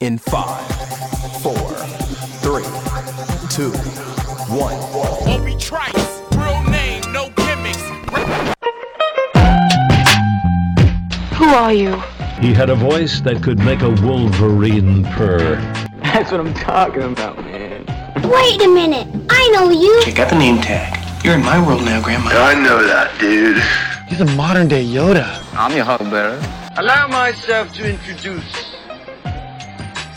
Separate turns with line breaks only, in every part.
in five, four, three, two, one.
Obi Trice, real name, no gimmicks.
Who are you?
He had a voice that could make a wolverine purr.
That's what I'm talking about, man.
Wait a minute. I know you.
You got the name tag. You're in my world now, Grandma.
I know that, dude.
He's a modern day Yoda.
I'm your huckleberry.
Allow myself to introduce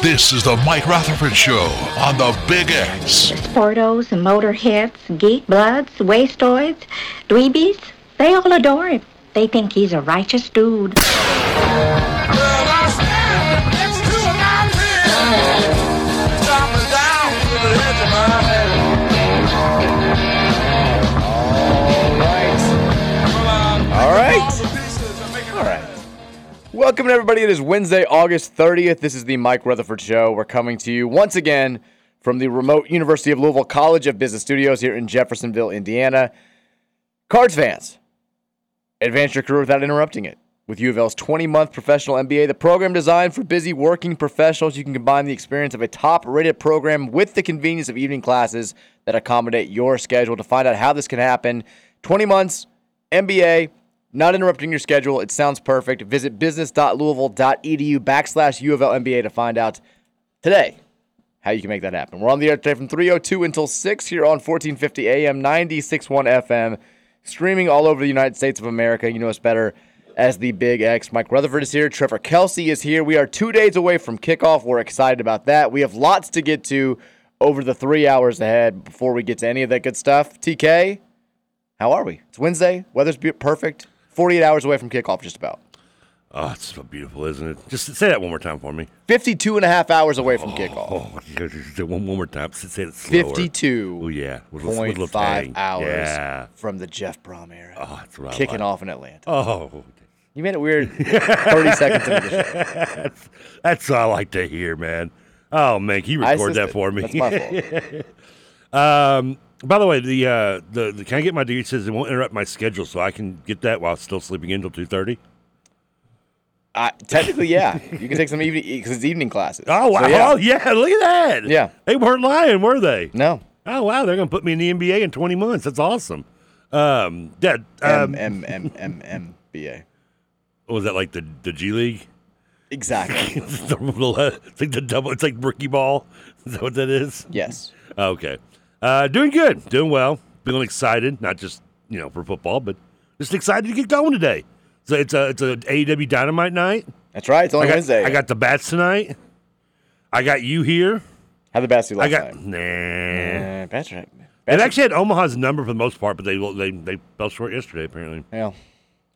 This is the Mike Rutherford Show on the Big X.
Sportos, motorheads, geek bloods, wastoids, dweebies, they all adore him. They think he's a righteous dude.
Girl, I stand next to my friend. Stumble down to the edge of my head.
All right. All right. Welcome, everybody. It is Wednesday, August 30th. This is the Mike Rutherford Show. We're coming to you once again from the remote University of Louisville College of Business Studios here in Jeffersonville, Indiana. Cards fans, advance your career without interrupting it. With U of L's 20 month professional MBA, the program designed for busy working professionals, you can combine the experience of a top rated program with the convenience of evening classes that accommodate your schedule. To find out how this can happen, 20 months, MBA, not interrupting your schedule. It sounds perfect. Visit business.louisville.edu backslash U of L MBA to find out today how you can make that happen. We're on the air today from 302 until 6 here on 1450 AM, 961 FM, streaming all over the United States of America. You know us better as the Big X. Mike Rutherford is here. Trevor Kelsey is here. We are two days away from kickoff. We're excited about that. We have lots to get to over the three hours ahead before we get to any of that good stuff. TK, how are we? It's Wednesday. Weather's be- perfect. 48 hours away from kickoff, just about.
Oh, it's so beautiful, isn't it? Just say that one more time for me.
52 and a half hours away from kickoff.
Oh, yeah, just do one, one more time. Say it slower. Oh,
52.5
yeah. With a- with a little tang.
hours
Yeah.
from the Jeff Brom era.
Oh, that's what I
kicking
like.
off in Atlanta.
Oh,
You made it weird 30 seconds into the show.
that's, that's what I like to hear, man. Oh, man, can you
I
record that
assisted.
for me?
That's my fault.
Um, by the way, the, uh, the, the can I get my dude says it won't interrupt my schedule, so I can get that while still sleeping in until two thirty.
I, technically, yeah. You can take some evening, because it's evening classes.
Oh wow!
So, yeah.
Oh yeah, look at that.
Yeah.
they weren't lying, were they?
No.
Oh wow, they're gonna put me in the NBA in 20 months. That's awesome. Um, that um,
M M M M M B A.
what was that like the the G League?
Exactly.
it's, the, it's like the double. It's like rookie ball. Is that what that is? Oh,
yes.
Okay. Uh, doing good. Doing well. Feeling excited. Not just you know for football, but just excited to get going today. So it's a it's a AEW Dynamite night.
That's right. It's
I
only
got,
Wednesday.
I got the bats tonight. I got you here.
Had the best you last
I got
night.
nah.
Uh, Patrick.
They actually had Omaha's number for the most part, but they they they fell short yesterday. Apparently,
Yeah.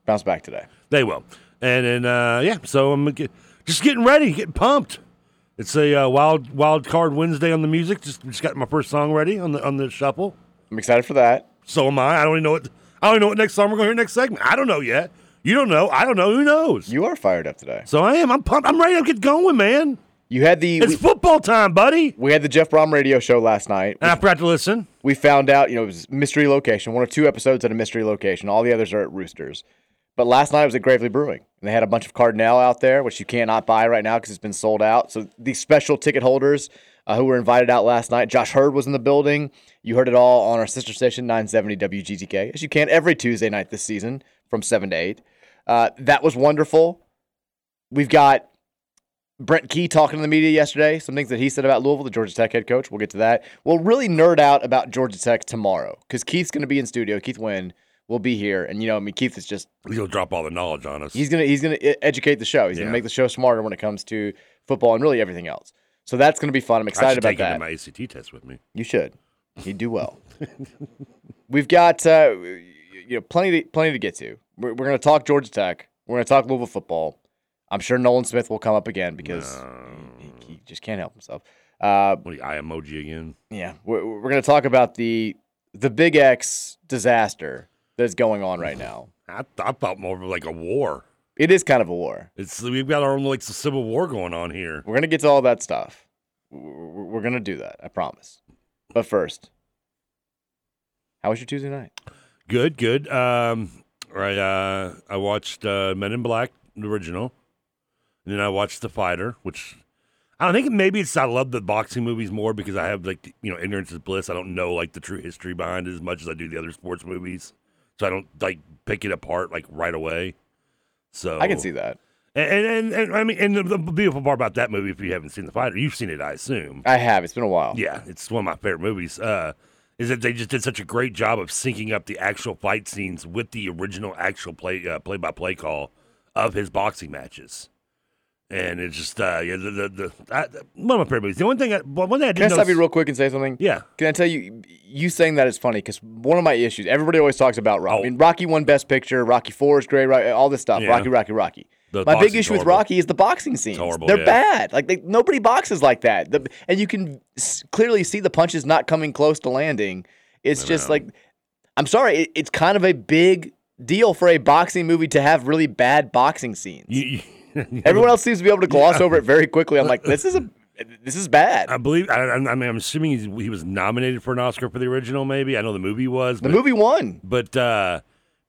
Bounce back today.
they will. And then uh, yeah, so I'm get, just getting ready, getting pumped. It's a uh, wild wild card Wednesday on the music. Just just got my first song ready on the on the shuffle.
I'm excited for that.
So am I. I don't even know what I don't even know what next song we're going to hear next segment. I don't know yet. You don't know. I don't know. Who knows?
You are fired up today.
so I am. I'm pumped. I'm ready to get going, man.
You had the
It's
we,
football time, buddy.
we had the Jeff Brom radio show last night.
And I forgot to listen.
we found out, you know, it was mystery location, one or two episodes at a mystery location. All the others are at Roosters. But last night it was at Gravely Brewing, and they had a bunch of Cardinal out there, which you cannot buy right now because it's been sold out. So these special ticket holders uh, who were invited out last night, Josh Hurd was in the building. You heard it all on our sister station, 970 WGTK, as you can every Tuesday night this season from 7 to 8. Uh, that was wonderful. We've got Brent Key talking to the media yesterday, some things that he said about Louisville, the Georgia Tech head coach. We'll get to that. We'll really nerd out about Georgia Tech tomorrow because Keith's going to be in studio. Keith Wynn will be here, and you know, I mean, Keith is just
He'll drop all the knowledge on us.
he's gonna he's gonna e- educate the show. He's
Yeah.
gonna make the show smarter when it comes to football and really everything else. So that's gonna be fun.
I
I'm excited
should
about
take him to
that.
my ACT test with me.
You should. You'd do well. We've got uh, you know plenty to, plenty to get to. We're, we're going to talk Georgia Tech. We're going to talk Louisville football. I'm sure Nolan Smith will come up again because he, he- he just can't help himself. Uh,
What, the eye emoji again?
yeah, we're, we're going to talk about the the Big X disaster that's going on right now.
I, I thought more of like a war.
It is kind of a war.
It's we've got our own like civil war going on here.
We're gonna get to all that stuff. We're, we're gonna do that. I promise. But first, how was your Tuesday night?
Good, good. Um, I uh, I watched uh, Men in Black, the original, and then I watched The Fighter, which I don't think maybe it's I love the boxing movies more because I have like you know ignorance is bliss. I don't know like the true history behind it as much as I do the other sports movies, so I don't like pick it apart like right away. So
I can see that.
And and, and I mean, and the, the beautiful part about that movie, if you haven't seen The Fighter, you've seen it, I assume.
I have. It's been a while.
Yeah, it's one of my favorite movies. Uh, is that they just did such a great job of syncing up the actual fight scenes with the original actual play uh, play by play call of his boxing matches. And it's just uh, yeah, the the, the I, one of my favorite movies. The only thing I, one thing I didn't
Can I stop
notice-
you real quick and say something?
Yeah.
Can I tell you, you saying that is funny because one of my issues, everybody always talks about Rocky. I mean, Rocky won Best Picture, Rocky Four is great, Rocky, all this stuff.
Oh. Yeah.
Rocky, Rocky, Rocky.
The
my big
boxing's
issue with
horrible.
Rocky is the boxing scenes.
horrible,
They're
yeah.
bad. Like they, nobody boxes like that, The- and you can s- clearly see the punches not coming close to landing. It's just like, I'm sorry, it, it's kind of a big deal for a boxing movie to have really bad boxing scenes. Everyone else seems to be able to gloss over it very quickly. I'm like, this is a this is bad.
I believe. I, I I mean, I'm assuming he's, he was nominated for an Oscar for the original. Maybe I know the movie was.
The
but-
movie won.
But uh,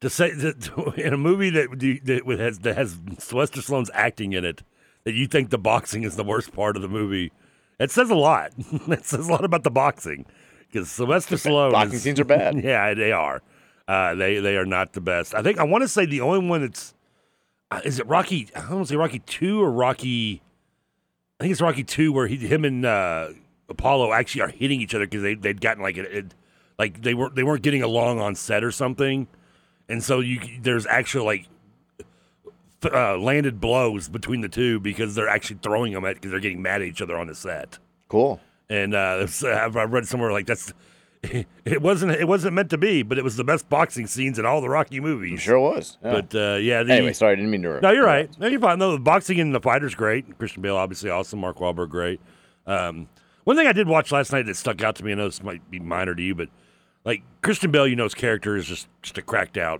to say that in a movie that do- that with- has that has Sylvester Stallone's acting in it, that you think the boxing is the worst part of the movie, it says a lot. it says a lot about the boxing because Sylvester Stallone.
boxing
is-
scenes are bad.
yeah, they are. Uh, they they are not the best. I think I want to say the only one that's uh, is it Rocky. I don't want to say Rocky two or Rocky. I think it's Rocky two where he, him and uh, Apollo actually are hitting each other because they they'd gotten like it, it, like they were they weren't getting along on set or something, and so you c- there's actual like th- uh, landed blows between the two because they're actually throwing them at because they're getting mad at each other on the set.
Cool.
And uh, it's- I've, I've read somewhere like that's it wasn't it wasn't meant to be, but it was the best boxing scenes in all the Rocky movies.
sure was.
But uh, yeah, the,
anyway, sorry, I didn't mean to.
no, you're right. No, you're fine. No, the boxing and the fighters great. Christian Bale obviously awesome. Mark Wahlberg great. Um, one thing I did watch last night that stuck out to me, I know this might be minor to you, but like Christian Bale, you know his character is just just a cracked out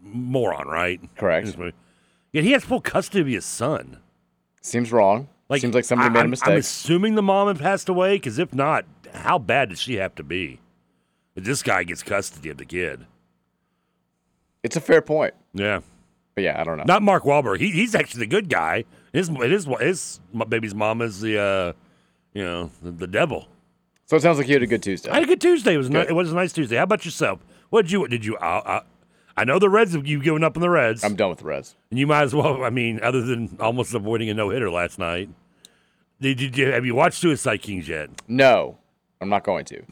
moron, right?
Correct.
In this movie. Yet he has full custody of his son.
Seems wrong.
Like
Seems like somebody
I-
made a
I'm-
mistake.
I'm assuming the mom had passed away, because if not, how bad does she have to be? That This guy gets custody of the kid.
It's a fair point.
Yeah.
But yeah, I don't know.
Not Mark Wahlberg. He, he's actually the good guy. His it is his my baby's mom is the uh, you know the, the devil.
So it sounds like you had a good Tuesday.
I had a good Tuesday. It was ni-
Good.
it was a nice Tuesday. How about yourself? What did you did you? I, I, I know the Reds. You've given up on the Reds.
I'm done with the Reds.
And you might as well. I mean, other than almost avoiding a no hitter last night. Did you, did you have you watched Suicide Kings yet?
No, I'm not going to.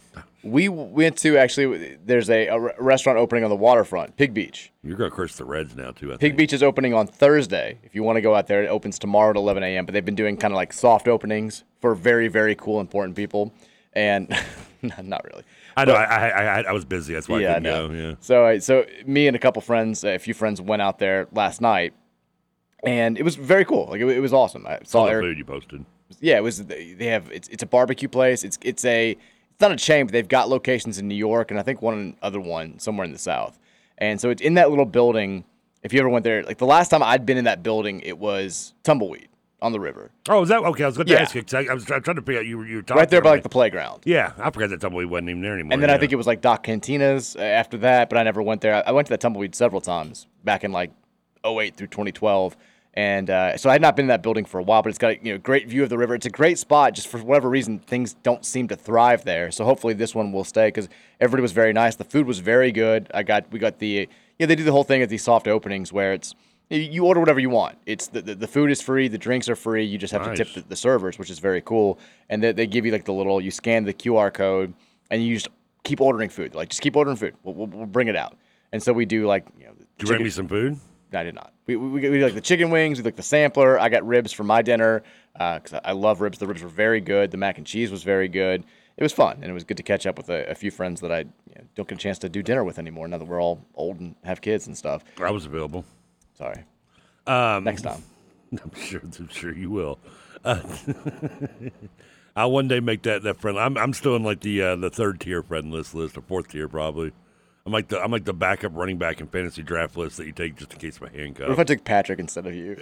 We went to actually. There's a, a re- restaurant opening on the waterfront, Pig Beach.
You're gonna curse the Reds now too. I think.
Pig Beach is opening on Thursday. If you want to go out there, it opens tomorrow at 11 a.m. But they've been doing kind of like soft openings for very, very cool, important people, and not really.
I know.
But-
I, I I I was busy. That's why I couldn't
know.
go. Yeah.
So, I- so me and a couple friends, a few friends, went out there last night, and it was very cool. Like it, wa- it was awesome. I saw
All the
Eric.
food you posted.
Yeah, it was. They they have. It's, it's a barbecue place. It's it's a. It's not a chain, but they've got locations in New York and I think one other one somewhere in the South. And so it's in that little building. If you ever went there, like the last time I'd been in that building, it was Tumbleweed on the river,
Oh, is that okay? I was going to
Yeah.
ask you. 'cause I, I was try- trying to figure out you were you were talking
right there by
about
like the playground.
Yeah, I forgot that Tumbleweed wasn't even there anymore.
And then
yeah.
I think it was like Doc Cantina's uh, after that, but I never went there. I- I went to that tumbleweed several times back in like 08 through 2012. And uh, so I had not been in that building for a while, but it's got a you know, great view of the river. It's a great spot. Just for whatever reason, things don't seem to thrive there. So hopefully this one will stay because everybody was very nice. The food was very good. I got we got the yeah they do the whole thing at these soft openings where it's you- you order whatever you want. It's the, the, the food is free, the drinks are free. You just have to tip
Nice.
the, the servers, which is very cool. And they, they give you like the little you scan the QR code and you just keep ordering food. Like just keep ordering food. We'll, we'll, we'll bring it out. And so we do like you know.
Did you bring me some food?
I did not. We, we, we did like the chicken wings. We like the sampler. I got ribs for my dinner because I I love ribs. The ribs were very good. The mac and cheese was very good. It was fun, and it was good to catch up with a, a few friends that I you know, don't get a chance to do dinner with anymore. Now that we're all old and have kids and stuff.
I was available.
Sorry.
Um,
Next time.
I'm sure. I'm sure you will. Uh, I one day make that that friend. I'm I'm still in like the uh, the third tier friend list list or fourth tier probably. I'm like the I'm like the backup running back in fantasy draft list that you take just in case my hand
What
goes.
if I took Patrick instead of you?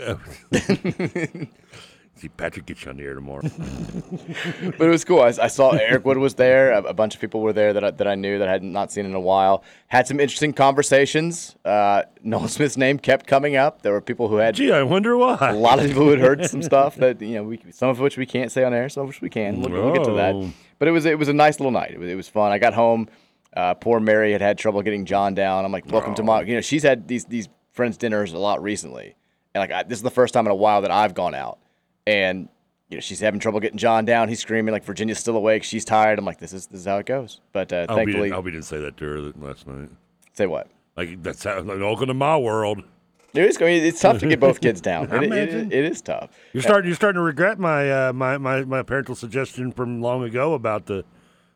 See Patrick gets you on the air tomorrow.
but it was cool. I, I saw Eric Wood was there. A, a bunch of people were there that I, that I knew that I had not seen in a while. Had some interesting conversations. Uh, Noel Smith's name kept coming up. There were people who had.
Gee, I wonder why.
A lot of people who had heard some stuff that you know, we, some of which we can't say on air, some of which we can. We'll, we'll get to
Oh.
that. But it was it was a nice little night. It was, it was fun. I got home. Uh, poor Mary had had trouble getting John down. I'm like, welcome to my. You know, she's had these these friends dinners a lot recently, and like I, this is the first time in a while that I've gone out, and you know she's having trouble getting John down. He's screaming like Virginia's still awake. She's tired. I'm like, this is this is how it goes. But uh,
I hope, you
thankfully,
didn't, I hope you didn't say that to her that- last night.
Say what?
Like that's how, like, welcome to my world.
it is going. It's tough to get both kids down.
I
It- it-
imagine.
it is tough.
You're starting. You're starting to regret my uh, my, my my parental suggestion from long ago about the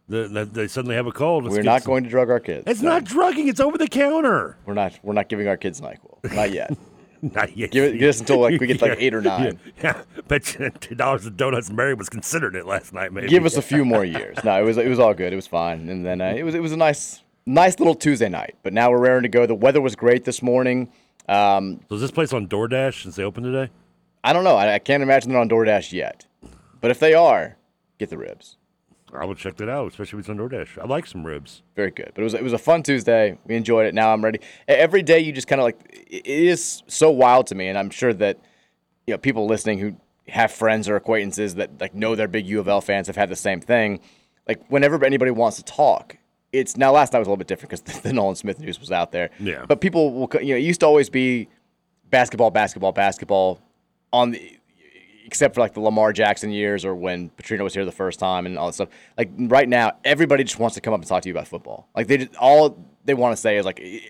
the that they suddenly have a cold. Let's
We're
get
not
some-
going to drug our kids.
It's not drugging. It's over the counter.
We're not. We're not giving our kids Nyquil. Not yet.
not yet.
Give, it, give us until like we get to, like
Yeah,
eight or nine.
Yeah, yeah. bet you two dollars of donuts and Mary was considering it last night. Maybe
Give us a few more years. No, it was it was all good. It was fine. And then uh, it was it was a nice nice little Tuesday night. But now we're raring to go. The weather was great this morning. Um,
was this place on DoorDash since they opened today?
I don't know. I, I can't imagine they're on DoorDash yet. But if they are, get the ribs.
I would check that out, especially if it's on DoorDash. I like some ribs.
Very good. But it was it was a fun Tuesday. We enjoyed it. Now I'm ready. E- Every day you just kind of like it it is so wild to me, and I'm sure that you know people listening who have friends or acquaintances that like know they're big U of L fans have had the same thing. Like whenever anybody wants to talk, it's now last night was a little bit different because the Nolan Smith news was out there.
Yeah.
But people will co- you know it used to always be basketball, basketball, basketball on the except for like the Lamar Jackson years or when Petrino was here the first time and all that stuff. Like right now, everybody just wants to come up and talk to you about football. Like they just, all they want to say is like, "Eh,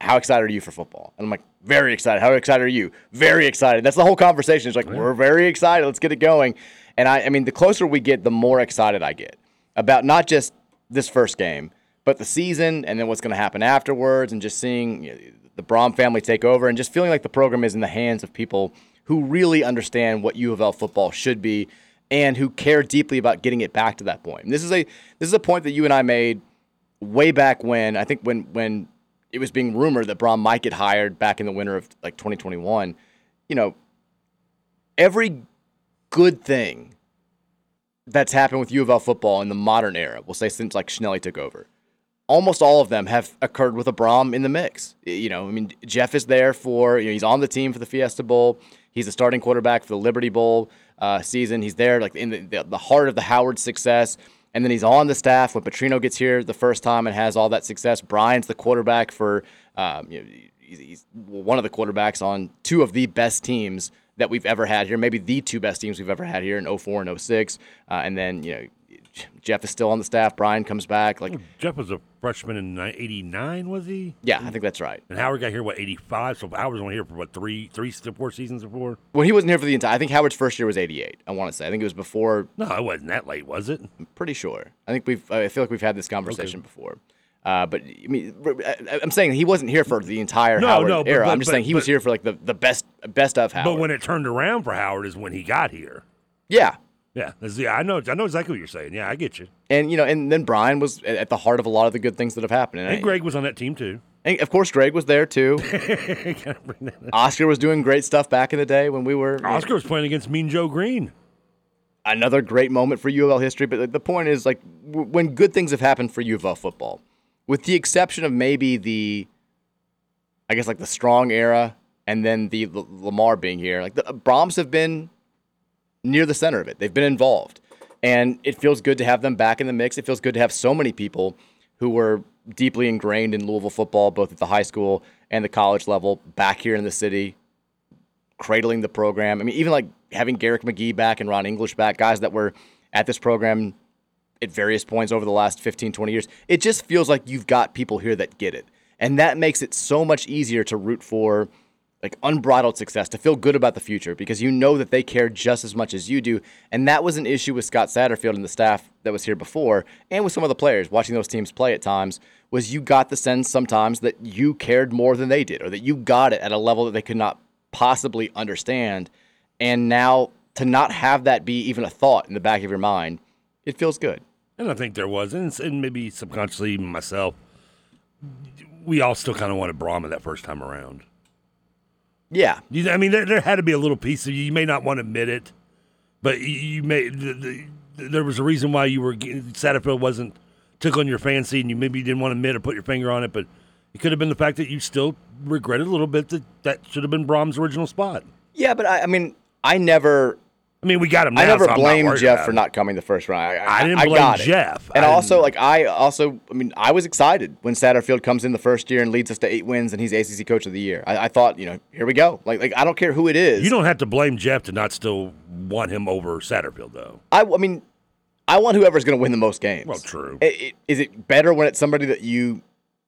"How excited are you for football?" And I'm like, "Very excited." How excited are you? Very excited. That's the whole conversation. It's like we're very excited. Let's get it going. And I, I mean, the closer we get, the more excited I get about not just this first game, but the season and then what's going to happen afterwards, and just seeing you know, the Brom family take over, and just feeling like the program is in the hands of people who really understand what U of L football should be, and who care deeply about getting it back to that point. And this is a this is a point that you and I made way back when I think when when it was being rumored that Brom might get hired back in the winter of like 2021. You know, every good thing that's happened with U of L football in the modern era, we'll say since like Schnelly took over, almost all of them have occurred with a Brom in the mix. Y- You know, I mean, Jeff is there for, you know, he's on the team for the Fiesta Bowl. He's the starting quarterback for the Liberty Bowl uh, season. He's there, like, in the, the, the heart of the Howard success. And then he's on the staff when Petrino gets here the first time and has all that success. Brian's the quarterback for, um, you know, he's, he's one of the quarterbacks on two of the best teams that we've ever had here, maybe the two best teams we've ever had here in 04 and 06. Uh, and then, you know, Jeff is still on the staff. Brian comes back. Like,
Jeff was a freshman in '89, was he?
yeah, I think that's right.
And Howard got here what '85, so Howard was only here for what three, three, four seasons before.
Well, he wasn't here for the entire. I think Howard's first year was '88. I want to say. I think it was before.
No, it wasn't that late, was it?
I'm pretty sure. I think we've. I feel like we've had this conversation before. Uh, but I mean, I- I'm saying he wasn't here for the entire
No,
Howard
no, but-
era.
but-
I'm just
but-
saying he was
but-
here for like the, the best best of Howard.
But when it turned around for Howard is when he got here.
yeah,
Yeah, that's- yeah, I know, I know exactly what you're saying. Yeah, I get you.
and you know, and then Brian was at- at the heart of a lot of the good things that have happened.
And Greg was on that team too.
and of course, Greg was there too.
Gotta bring that up.
Oscar was doing great stuff back in the day when we were
Oscar was playing against Mean Joe Green.
another great moment for U of L history. But like, the point is, like, w- when good things have happened for U of L football, with the exception of maybe the, I guess, like the strong era and then the L- Lamar being here, like the uh, Brahms have been near the center of it. They've been involved. And it feels good to have them back in the mix. It feels good to have so many people who were deeply ingrained in Louisville football, both at the high school and the college level, back here in the city, cradling the program. I mean, even like having Garrick McGee back and Ron English back, guys that were at this program at various points over the last 15, 20 years. It just feels like you've got people here that get it. And that makes it so much easier to root for like unbridled success, to feel good about the future because you know that they care just as much as you do. And that was an issue with Scott Satterfield and the staff that was here before and with some of the players watching those teams play at times was you got the sense sometimes that you cared more than they did or that you got it at a level that they could not possibly understand. And now to not have that be even a thought in the back of your mind It feels good.
And I think there was, and, and maybe subconsciously even myself, we all still kind of wanted Brahma that first time around.
Yeah.
You, I mean, there, there had to be a little piece of you. You may not want to admit it, but you, you may. The, the, there was a reason why you were getting- Satterfield wasn't took on your fancy, and you maybe didn't want to admit or put your finger on it, but it could have been the fact that you still regretted a little bit that that should have been Brahm's original spot.
Yeah, but I, I mean, I never.
I mean, we got him.
I
now,
never
so I'm not
blame
worried
Jeff
about
for
it.
not coming the first round. I,
I didn't blame
got it.
Jeff.
And
I
also, like I also, I mean, I was excited when Satterfield comes in the first year and leads us to eight wins, and he's ACC Coach of the Year. I, I thought, you know, here we go. Like, like I don't care who it is.
You don't have to blame Jeff to not still want him over Satterfield, though.
I, I mean, I want whoever's going to win the most games.
Well, true.
I- i- Is it better when it's somebody that you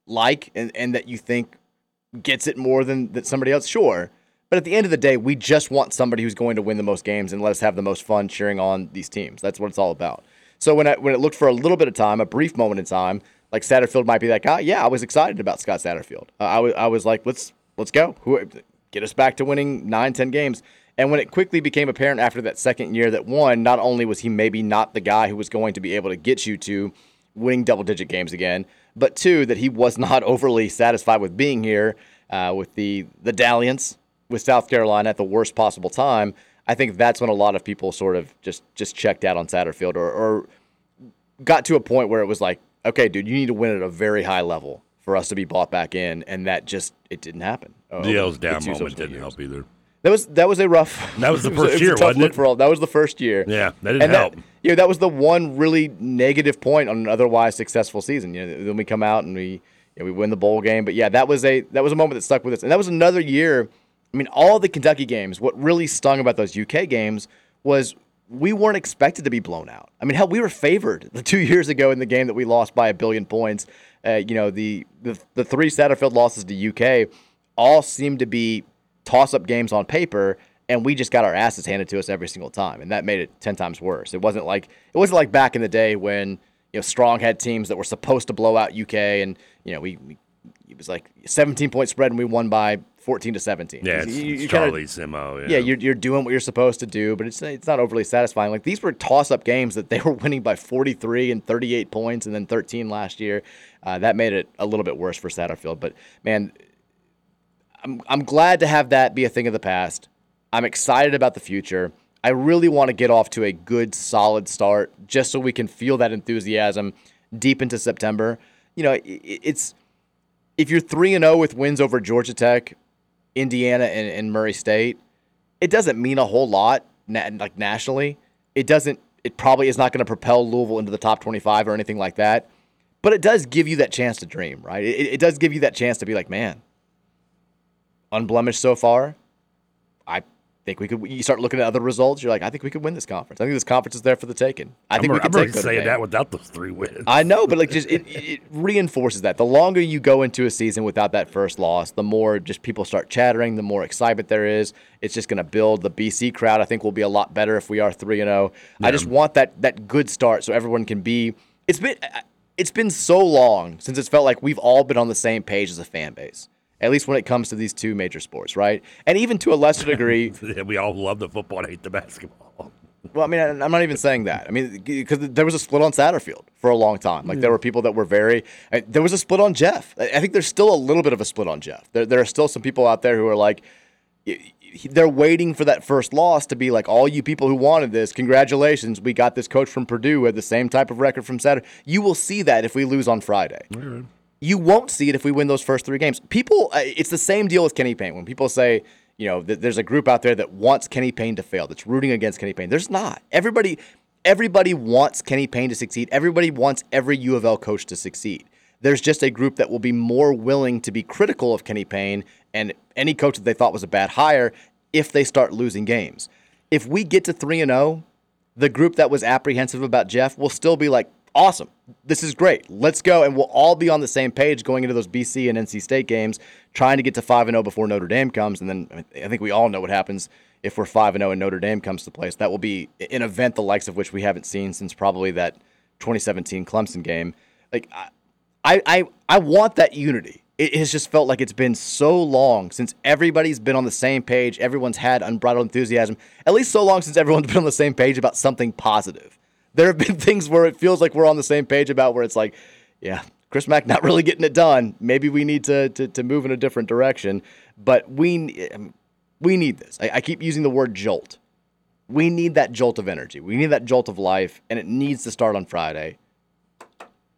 like and, and that you think gets it more than, than somebody else? Sure. But at the end of the day, we just want somebody who's going to win the most games and let us have the most fun cheering on these teams. That's what it's all about. So when I, when it looked for a little bit of time, a brief moment in time, like Satterfield might be that guy. Yeah, I was excited about Scott Satterfield. Uh, I was I was like, let's let's go. Who get us back to winning nine, ten games? And when it quickly became apparent after that second year that one, not only was he maybe not the guy who was going to be able to get you to winning double digit games again, but two, that he was not overly satisfied with being here uh, with the, the dalliance with South Carolina at the worst possible time. I think that's when a lot of people sort of just just checked out on Satterfield or, or got to a point where it was like, okay, dude, you need to win at a very high level for us to be bought back in, and that just it didn't happen. Oh,
DL's down
it's you
moment
subsequent
didn't
years.
help either.
That was that was a rough.
That was the
it
first
it
year,
a tough
wasn't
look
it?
For all that was the first year.
Yeah, that didn't
And that-
help.
you know, that was the one really negative point on an otherwise successful season. You know, then we come out and we you know, we win the bowl game, but yeah, that was a that was a moment that stuck with us, and that was another year. I mean, all the Kentucky games. What really stung about those UK games was we weren't expected to be blown out. I mean, hell, we were favored the two years ago in the game that we lost by a billion points. Uh, you know, the, the the three Satterfield losses to UK all seemed to be toss up games on paper and we just got our asses handed to us every single time and that made it 10 times worse it wasn't like it wasn't like back in the day when you know strong had teams that were supposed to blow out uk and you know we, we it was like 17 point spread and we won by 14 to 17
Yeah,
You-
it's,
you-
it's
you kinda-
Charlie's MO.
yeah, you're, you're doing what you're supposed to do, but it's it's not overly satisfying. Like these were toss up games that they were winning by 43 and 38 points, and then 13 last year. Uh, that made it a little bit worse for Satterfield. But man, I'm I'm glad to have that be a thing of the past. I'm excited about the future. I really want to get off to a good, solid start, just so we can feel that enthusiasm deep into September. You know, i i- it's if you're three and zero with wins over Georgia Tech, Indiana, and, and Murray State, it doesn't mean a whole lot na- like nationally. It doesn't. It probably is not going to propel Louisville into the top 25 or anything like that. But it does give you that chance to dream, right? It, it- it does give you that chance to be like, man, unblemished so far. I think we could. You start looking at other results. You're like, I think we could win this conference. I think this conference is there for the taking. I think
am
we could
I'm
take
already
Notre
saying
Dame.
that without those three wins.
I know, but like just it, it it reinforces that. The longer you go into a season without that first loss, the more just people start chattering, the more excitement there is. It's just going to build. The BC crowd, I think, will be a lot better if we are three and zero. I just want that that good start so everyone can be. It's been I- it's been so long since it's felt like we've all been on the same page as a fan base. At least when it comes to these two major sports, right? And even to a lesser degree,
we all love the football and hate the basketball.
well, I mean, I- I'm not even saying that. I mean, because there was a split on Satterfield for a long time. Like, there were people that were very. uh, There was a split on Jeff. I I think there's still a little bit of a split on Jeff. There, there are still some people out there who are like, y- y- they're waiting for that first loss to be like, all you people who wanted this, congratulations, we got this coach from Purdue who had the same type of record from Saturday. You will see that if we lose on Friday you won't see it if we win those first three games. People, uh, it's the same deal with Kenny Payne. When people say, you know, that there's a group out there that wants Kenny Payne to fail, that's rooting against Kenny Payne. There's not. Everybody, everybody wants Kenny Payne to succeed. Everybody wants every U of L coach to succeed. There's just a group that will be more willing to be critical of Kenny Payne and any coach that they thought was a bad hire if they start losing games. If we get to three and oh, zero, the group that was apprehensive about Jeff will still be like, awesome, this is great, let's go. And we'll all be on the same page going into those BC and NC State games, trying to get to 5 0 before Notre Dame comes. And then I mean, I think we all know what happens if we're 5 0 and Notre Dame comes to place. That will be an event the likes of which we haven't seen since probably that 2017 Clemson game. Like, I, I, I, I want that unity. It has just felt like it's been so long since everybody's been on the same page. Everyone's had unbridled enthusiasm, at least so long since everyone's been on the same page about something positive. there have been things where it feels like we're on the same page about where it's like, yeah, Chris Mack not really getting it done. Maybe we need to to, to move in a different direction. But we um, we need this. I, I keep using the word jolt. We need that jolt of energy. We need that jolt of life, and it needs to start on Friday.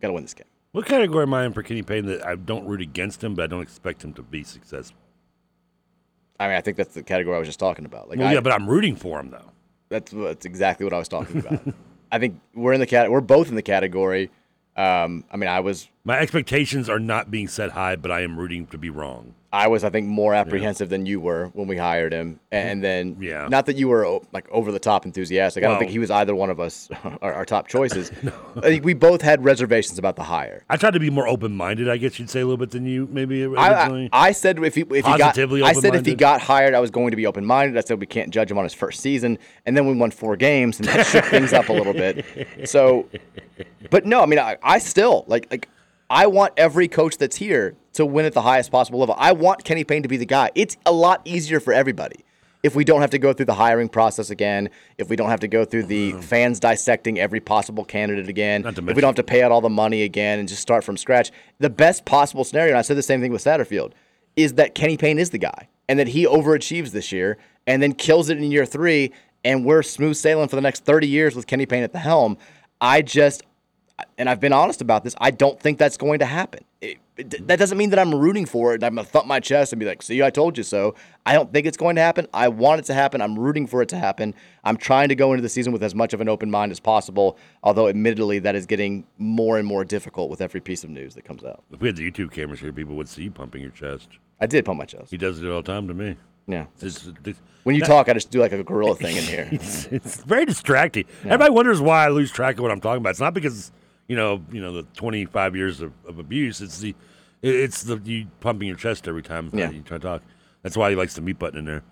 Got to win this game.
What category am I in for Kenny Payne that I don't root against him, but I don't expect him to be successful?
I mean, I think that's the category I was just talking about. Like,
well,
I-
yeah, but I'm rooting for him though.
That's that's exactly what I was talking about. I think we're in the cat. We're both in the category. Um, I mean, I was
My expectations are not being set high, but I am rooting to be wrong.
I was I think more apprehensive than you were when we hired him, and then yeah. not that you were o- like over the top enthusiastic. I don't
Well-
think he was either one of us our, our top choices. I think we both had reservations about the hire.
I tried to be more open minded, I guess you'd say a little bit than you maybe
I-
originally.
I, I said if he if he got
Positively
I said if he
open-minded?
got hired, I was going to be open minded. I said we can't judge him on his first season, and then we won four games and that shook things up a little bit. So, but no, I mean I, I still like like I want every coach that's here to win at the highest possible level. I want Kenny Payne to be the guy. It's a lot easier for everybody. If we don't have to go through the hiring process again, if we don't have to go through the fans dissecting every possible candidate again, if we don't have to pay out all the money again and just start from scratch, the best possible scenario, and I said the same thing with Satterfield, is that Kenny Payne is the guy and that he overachieves this year and then kills it in year three, and we're smooth sailing for the next 30 years with Kenny Payne at the helm. I just, and I've been honest about this, I don't think that's going to happen. It, it- that doesn't mean that I'm rooting for it and I'm going to thump my chest and be like, see, I told you so. I don't think it's going to happen. I want it to happen. I'm rooting for it to happen. I'm trying to go into the season with as much of an open mind as possible, although admittedly, that is getting more and more difficult with every piece of news that comes out.
if we had the YouTube cameras here, people would see you pumping your chest.
I did pump my chest.
He does it all the time to me.
Yeah.
It's- it's-
When you
that-
talk, I just do like a gorilla thing in here.
it's, it's very distracting. Everybody wonders why I lose track of what I'm talking about. It's not because you know, you know, the 25 years of, of abuse. It's the, it- it's the you pumping your chest every time
Yeah.
you try to talk. That's why he likes the mute button in there.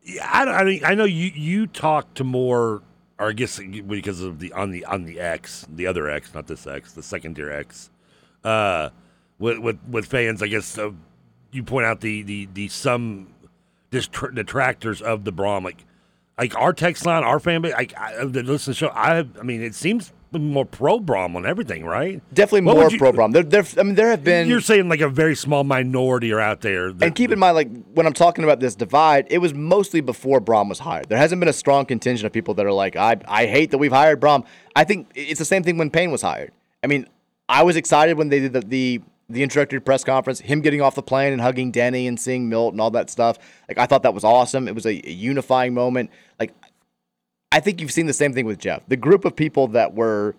Yeah, I, don't- I mean, I know you you talk to more, or I guess because of the on the on the X, the other X, not this X, the second tier X, uh, with with with fans. I guess uh, you point out the the the some distra- detractors of the Braum, like like our text line, our fan base, like I, the listen to the show. I I mean, it seems more pro Braum on everything, right?
Definitely
What
more
would you-
pro problem. There, there, I mean, there have been.
You're saying like a very small minority are out there. that-
and keep in mind, like when I'm talking about this divide, it was mostly before Brom was hired. There hasn't been a strong contingent of people that are like, I, I hate that we've hired Brom. I think it's the same thing when Payne was hired. I mean, I was excited when they did the the, the introductory press conference, him getting off the plane and hugging Denny and seeing Milt and all that stuff. Like I thought that was awesome. It was a, a unifying moment. Like I think you've seen the same thing with Jeff. The group of people that were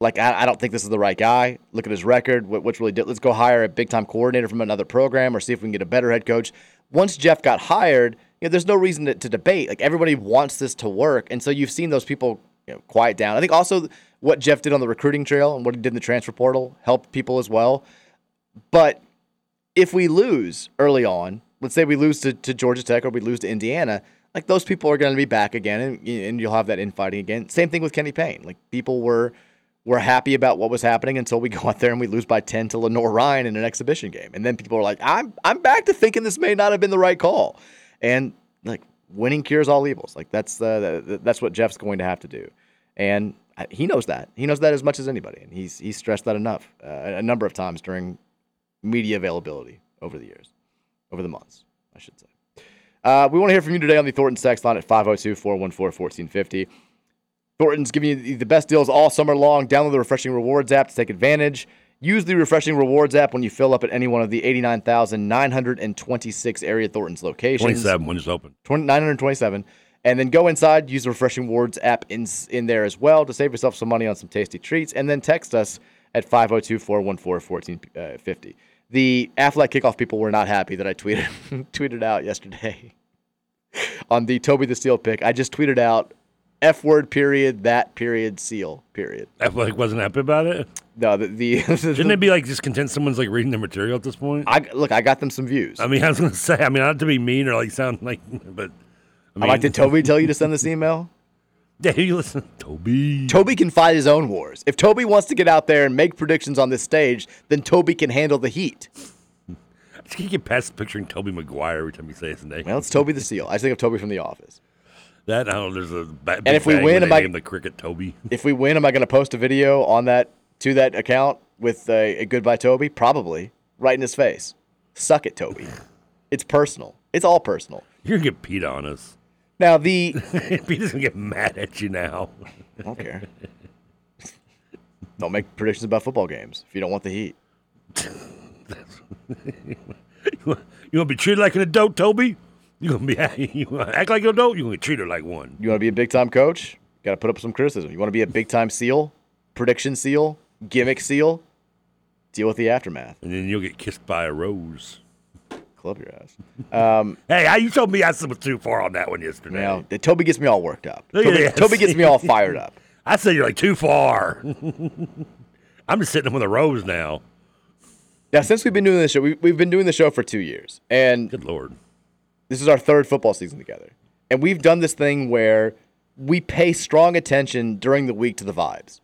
like, I, I don't think this is the right guy. Look at his record. What, what's really did? Let's go hire a big time coordinator from another program or see if we can get a better head coach. Once Jeff got hired, you know, there's no reason to, to debate. Like everybody wants this to work, and so you've seen those people you know, quiet down. I think also what Jeff did on the recruiting trail and what he did in the transfer portal helped people as well. But if we lose early on, let's say we lose to, to Georgia Tech or we lose to Indiana, like those people are going to be back again, and, and you'll have that infighting again. Same thing with Kenny Payne. Like people were were happy about what was happening until we go out there and we lose by ten to Lenore Ryan in an exhibition game, and then people are like, "I'm I'm back to thinking this may not have been the right call," and like winning cures all evils. Like that's uh, th- that's what Jeff's going to have to do, and I- he knows that. He knows that as much as anybody, and he's he's stressed that enough uh, a number of times during media availability over the years, over the months, I should say. Uh, we want to hear from you today on the Thornton Sex line at 502 414 1450. Thornton's giving you the- the best deals all summer long. Download the Refreshing Rewards app to take advantage. Use the Refreshing Rewards app when you fill up at any one of the 89,926 area Thornton's locations.
27 when it's open.
20, 927. And then go inside, use the Refreshing Rewards app in, in there as well to save yourself some money on some tasty treats. And then text us at 502 414 1450. The Affleck kickoff people were not happy that I tweeted tweeted out yesterday on the Toby the Seal pick. I just tweeted out F word period, that period, seal period.
Affleck wasn't happy about it.
No, the, the
shouldn't it be like just content someone's like reading their material at this point?
I look, I got them some views.
I mean, I was gonna say, I mean, not to be mean or like sound like, but
I'm like, did Toby tell you to send this email?
Yeah, you listen, Toby.
Toby can fight his own wars. If Toby wants to get out there and make predictions on this stage, then Toby can handle the heat.
I just can't get past picturing Toby Maguire every time you say his name.
Well, it's Toby the Seal. I just think of Toby from The Office.
That I don't. know, There's a ba- big
And if we
bang
win,
when they
am I-
name the cricket Toby?
If we win, am I going to post a video on that to that account with a, a goodbye Toby? Probably, right in his face. Suck it, Toby. It's personal. It's all personal.
You're gonna get Pete on us.
Now the
Pete's gonna get mad at you now.
I don't care. don't make predictions about football games if you don't want the heat.
You want to be treated like an adult, Toby? You gonna be you wanna act like an adult? You gonna get treated like one?
You want to be a big time coach? Got to put up some criticism. You want to be a big time seal, prediction seal, gimmick seal? Deal with the aftermath.
And then you'll get kissed by a rose.
Club your ass. Um,
hey, I- you told me I was too far on that one yesterday.
Now, Toby gets me all worked up.
Look at
Toby,
this.
Toby gets me all fired up.
I said you're like too far. I'm just sitting up with a rose now.
Now, since we've been doing this show, we, we've been doing the show for two years, and
good lord,
this is our third football season together, and we've done this thing where we pay strong attention during the week to the vibes.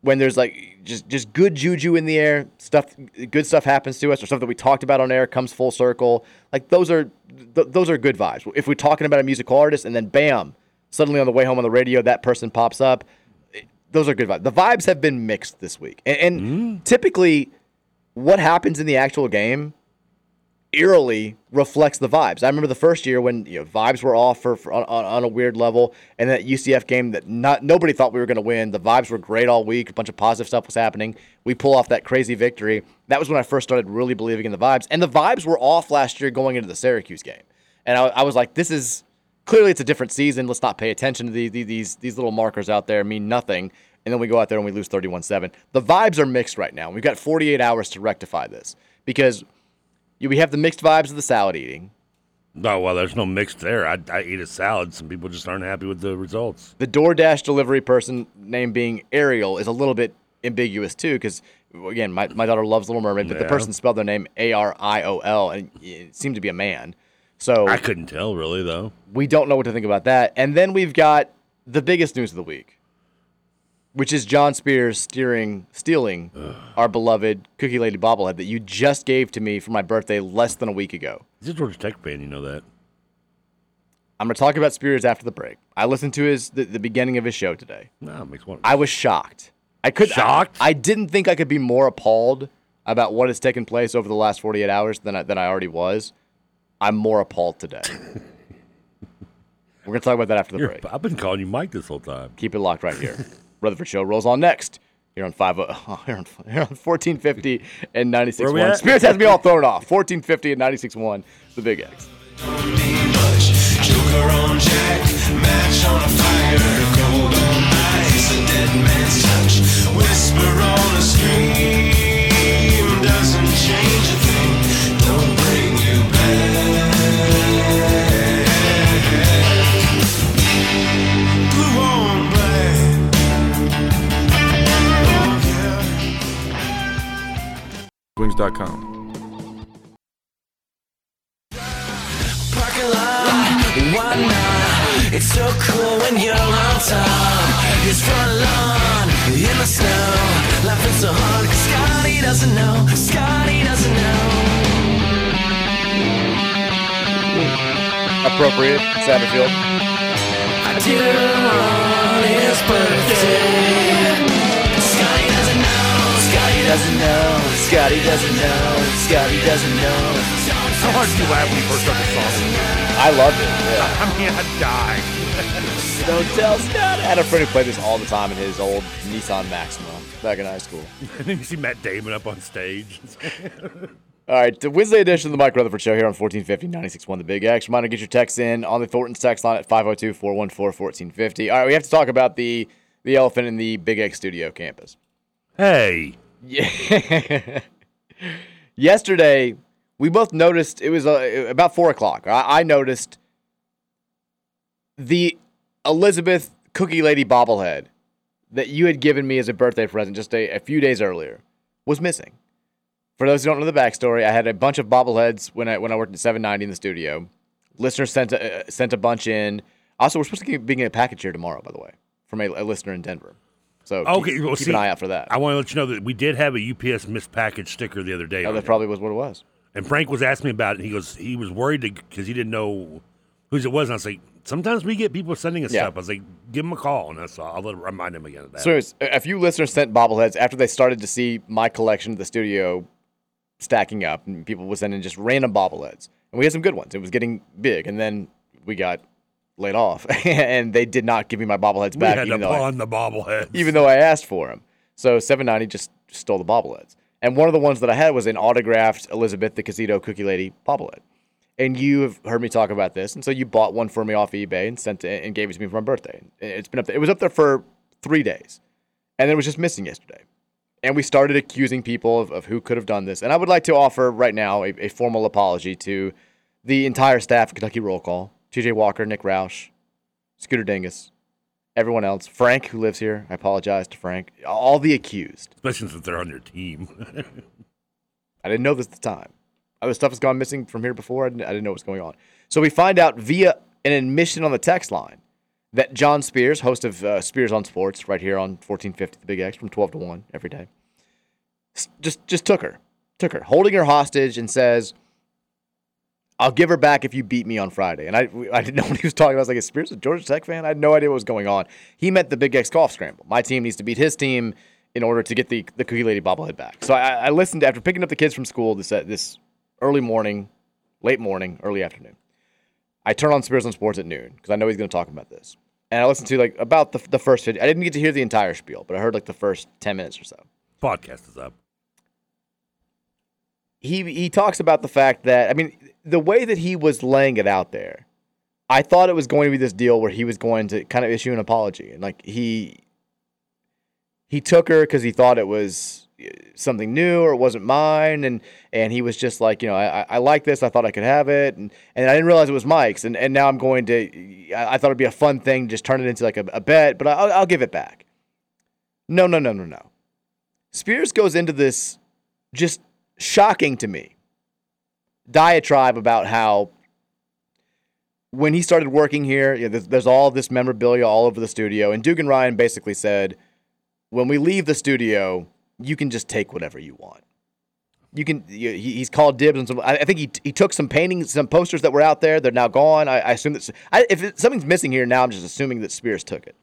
When there's like just just good juju in the air, stuff good stuff happens to us, or stuff that we talked about on air comes full circle. Like those are th- those are good vibes. If we're talking about a musical artist, and then bam, suddenly on the way home on the radio, that person pops up. It- Those are good vibes. The vibes have been mixed this week, and, and typically, what happens in the actual game eerily reflects the vibes. I remember the first year when you know, vibes were off for, for on, on on a weird level, and that UCF game that not nobody thought we were going to win. The vibes were great all week. A bunch of positive stuff was happening. We pull off that crazy victory. That was when I first started really believing in the vibes, and the vibes were off last year going into the Syracuse game, and I, I was like, this is clearly it's a different season. Let's not pay attention to the, the, these these little markers out there mean nothing. And then we go out there and we lose 31-7. The vibes are mixed right now. We've got 48 hours to rectify this because you, we have the mixed vibes of the salad eating.
No, Oh, well, there's no mix there. I, I eat a salad. Some people just aren't happy with the results.
The DoorDash delivery person name being Ariel is a little bit ambiguous too, because again, my, my daughter loves Little Mermaid, but the
Yeah.
person spelled their name A R I O L, and it seemed to be a man. So
I couldn't tell really though.
we don't know what to think about that. And then we've got the biggest news of the week, which is John Spears steering stealing our beloved Cookie Lady bobblehead that you just gave to me for my birthday less than a week ago.
He's a Georgia Tech fan, you know that.
I'm going to talk about Spears after the break. I listened to his the, the beginning of his show today.
No, it makes one.
I was shocked. I could
Shocked?
I, I didn't think I could be more appalled about what has taken place over the last 48 hours than I, than I already was. I'm more appalled today. We're gonna talk about that after the
You're-
break.
I've been calling you Mike this whole time.
Keep it locked right here. Rutherford Show rolls on next. Here on five, oh, here on, here on 1450 and
Where we
96.1.
at?
Spears has me all thrown off. 1450 and 96.1. The Big X.
Joker on Jack, match on a fire, gold on ice, a dead man's touch, whisper on a scream, doesn't change a thing, don't bring you back. Blue on black.
Wings.com.
Parking lot, why not? It's so cool when you're on top. His front lawn in the snow, laughing so hard. Scotty doesn't know. Scotty doesn't know.
Appropriate. Satterfield.
I did it on his birthday. Scotty doesn't know. Scotty doesn't know. Scotty doesn't know. Scotty doesn't know.
How hard did you laugh when you first heard the song?
I loved it. Yeah.
I mean, I died.
Don't tell Scott. I had a friend who played this all the time in his old Nissan Maxima back in high school.
and then you see Matt Damon up on stage.
All right, the Wednesday edition of the Mike Rutherford Show here on 1450 961 The Big X. Reminder get your texts in on the Thornton's text line at 502 414 1450. All right, we have to talk about the the elephant in the Big X studio campus.
hey.
Yeah. Yesterday, we both noticed it was uh, about four o'clock. I, I noticed the Elizabeth Cookie Lady bobblehead that you had given me as a birthday present just a, a few days earlier was missing. For those who don't know the backstory, I had a bunch of bobbleheads when I when I worked at 790 in the studio. Listeners sent a, uh, sent a bunch in. Also, we're supposed to be getting a package here tomorrow, by the way, from a, a listener in Denver. So keep-
Okay,
keep,
well, see,
an eye out for that.
I want to let you know that we did have a UPS mispackaged sticker the other day.
Oh,
on
that
it.
probably was what it was.
And Frank was asking me about it. And he goes, he was worried because he didn't know whose it was. And I was like, Sometimes we get people sending us stuff. I was like, give him a call, and that's all. I'll let, remind him again of that.
So, anyways, a a few listeners sent bobbleheads after they started to see my collection at the studio stacking up, and people were sending just random bobbleheads. And we had some good ones. It was getting big, and then we got laid off, and they did not give me my bobbleheads
we
back,
had to
even though, I,
pawn the bobblehead.
even though I asked for them. So 790 just stole the bobbleheads. And one of the ones that I had was an autographed Elizabeth the Casito Cookie Lady bobblehead. And you have heard me talk about this, and so you bought one for me off eBay and sent it and gave it to me for my birthday. It's been up there. It was up there for three days, and then it was just missing yesterday. And we started accusing people of, of who could have done this. And I would like to offer right now a, a formal apology to the entire staff of Kentucky Roll Call: T.J. Walker, Nick Roush, Scooter Dingus, everyone else, Frank who lives here. I apologize to Frank. All the accused,
especially since they're on your team.
I didn't know this at the time. Other stuff has gone missing from here before. I didn't, I didn't know what's going on. So we find out via an admission on the text line that John Spears, host of uh, Spears on Sports, right here on 1450 The Big X from 12 to 1 every day, s- just just took her, took her, holding her hostage, and says, "I'll give her back if you beat me on Friday." And I we- I didn't know what he was talking about. I was like, "Is Spears a Georgia Tech fan?" I had no idea what was going on. He meant the Big X golf scramble. My team needs to beat his team in order to get the the Cookie Lady bobblehead back. So I, I listened after picking up the kids from school this uh, this early morning, late morning, early afternoon. I turn on Spears on Sports at noon because I know he's going to talk about this. And I listened to like about the, the first 50. I didn't get to hear the entire spiel, but I heard like the first 10 minutes or so.
Podcast is up.
He he talks about the fact that I mean the way that he was laying it out there. I thought it was going to be this deal where he was going to kind of issue an apology and like he he took her because he thought it was uh, something new or it wasn't mine and and he was just like you know I, I- I like this I thought I could have it and, and I didn't realize it was Mike's and, and now I'm going to I, I thought it'd be a fun thing just turn it into like a, a bet but I, I'll, I'll give it back no no no no no Spears goes into this just shocking to me diatribe about how when he started working here you know, there's, there's all this memorabilia all over the studio and Dugan Ryan basically said when we leave the studio, you can just take whatever you want. You can. You, he- he's called dibs on some. I I think he, he took some paintings, some posters that were out there. They're now gone. I, I assume that I, if it, something's missing here now, I'm just assuming that Spears took it.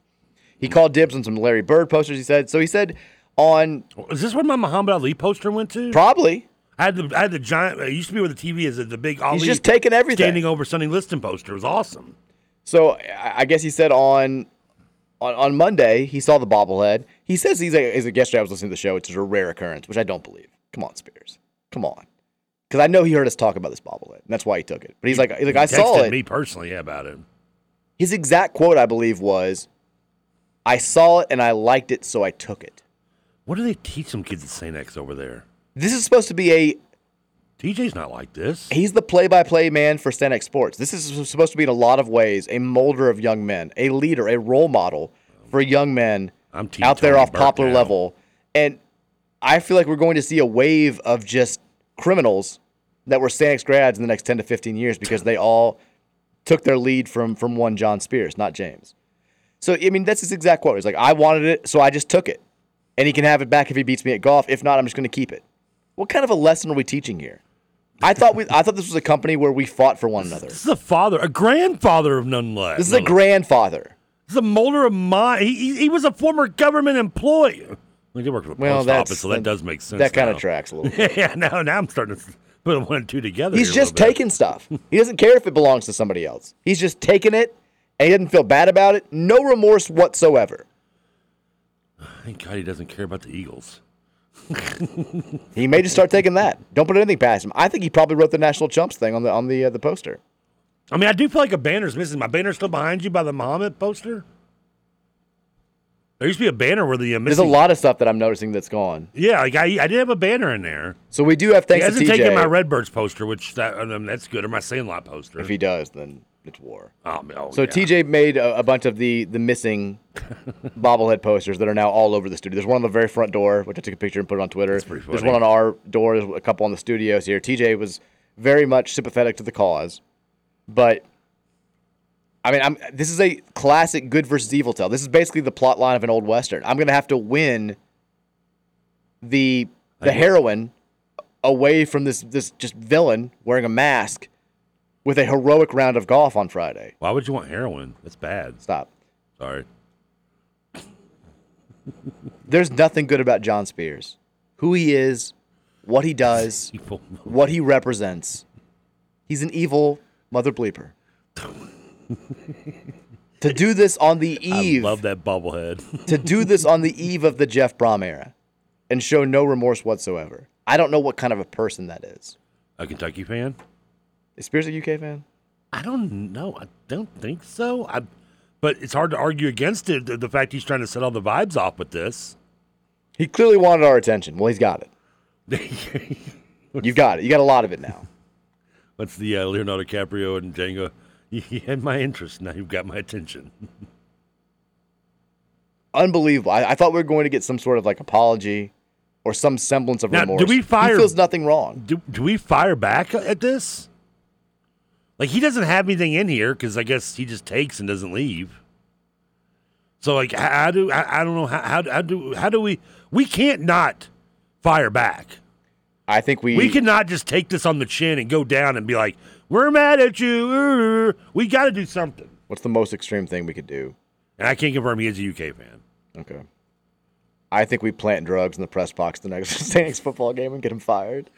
He called dibs on some Larry Bird posters. He said so. He said on.
Is this where my Muhammad Ali poster went to?
Probably.
I had the I had the giant. It used to be where the TV is. The big Ali.
just taking everything.
Standing over Sonny Liston poster. It was awesome.
So I I guess he said on on, on Monday he saw the bobblehead. He says he's a, he's a yesterday I was listening to the show. It's a rare occurrence, which I don't believe. Come on, Spears. Come on. Because I know he heard us talk about this bobblehead, and that's why he took it. But he's like, he's like,
He
I saw
texted
it.
Me personally yeah, about it.
His exact quote, I believe, was, "I saw it and I liked it, so I took it."
What do they teach some kids at St. X over there?
This is supposed to be a.
TJ's not like this.
He's the play-by-play man for Stanex Sports. This is supposed to be in a lot of ways a molder of young men, a leader, a role model for young men
Team
out there
Tony
off
Burke
popular
now.
level. And I feel like we're going to see a wave of just criminals that were Stanex grads in the next 10 to 15 years because they all took their lead from from one John Spears, not James. So I mean, that's his exact quote. He's like, "I wanted it, so I just took it, and he can have it back if he beats me at golf. If not, I'm just going to keep it." What kind of a lesson are we teaching here? I thought we, I thought this was a company where we fought for one another.
This is a father, a grandfather of none less.
This is a grandfather.
This is a molder of mine. He, he, he was a former government employee. Well, he worked for the
Well,
post
that's-
office, so that,
that-
does make sense.
that kinda
now.
tracks a little
bit. yeah, now, now I'm starting to put one and two together.
He's
here a
just
little bit.
taking stuff. He doesn't care if it belongs to somebody else. He's just taking it, and he doesn't feel bad about it. No remorse whatsoever.
Thank God he doesn't care about the Eagles.
He may just start taking that. Don't put anything past him. I think he probably wrote the National Chumps thing on the on the uh, the poster.
I mean, I do feel like a banner's missing. My banner's still behind you by the Muhammad poster. There used to be a banner where the uh,
There's a
missing.
lot of stuff that I'm noticing that's gone.
Yeah, like I, I did have a banner in there.
So we do have thanks
he
to
hasn't
TJ.
taken my Redbirds poster, which that, I mean, that's good, or my Sandlot poster.
If he does, then it's war.
Oh, man, oh,
so
yeah.
TJ made a, a bunch of the the missing bobblehead posters that are now all over the studio. There's one on the very front door, which I took a picture and put it on Twitter. There's
funny.
one on our door. There's a couple on the studios here. TJ was very much sympathetic to the cause, but I mean, I'm this is a classic good versus evil tale. This is basically the plot line of an old western. I'm gonna have to win the the heroine away from this this just villain wearing a mask with a heroic round of golf on Friday.
Why would you want heroin? That's bad.
Stop.
Sorry.
There's nothing good about John Spears. Who he is, what he does, what he represents. He's an evil mother bleeper. to do this on the eve.
Love that bobblehead.
to do this on the eve of the Jeff Brom era and show no remorse whatsoever. I don't know what kind of a person that is.
A Kentucky fan?
Is Spears a UK fan?
I don't know. I don't think so. I, but it's hard to argue against it. The, the fact he's trying to set all the vibes off with this.
He clearly wanted our attention. Well, he's got it. You've got it. You got a lot of it now.
What's the uh, Leonardo DiCaprio and Django? You you had my interest. Now you've got my attention.
Unbelievable. I, I thought we were going to get some sort of like apology or some semblance of
Now,
remorse.
do we fire?
He feels nothing wrong.
Do, do we fire back at this? Like he doesn't have anything in here because I guess he just takes and doesn't leave. So like, h- how do I, I don't know how, how do- how do how do we we can't not fire back.
I think we
we cannot just take this on the chin and go down and be like, we're mad at you. We got to do something.
What's the most extreme thing we could do?
And I can't confirm he is a UK fan.
Okay. I think we plant drugs in the press box the next, the next football game and get him fired.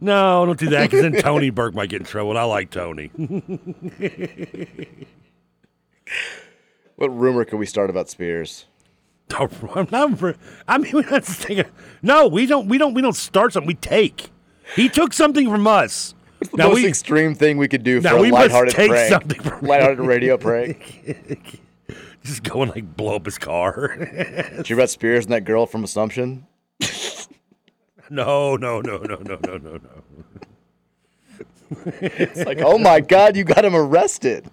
No, don't do that because then Tony Burke might get in trouble. And I like Tony.
What rumor could we start about Spears?
I'm not for- I mean, that's the thing. No, we don't. We don't. We don't start something. We take. He took something from us.
The most extreme thing we could do for
Now
a
we must
lighthearted
take
prank.
something from-
lighthearted radio prank.
Just go and like blow up his car.
Did you read Spears and that girl from Assumption?
no, no, no, no, no, no, no, no.
It's like, oh my God, you got him arrested.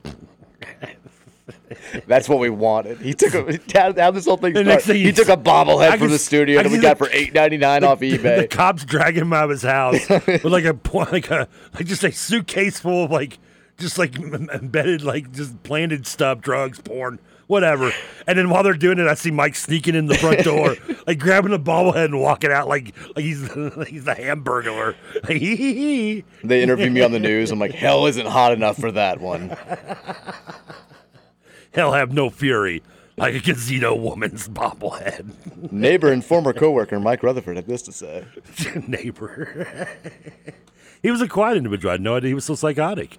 That's what we wanted. He took a how how this whole thing.
The next
started.
thing
he
you-
took a bobblehead
I
from
can
the
s-
studio
I
that
can
we
see
got
the-
for eight ninety nine off
The
eBay.
cops dragging him out of his house with like a po- like a like just a suitcase full of like just like m- embedded like just planted stuff, drugs, porn, whatever. And then while they're doing it, I see Mike sneaking in the front door, like grabbing a bobblehead and walking out like like he's like he's the Hamburglar.
They interview me on the news. I'm like, hell isn't hot enough for that one.
Hell have no fury, like a casino woman's bobblehead.
Neighbor and former coworker Mike Rutherford had this to say.
Neighbor. he was a quiet individual. I had no idea he was so psychotic.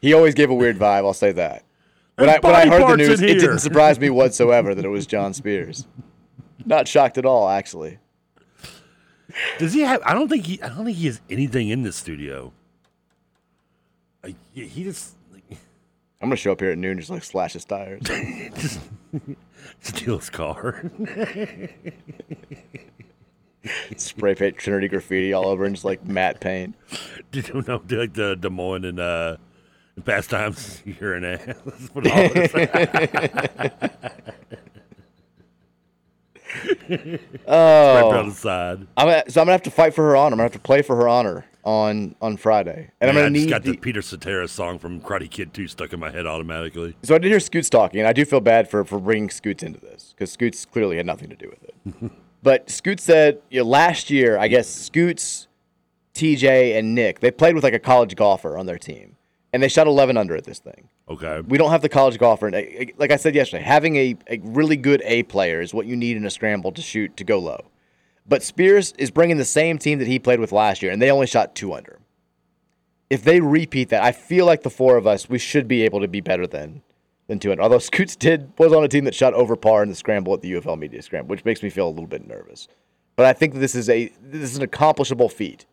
He always gave a weird vibe. I'll say that. When I,
There's
when I
body
heard the
parts in
news, it
here.
didn't surprise me whatsoever that it was John Spears. Not shocked at all, actually.
Does he have? I don't think he. I don't think he has anything in this studio. I, he just
I'm gonna show up here at noon, just like slash his tires.
just steal his car.
Spray paint Trinity graffiti all over and just like matte paint.
Did you know? Did like the Des Moines and uh, the past times you're an ass. Let's put all this.
Oh,
on the side.
I'm gonna, so I'm gonna have to fight for her honor. I'm gonna have to play for her honor on on Friday, and I'm
Man,
gonna
I just
need.
got
the-
the, Peter Cetera song from Karate Kid 2 stuck in my head automatically.
so I did hear Scoots talking, and I do feel bad for for bringing Scoots into this because Scoots clearly had nothing to do with it. But Scoot said you know, last year, I guess Scoots, TJ, and Nick, they played with like a college golfer on their team, and they shot 11 under at this thing.
Okay.
We don't have the college golfer. and, uh, Like I said yesterday, having a, a really good A player is what you need in a scramble to shoot to go low. But Spears is bringing the same team that he played with last year, and they only shot two under. If they repeat that, I feel like the four of us, we should be able to be better than than two under. Although Scoots did was on a team that shot over par in the scramble at the UFL Media Scramble, which makes me feel a little bit nervous. But I think this is a this is an accomplishable feat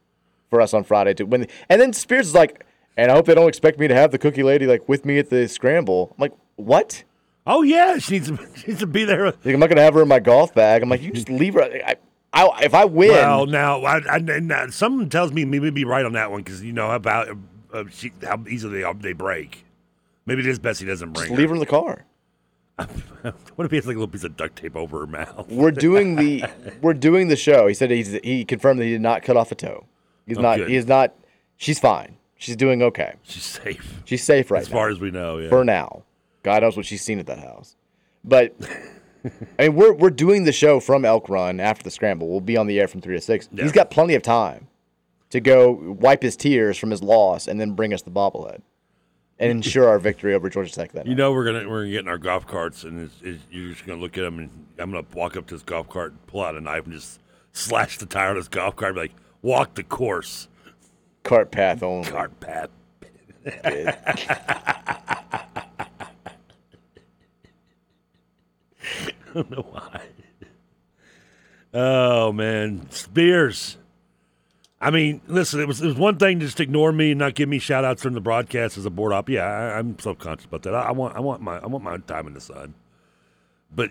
for us on Friday to win. And then Spears is like, and I hope they don't expect me to have the cookie lady like with me at the scramble. I'm like, what?
Oh yeah, she needs to, she needs to be there.
Like, I'm not gonna have her in my golf bag. I'm like, you just leave her. I, I, if I win,
Well, now I, I, and, uh, something tells me maybe be right on that one because you know about uh, she, how easily they, they break. Maybe it is best he doesn't
just
bring.
leave her in the car.
her. what if he has like a little piece of duct tape over her mouth?
We're doing the we're doing the show. He said he's, he confirmed that he did not cut off a toe. He's
Oh,
not.
good.
He is not. She's fine. She's doing okay.
She's safe.
She's safe right
as
now.
far as we know. Yeah.
for now. God knows what she's seen at that house. But I mean, we're we're doing the show from Elk Run after the scramble. We'll be on the air from three to six. He's got plenty of time to go wipe his tears from his loss and then bring us the bobblehead and ensure our victory over Georgia Tech that night.
You know we're gonna we're gonna get in our golf carts and it's, it's, you're just gonna look at him and I'm gonna walk up to his golf cart and pull out a knife and just slash the tire on his golf cart and be like walk the course,
cart path only,
cart path. I don't know why. Oh man, Spears. I mean, listen, it was it was one thing to just ignore me and not give me shout outs during the broadcast as a board op. Yeah, I, I'm subconscious about that. I, I want I want my I want my time in the sun. But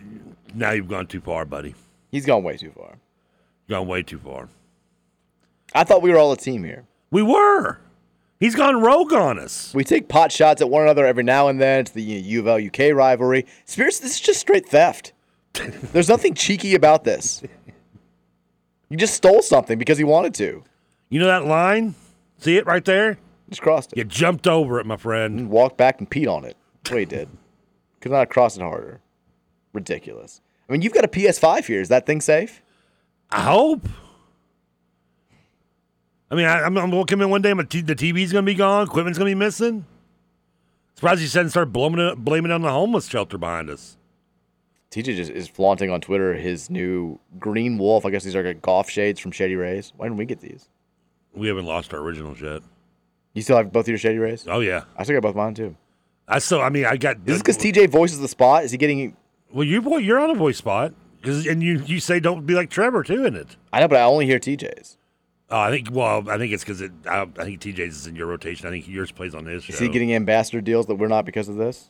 now you've gone too far, buddy.
He's gone way too far.
Gone way too far.
I thought we were all a team here.
We were. He's gone rogue on us.
We take pot shots at one another every now and then. It's the U of L UK rivalry. Spears, this is just straight theft. There's nothing cheeky about this. You just stole something because he wanted to.
You know that line? See it right there?
Just crossed it.
You jumped over it, my friend.
And walked back and peed on it. That's what he did. Could not have crossed it harder. Ridiculous. I mean, you've got a PS5 here. Is that thing safe?
I hope. I mean, I, I'm, I'm going to come in one day. My t- the TV's going to be gone. Equipment's going to be missing. Surprised you said and started blaming it, blaming it on the homeless shelter behind us.
TJ just is flaunting on Twitter his new green wolf. I guess these are like golf shades from Shady Rays. Why didn't we get these?
We haven't lost our originals yet.
You still have both of your Shady Rays?
Oh yeah,
I still got both mine too.
I still. I mean, I got.
Is this because TJ voices the spot? Is he getting?
Well, you boy, you're on a voice spot, 'Cause- and you you say don't be like Trevor too in it.
I know, but I only hear TJ's.
Oh, I think. Well, I think it's because it. I, I think TJ's is in your rotation. I think yours plays on his.
Is
show.
he getting ambassador deals that we're not because of this?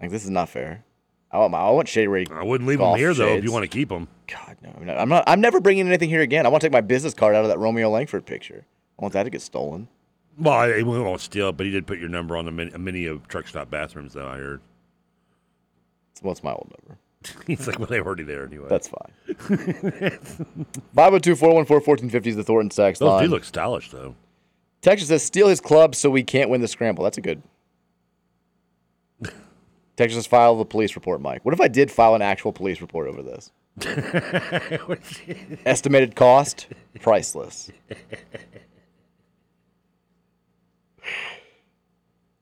like this is not fair. I want my, I want Shady Ray.
I wouldn't leave him here though if you want to keep him.
God no, no, I'm not. I'm never bringing anything here again. I want to take my business card out of that Romeo Langford picture. I want that to get stolen.
Well, he won't steal, but he did put your number on the many, many of truck stop bathrooms though. I heard.
Well, it's my old number.
He's like, well, they were already there anyway.
That's fine. 502 414 1450 is the Thornton Sachs
Those
line.
do look stylish though.
Texas says, steal his club so we can't win the scramble. That's a good. Texas says, file the police report, Mike. What if I did file an actual police report over this? Estimated cost, priceless.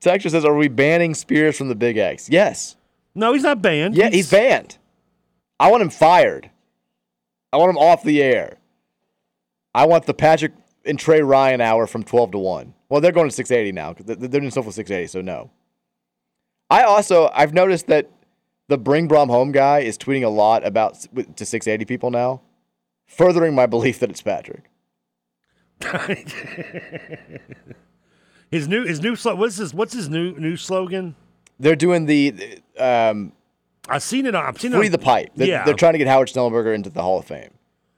Texas says, are we banning Spears from the Big X? Yes.
No, he's not banned.
Yeah, he's banned. I want him fired. I want him off the air. I want the Patrick and Trey Ryan hour from 12 to 1. Well, they're going to 680 now. 'cause They're they're doing stuff with 680, so no. I also, I've noticed that the Bring Brom Home guy is tweeting a lot about s- with- to 680 people now, furthering my belief that it's Patrick.
His new his new slo- what's his what's his new new slogan?
They're doing the, um,
I've seen it. on- I've seen it.
free
on-
the pipe. They're,
yeah,
they're trying to get Howard Schnellenberger into the Hall of Fame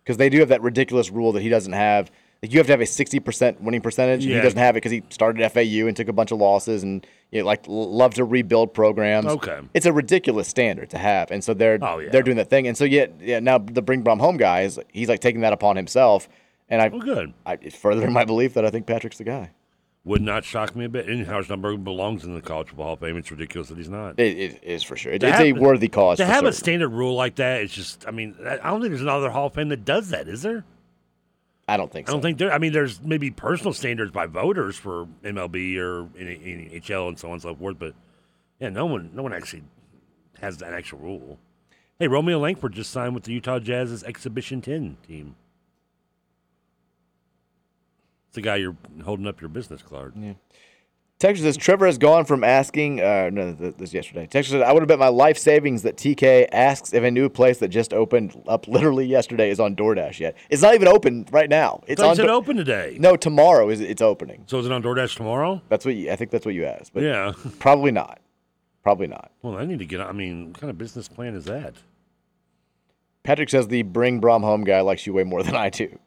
because they do have that ridiculous rule that he doesn't have. Like you have to have a sixty percent winning percentage. and
Yeah.
He doesn't have it because he started FAU and took a bunch of losses and you know, like l- love to rebuild programs.
Okay.
it's a ridiculous standard to have, and so they're
Oh, yeah.
they're doing that thing. And so yet, yeah, now the Bring Brom Home guy is he's like taking that upon himself, and I
Well, good.
I it's furthering my belief that I think Patrick's the guy.
Would not shock me a bit. And Howard Schnellberg belongs in the College Football Hall of Fame. It's ridiculous that he's not.
It, it is for sure. It-
To
it's a
have-
worthy cause.
To
for
have a
certain.
standard rule like that, it's just. I mean, I I don't think there's another Hall of Fame that does that, is there?
I don't think
I
so.
don't think there. I mean, there's maybe personal standards by voters for MLB or NHL and so on and so forth, but yeah, no one, no one actually has that actual rule. Hey, Romeo Langford just signed with the Utah Jazz's Exhibition Ten team. It's the guy you're holding up your business card.
Yeah. Texas says Trevor has gone from asking. Uh, no, th- this is yesterday. Texas said I would have bet my life savings that TK asks if a new place that just opened up literally yesterday is on DoorDash yet. It's not even open right now. It's
It's on
on. Do-
open today.
No, tomorrow is it's opening.
So is it on DoorDash tomorrow?
That's what you, I think. That's what you asked. But
yeah.
probably not. Probably not.
Well, I need to get. I mean, what kind of business plan is that?
Patrick says the Bring Brom Home guy likes you way more than I do.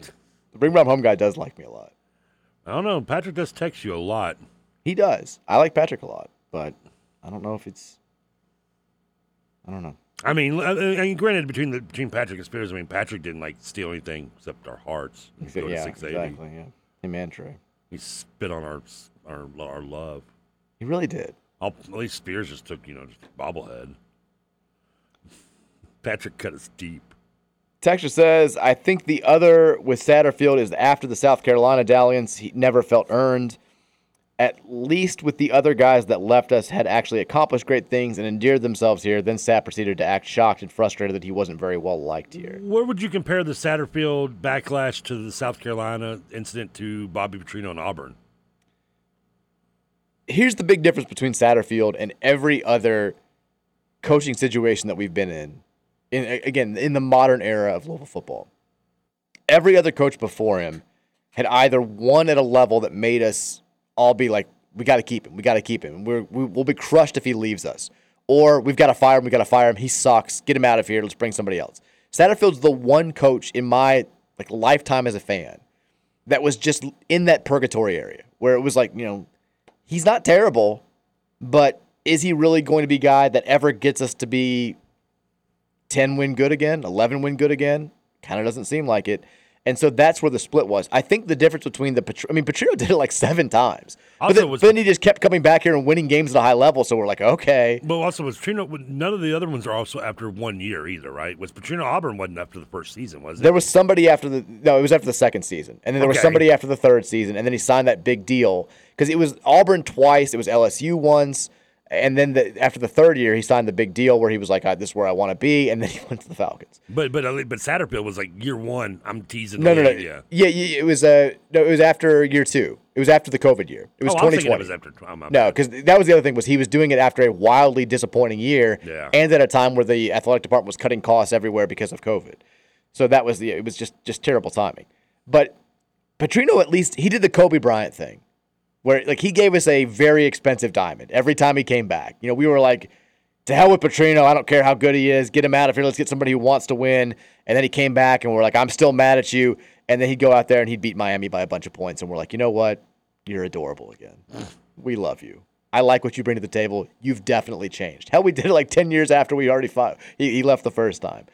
The Bring Brom Home guy does like me a lot.
I don't know. Patrick does text you a lot.
He does. I like Patrick a lot, but I don't know if it's. I don't know.
I mean, I I mean, granted, between the between Patrick and Spears, I mean, Patrick didn't like steal anything except our hearts. and
Exa-
go to
yeah,
680.
exactly. Yeah. Him and Trey.
He spit on our our our love.
He really did.
I'll, at least Spears just took you know just a bobblehead. Patrick cut us deep.
Texture says, I think the other with Satterfield is after the South Carolina dalliance, he never felt earned. At least with the other guys that left us had actually accomplished great things and endeared themselves here. Then Sat proceeded to act shocked and frustrated that he wasn't very well liked here.
Where would you compare the Satterfield backlash to the South Carolina incident to Bobby Petrino and Auburn?
Here's the big difference between Satterfield and every other coaching situation that we've been in, in again, in the modern era of Louisville football. Every other coach before him had either won at a level that made us all be like, we got to keep him, we got to keep him. We're, we, we'll be crushed if he leaves us. Or we've got to fire him, we got to fire him. He sucks. Get him out of here. Let's bring somebody else. Satterfield's the one coach in my like lifetime as a fan that was just in that purgatory area where it was like, you know, he's not terrible, but is he really going to be a guy that ever gets us to be 10 win good again, 11 win good again? Kind of doesn't seem like it. And so that's where the split was. I think the difference between the Patr- I mean Petrino did it like seven times, but
Also,
then,
it was-
but then he just kept coming back here and winning games at a high level. So we're like, okay,
But also was Petrino. None of the other ones are also after one year either, right? Was Petrino Auburn wasn't after the first season, was it?
There was somebody after the no, it was after the second season, and then there was
Okay.
somebody after the third season, and then he signed that big deal because it was Auburn twice, it was LSU once, and then the, after the third year he signed the big deal where he was like, "Ah, "This is where I want to be," and then he went to the Falcons.
But but but Satterfield was like year one. I'm teasing.
No,
the
no, no, yeah,
idea.
yeah, it was uh, no, it was after year two. It was after the COVID year. It
Oh, I was
was twenty
thinking
twenty.
it was after- oh, my
no, because that was the other thing was he was doing it after a wildly disappointing year,
Yeah.
and at a time where the athletic department was cutting costs everywhere because of COVID. So that was the it was just just terrible timing. But Petrino at least he did the Kobe Bryant thing, where like he gave us a very expensive diamond every time he came back. You know, we were like, to hell with Petrino. I don't care how good he is. Get him out of here. Let's get somebody who wants to win. And then he came back and we're like, I'm still mad at you. And then he'd go out there and he'd beat Miami by a bunch of points. And we're like, you know what? You're adorable again. We love you. I like what you bring to the table. You've definitely changed. Hell, we did it like 10 years after we already fought. He, he left the first time.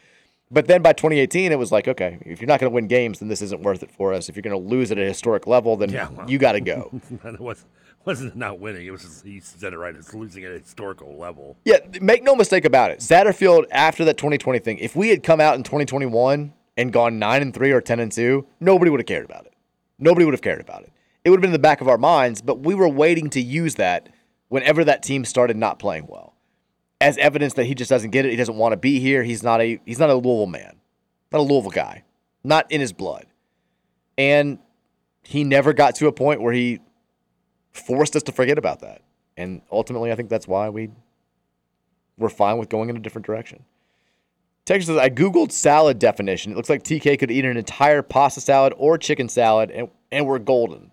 But then by 2018, it was like, okay, if you're not going to win games, then this isn't worth it for us. If you're going to lose at a historic level, then
Yeah, well.
you got to go.
it was wasn't not winning. It was just, he said it right. It's losing at a historical level.
Yeah, make no mistake about it. Satterfield after that 2020 thing, if we had come out in 2021 and gone 9 and 3 or 10 and 2, nobody would have cared about it. Nobody would have cared about it. It would have been in the back of our minds, but we were waiting to use that whenever that team started not playing well. As evidence that he just doesn't get it, he doesn't want to be here, he's not a he's not a Louisville man. Not a Louisville guy. Not in his blood. And he never got to a point where he forced us to forget about that. And ultimately, I think that's why we we're fine with going in a different direction. Texas says, I Googled salad definition. It looks like TK could eat an entire pasta salad or chicken salad, and, and we're golden.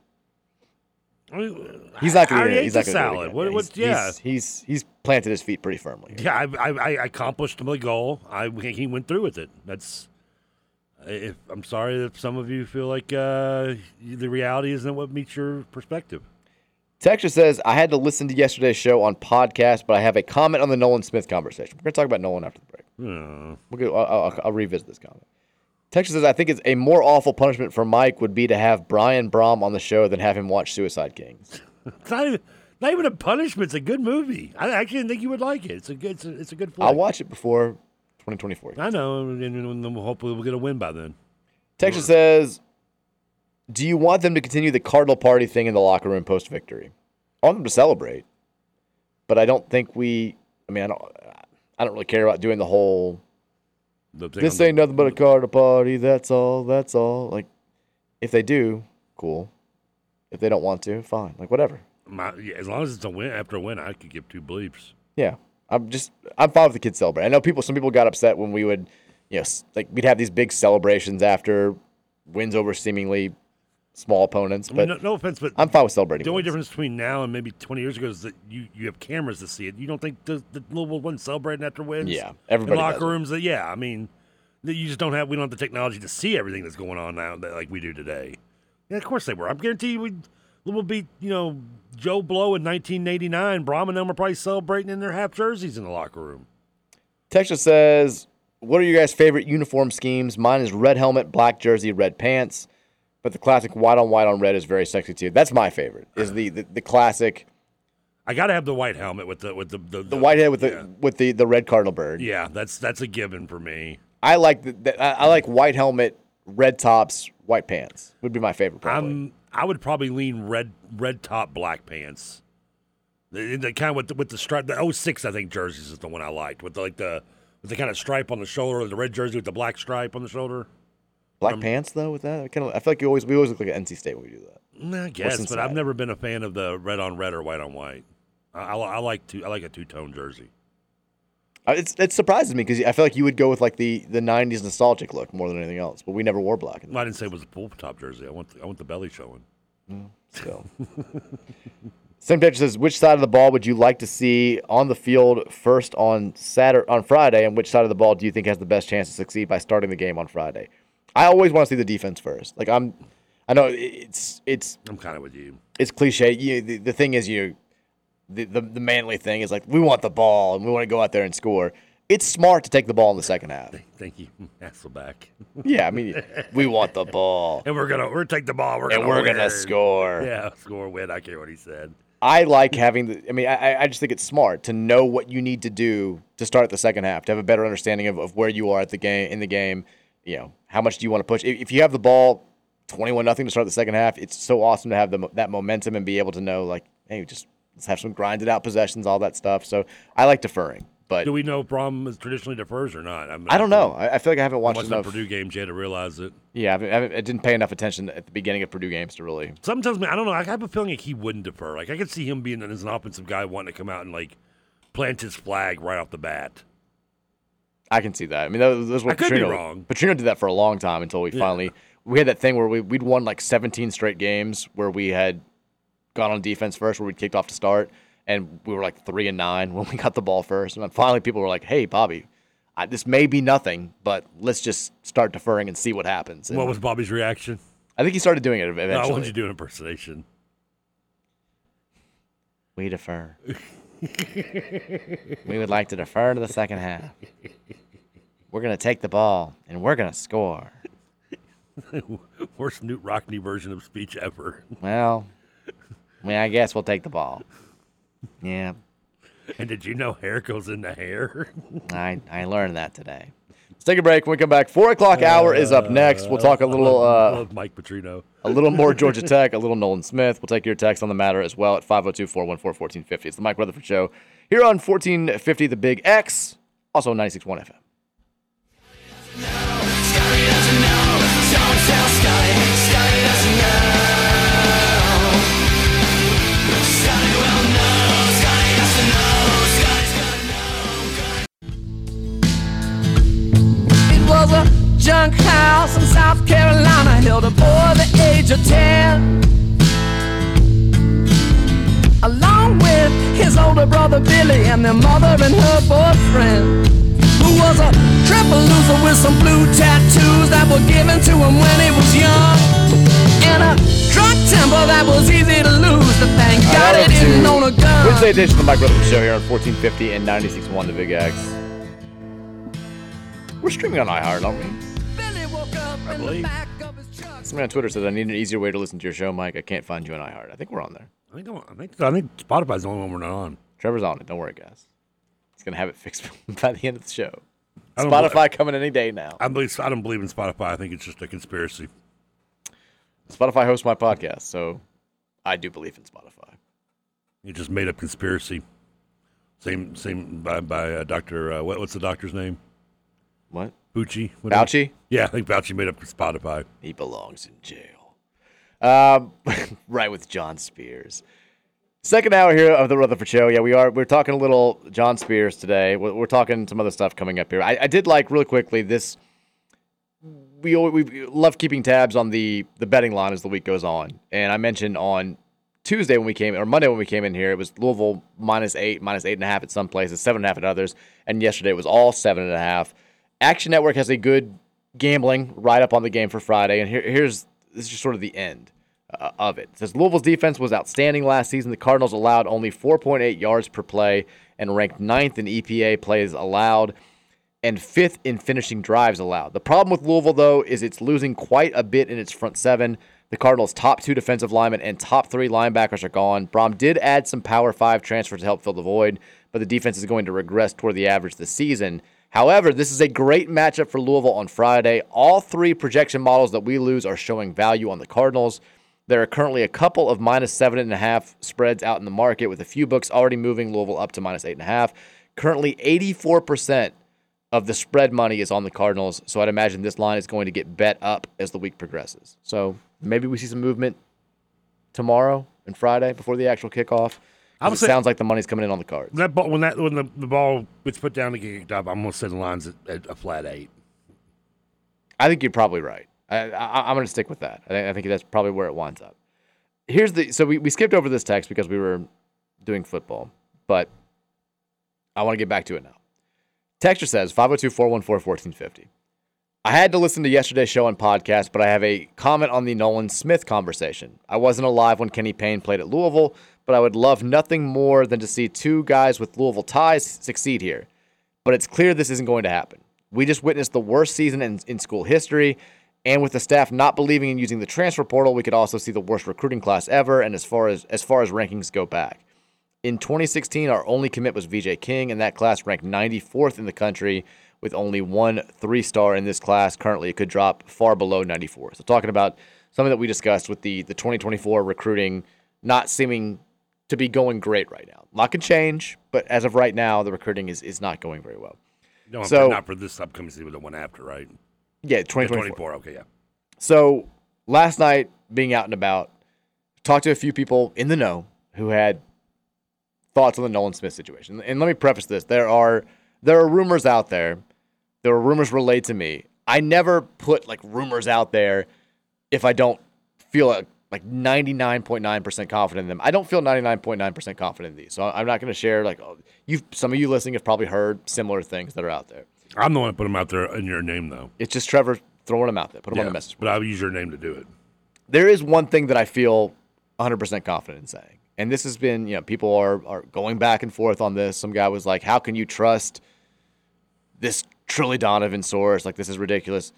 I mean,
He's not
I
going to
already
eat it.
ate
He's
the
not going to
salad. What- what- yeah.
He's, he's, he's planted his feet pretty firmly.
Yeah, I, I, I accomplished my goal. I he went through with it. That's. If, I'm sorry if some of you feel like uh, the reality isn't what meets your perspective.
Texas says, I had to listen to yesterday's show on podcast, but I have a comment on the Nolan Smith conversation. We're going to talk about Nolan after the break. We'll go, I'll, I'll, I'll revisit this comment. Texas says, I think it's a more awful punishment for Mike would be to have Brian Brom on the show than have him watch Suicide Kings.
It's not even, not even a punishment. It's a good movie. I actually didn't think you would like it. It's a good. It's a, it's a good. Flick.
I'll watch it before 2024.
I know, and then we'll- hopefully we'll get a win by then.
Texas says, "Do you want them to continue the Cardinal party thing in the locker room post victory? I want them to celebrate, but I don't think we. I mean, I don't. I don't really care about doing the whole.
The thing
This
on
ain't nothing but a Cardinal party. That's all. That's all. Like, if they do, cool. If they don't want to, fine. Like, whatever.
My, yeah, as long as it's a win after a win, I could give two bleeps.
Yeah, I'm just I'm fine with the kids celebrating. I know people. Some people got upset when we would, you know, s- like we'd have these big celebrations after wins over seemingly small opponents.
I
But
mean, no, no offense, but
I'm fine with celebrating.
the only
wins.
difference between now and maybe 20 years ago is that you, you have cameras to see it. You don't think the, the Louisville wasn't celebrating after wins?
Yeah,
In
everybody
locker
does it.
rooms. That, yeah, I mean, that you just don't have. We don't have the technology to see everything that's going on now that like we do today. Yeah, of course they were. I guarantee you, we Louisville beat you know Joe Blow in 1989. Brahm and them were probably celebrating in their half jerseys in the locker room.
Texas says, "What are your guys' favorite uniform schemes? Mine is red helmet, black jersey, red pants, but the classic white on white on red is very sexy too. That's my favorite. Is the the, the classic
I got to have the white helmet with the with the the,
the white head with the with the the red cardinal bird.
Yeah, that's that's a given for me.
I like the, the, I I like white helmet, red tops, white pants would be my favorite. Probably.
I'm I would probably lean red red top black pants. The, the kind with the, with the stripe. The 06, I think jerseys is the one I liked with the, like the with the kind of stripe on the shoulder, the red jersey with the black stripe on the shoulder.
Black pants though with that. I kind of I feel like you always we always look like NC State when we do that.
Nah, Mm, I
Or
guess, but
Cincinnati.
I've never been a fan of the red on red or white on white. I, I, li- I like two, I like a two tone jersey.
Uh, It's, it surprises me because I feel like you would go with like the, the '90s nostalgic look more than anything else, but we never wore black.
Well, I didn't say it was a pull top jersey. I want the, I want the belly showing.
So. Sam Tetcher says, "Which side of the ball would you like to see on the field first on Saturday on Friday, and which side of the ball do you think has the best chance to succeed by starting the game on Friday?" I always want to see the defense first. Like I'm, I know it's it's.
I'm kind of with you.
It's cliche. You, the, the thing is, you the, the the manly thing is like we want the ball and we want to go out there and score. It's smart to take the ball in the second half.
Thank you, Hasselback.
Yeah, I mean, we want the ball.
and we're gonna we're take the ball. We're
And
gonna
we're gonna
win.
score.
Yeah, score win. I care what he said.
I like having the. I mean, I, I- I just think it's smart to know what you need to do to start the second half, to have a better understanding of, of where you are at the game in the game. You know, how much do you want to push? If, if you have the ball, twenty-one nothing to start the second half, it's so awesome to have the, mo- that momentum and be able to know, like, hey, just let's have some grinded out possessions, all that stuff. So I like deferring, but
Do we know if Brom is traditionally defers or not? I, mean,
I don't know. I, I feel like I haven't watched
Watch the
enough.
Purdue games yet to realize it.
Yeah, I, haven't, I, haven't, I didn't pay enough attention at the beginning of Purdue games to really.
Something tells me I don't know. I have a feeling like he wouldn't defer. Like I could see him being as an offensive guy wanting to come out and like plant his flag right off the bat.
I can see that. I mean, that was, that was what
I could be
Petrino-
wrong.
Petrino did that for a long time until we
Yeah.
finally we had that thing where we we'd won like 17 straight games where we had gone on defense first, where we kicked off to start, and we were like three and nine when we got the ball first, and then finally people were like, "Hey, Bobby, I, this may be nothing, but let's just start deferring and see what happens." And
What was Bobby's reaction?
I think he started doing it ev-
No, I
eventually.
wanted you to do an impersonation.
we defer. we would like to defer to the second half. We're gonna take the ball and we're gonna score.
Worst Newt Rockney version of speech ever.
Well, I mean, I guess we'll take the ball. Yeah,
And did you know hair goes into hair?
I, I learned that today. Let's take a break. When we come back, four o'clock hour is up next. We'll talk a little,
I
uh,
love Mike Petrino.
a little more Georgia Tech, a little Nolan Smith. We'll take your text on the matter as well at 502-414-1450. It's the Mike Rutherford Show here on 1450 The Big X, also 96.1 FM.
Don't tell Scotty, Scotty doesn't know. Scotty will know, Scotty has to know, Scotty's gonna know. It was a junk house in South Carolina, held a boy the age of 10. Along with his older brother Billy and their mother and her boyfriend who was a triple loser with some blue tattoos that were given to him when he was young. And a drunk temper that was easy to lose. The thank God
Shout
he
out
didn't
to
own a gun.
Wednesday edition of the Mike Rutherford Show here on 1450 and 96.1 The Big X. We're streaming on iHeart, aren't we?
I believe.
Somebody on Twitter says, I need an easier way to listen to your show, Mike. I can't find you on iHeart. I think we're on there.
I think, I'm- I think I think Spotify's the only one we're not on.
Trevor's on it. Don't worry, guys. He's going to have it fixed by the end of the show.
I don't
Spotify coming any day now.
I believe I don't believe in Spotify. I think it's just a conspiracy.
Spotify hosts my podcast, so I do believe in Spotify.
It just made up conspiracy. Same same by by uh, Doctor. Uh, what, what's the doctor's name?
What?
Bucci. What-
Fauci?
Yeah, I think Fauci made up Spotify.
He belongs in jail. Um, right with John Spears. Second hour here of the Rutherford Show. Yeah, we are. We're talking a little John Spears today. We're, we're talking some other stuff coming up here. I, I did like really quickly this. We al- we love keeping tabs on the the betting line as the week goes on, and I mentioned on Tuesday when we came or Monday when we came in here, it was Louisville minus eight, minus eight and a half at some places, seven and a half at others, and yesterday it was all seven and a half. Action Network has a good gambling write up on the game for Friday, and here, here's this is just sort of the end uh, of it. It says Louisville's defense was outstanding last season. The Cardinals allowed only 4.8 yards per play and ranked ninth in EPA plays allowed and fifth in finishing drives allowed. The problem with Louisville, though, is it's losing quite a bit in its front seven. The Cardinals' top two defensive linemen and top three linebackers are gone. Brom did add some Power Five transfers to help fill the void, but the defense is going to regress toward the average this season. However, this is a great matchup for Louisville on Friday. All three projection models that we lose are showing value on the Cardinals. There are currently a couple of minus seven and a half spreads out in the market, with a few books already moving Louisville up to minus eight and a half. Currently, 84% of the spread money is on the Cardinals, so I'd imagine this line is going to get bet up as the week progresses. So maybe we see some movement tomorrow and Friday before the actual kickoff. 'cause
I would
It
say-
sounds like the money's coming in on the card.
That ball, when that when the, the ball gets put down to get kicked up, I'm gonna send lines at, at a flat eight.
I think you're probably right. I, I, I'm going to stick with that. I, think- I think that's probably where it winds up. Here's the so we, we skipped over this text because we were doing football, but I want to get back to it now. Texture says 502 414 1450. I had to listen to yesterday's show and podcast, but I have a comment on the Nolan Smith conversation. I wasn't alive when Kenny Payne played at Louisville, but I would love nothing more than to see two guys with Louisville ties succeed here. But it's clear this isn't going to happen. We just witnessed the worst season in, in school history, and with the staff not believing in using the transfer portal, we could also see the worst recruiting class ever. And as far as as far as rankings go back, in 2016, our only commit was VJ King, and that class ranked 94th in the country with only one three star in this class. Currently, it could drop far below 94. So, talking about something that we discussed with the, the 2024 recruiting not seeming to be going great right now. A lot can change, but as of right now, the recruiting is, is not going very well.
No, I'm
So-
not for this upcoming season, but the one after, right?
Yeah,
Twenty
2024.
Okay, yeah.
So last night, being out and about, talked to a few people in the know who had thoughts on the Nolan Smith situation. And let me preface this: there are there are rumors out there. There are rumors relayed to me. I never put like rumors out there if I don't feel like like 99.9% confident in them. I don't feel 99.9% confident in these. So I- I'm not going to share like oh, you've some of you listening have probably heard similar things that are out there.
I'm the one that put them out there in your name, though.
It's just Trevor throwing them out there. Put them on the message.
But I'll use your name to do it.
there is one thing that I feel 100% confident in saying. And this has been, you know, people are, are going back and forth on this. Some guy was like, how can you trust this Trilly Donovan source? Like, this is ridiculous.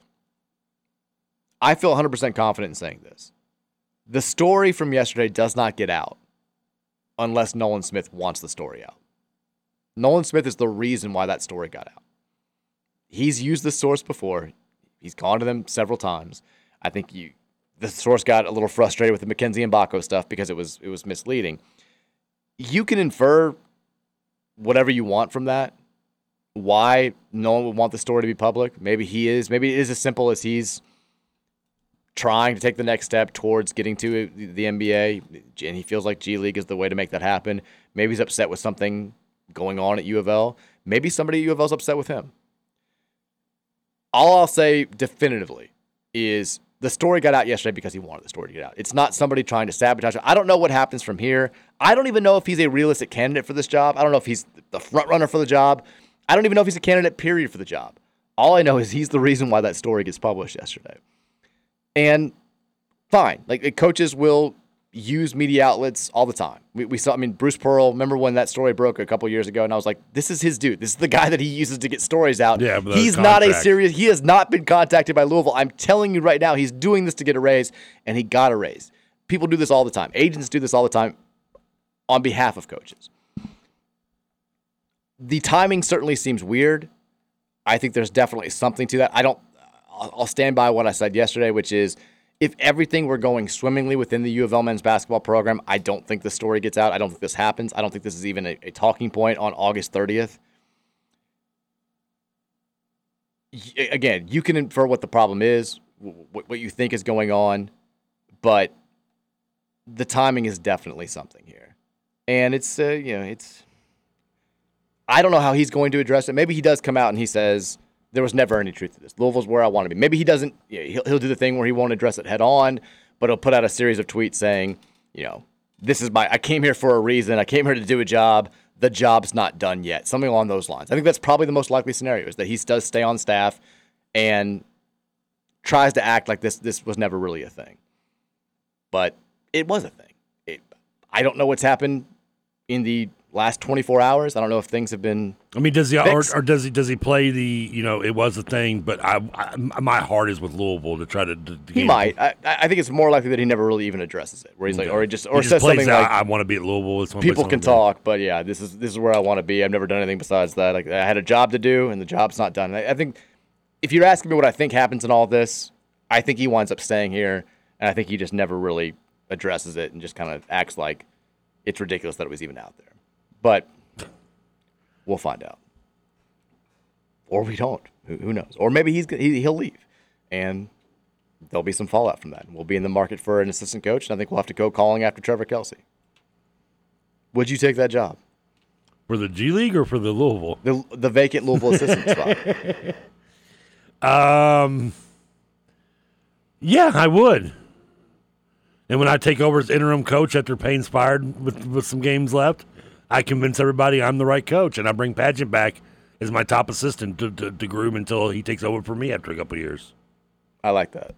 I feel 100% confident in saying this. The story from yesterday does not get out unless Nolan Smith wants the story out. Nolan Smith is the reason why that story got out. He's used this source before. He's gone to them several times. I think you, the source got a little frustrated with the McKenzie and Baco stuff because it was it was misleading. You can infer whatever you want from that. Why no one would want the story to be public? Maybe he is. Maybe it is as simple as he's trying to take the next step towards getting to the NBA, and he feels like G League is the way to make that happen. Maybe he's upset with something going on at U of L. Maybe somebody at U of L's upset with him. All I'll say definitively is the story got out yesterday because he wanted the story to get out. It's not somebody trying to sabotage it. I don't know what happens from here. I don't even know if he's a realistic candidate for this job. I don't know if he's the front runner for the job. I don't even know if he's a candidate period for the job. All I know is he's the reason why that story gets published yesterday. And fine, like the coaches will use media outlets all the time. We, we saw, I mean, Bruce Pearl. Remember when that story broke a couple years ago? And I was like, this is his dude. This is the guy that he uses to get stories out.
Yeah, but that
he's not a
contract.
serious. He has not been contacted by Louisville. I'm telling you right now, he's doing this to get a raise, and he got a raise. People do this all the time. Agents do this all the time on behalf of coaches. The timing certainly seems weird. I think there's definitely something to that. I don't. I'll I'll stand by what I said yesterday, which is if everything were going swimmingly within the U of L men's basketball program, I don't think the story gets out. I don't think this happens. I don't think this is even a, a talking point on August 30th. Y- again, you can infer what the problem is, what, what you think is going on, but the timing is definitely something here, and it's uh, you know it's. I don't know how he's going to address it. Maybe he does come out and he says there was never any truth to this. Louisville's where I want to be. Maybe he doesn't. yeah, He'll, he'll do the thing where he won't address it head on, but he'll put out a series of tweets saying, you know, this is my. I came here for a reason. I came here to do a job. The job's not done yet. Something along those lines. I think that's probably the most likely scenario is that he does stay on staff and tries to act like this this was never really a thing, but it was a thing. It, I don't know what's happened in the last 24 hours. I don't know if things have been.
I mean, does he or,
fixed.
or does he does he play the you know it was the thing? But I, I my heart is with Louisville to try to. to, to
He might. I, I I think it's more likely that he never really even addresses it, where he's like, or he just or says
plays
something
out,
like,
"I want to be at Louisville." It's one place
people
I
can
wanna be."
talk, but yeah, this is this is where I want to be. I've never done anything besides that. Like I had a job to do, and the job's not done. I, I think if you're asking me what I think happens in all this, I think he winds up staying here, and I think he just never really addresses it and just kind of acts like it's ridiculous that it was even out there. But we'll find out, or we don't. Who, who knows? Or maybe he's g- he, he'll leave, and there'll be some fallout from that. We'll be in the market for an assistant coach, and I think we'll have to go calling after Trevor Kelsey. Would you take that job
for the G League or for the Louisville?
The the vacant Louisville assistant spot.
Um, yeah, I would. And when I take over as interim coach after Payne's fired with, with some games left, I convince everybody I'm the right coach, and I bring Pageant back as my top assistant to, to, to groom until he takes over for me after a couple of years.
I like that.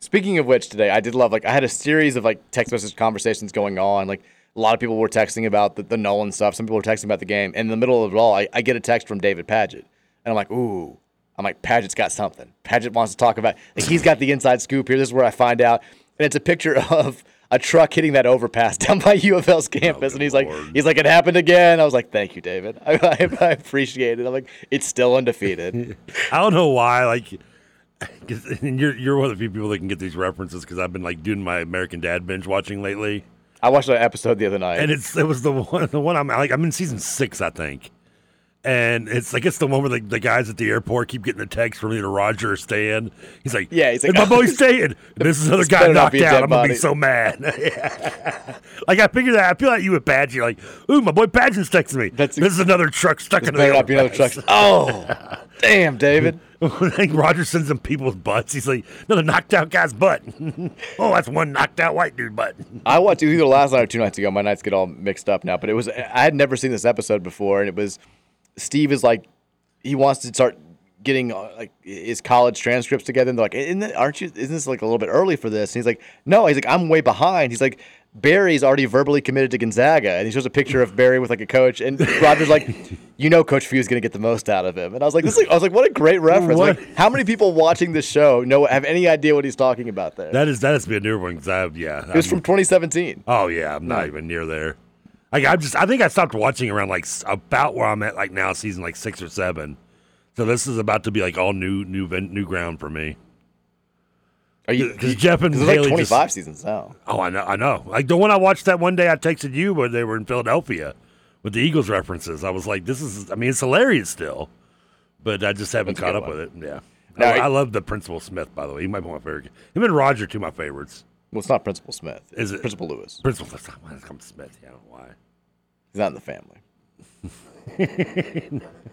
Speaking of which, today I did love like I had a series of like text message conversations going on. Like a lot of people were texting about the, the Nolan stuff. Some people were texting about the game. And in the middle of it all, I, I get a text from David Paget, and I'm like, ooh. I'm like, Paget's got something. Paget wants to talk about. Like, he's got the inside scoop here. This is where I find out, and it's a picture of a truck hitting that overpass down by UFL's campus. and he's like, he's like, it happened again. I was like, thank you, David. I, I, I appreciate it. I'm like, it's still undefeated.
I don't know why. Like, 'cause- and you're you're one of the few people that can get these references because I've been like doing my American Dad binge watching lately.
I watched an episode the other night,
and it's it was the one the one I'm like I'm in season six, I think. And it's like it's the one where the, the guys at the airport keep getting the text from either Roger or Stan. He's like,
Yeah, he's like,
"It's my boy Stan. This is another
This
guy
better not
knocked
be a
out.
dead
I'm gonna be
body."
so mad." like I figured that I feel like you with Badge. You're like, "Ooh, my boy Badge's texting me. this is another truck stuck in the
better not be another
overpass."
truck. Oh, damn, David.
I think Roger sends them people's butts. He's like, another knocked out guy's butt. oh, that's one knocked out white dude butt.
I watched it either last night or two nights ago. My nights get all mixed up now, but it was I had never seen this episode before, and it was Steve is like he wants to start getting uh, like his college transcripts together, and they're like, isn't it, aren't you? Isn't this like a little bit early for this? And he's like, no. He's like, I'm way behind. He's like. Barry's already verbally committed to Gonzaga, and he shows a picture of Barry with like a coach, and Roger's like, "You know, Coach Few is going to get the most out of him." And I was like, "This, is, I was like, what a great reference!
What?
Like, how many people watching this show know have any idea what he's talking about there?"
That is that has to be a newer one because I yeah.
it was from 2017.
Oh yeah, I'm not even near there. Like I'm just, I think I stopped watching around like s- about where I'm at like now, season like six or seven. So this is about to be like all new, new, ven- new ground for me.
Are you
because Jeff and
There's
Haley
like
just-
25 seasons now.
Oh, I know, I know. Like the one I watched that one day I texted you where they were in Philadelphia with the Eagles references. I was like, this is, I mean, it's hilarious still, but I just haven't
That's
caught
a good
up
one.
with it. Yeah.
Now,
I,
it-
I love the Principal Smith, by the way. He might be my favorite. Him and Roger, two of my favorites.
Well, it's not Principal Smith.
Is it?
Principal Lewis?
Principal Smith. Why did it come Smith? Yeah, I don't know why.
He's not in the family.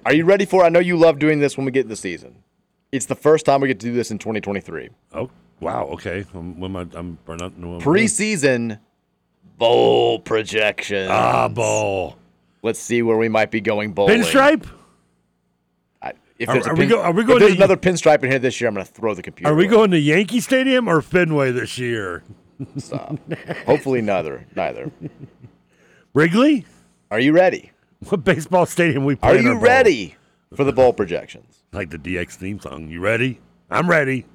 Are you ready for? I know you love doing this when we get the season. It's the first time we get to do this in 2023.
Oh, wow. Okay. I'm, when am I, I'm, I'm, I'm
Preseason bowl projection.
Ah, bowl.
Let's see where we might be going bowling.
Pinstripe?
If
Are-
there's a
are we
pin-
go- are we
if
going
there's
to-
another pinstripe in here this year, I'm going to throw the computer.
Are we
away.
going to Yankee Stadium or Fenway this year?
Stop. Hopefully neither. Neither.
Wrigley?
Are you ready?
What baseball stadium we play?
Are
in our
you
bowl?
ready for the bowl projections?
Like the DX theme song. You ready? I'm ready.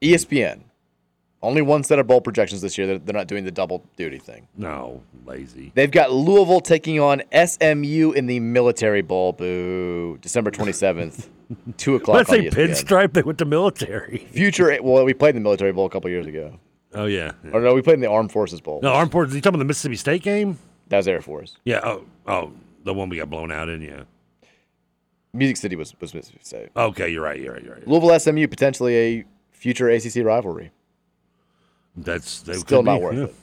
E ESPN. Only one set of bowl projections this year. They're, they're not doing the double duty thing.
No, lazy.
They've got Louisville taking on SMU in the Military Bowl. Boo. December 27th, 2 o'clock
Let's
on
say
E ESPN.
pinstripe. They went to military.
Future, well, we played in the Military Bowl a couple years ago.
Oh yeah.
Or no, we played in the Armed Forces Bowl.
No, armed forces. You talking about the Mississippi State game?
That was Air Force.
Yeah. Oh, oh, the one we got blown out in. Yeah.
Music City was, was Mississippi State.
Okay, you're right. You're right. You're right.
Louisville SMU, potentially a future ACC rivalry.
That's they
Still
could
not
be,
worth
yeah.
it.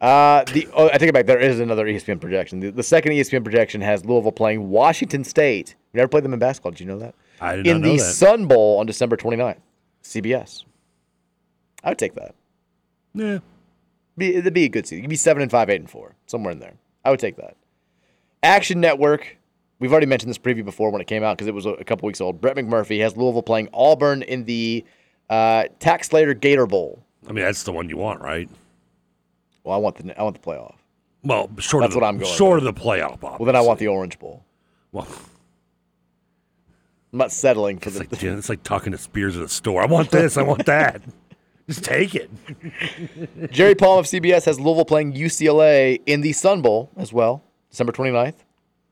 Uh, the oh, I take it back. There is another E ESPN projection. The, the second E ESPN projection has Louisville playing Washington State. We never played them in basketball. Did you know that?
I did not
in
know
the
that.
Sun Bowl on December 29th. CBS. I would take that.
Yeah.
Be, it'd be a good season. You'd be seven and five, eight and four, somewhere in there. I would take that. Action Network. We've already mentioned this preview before when it came out because it was a, a couple weeks old. Brett McMurphy has Louisville playing Auburn in the uh, Tax Slater Gator Bowl.
I mean, that's the one you want, right?
Well, I want the I want the playoff.
Well, short
That's
of the,
what I'm going
Short
with.
of the playoff, Bob.
Well, then I want the Orange Bowl.
Well,
I'm not settling for
it's like, Jen, it's like talking to Spears at a store. I want this. I want that. Just take it.
Jerry Palm of CBS has Louisville playing UCLA in the Sun Bowl as well, December 29th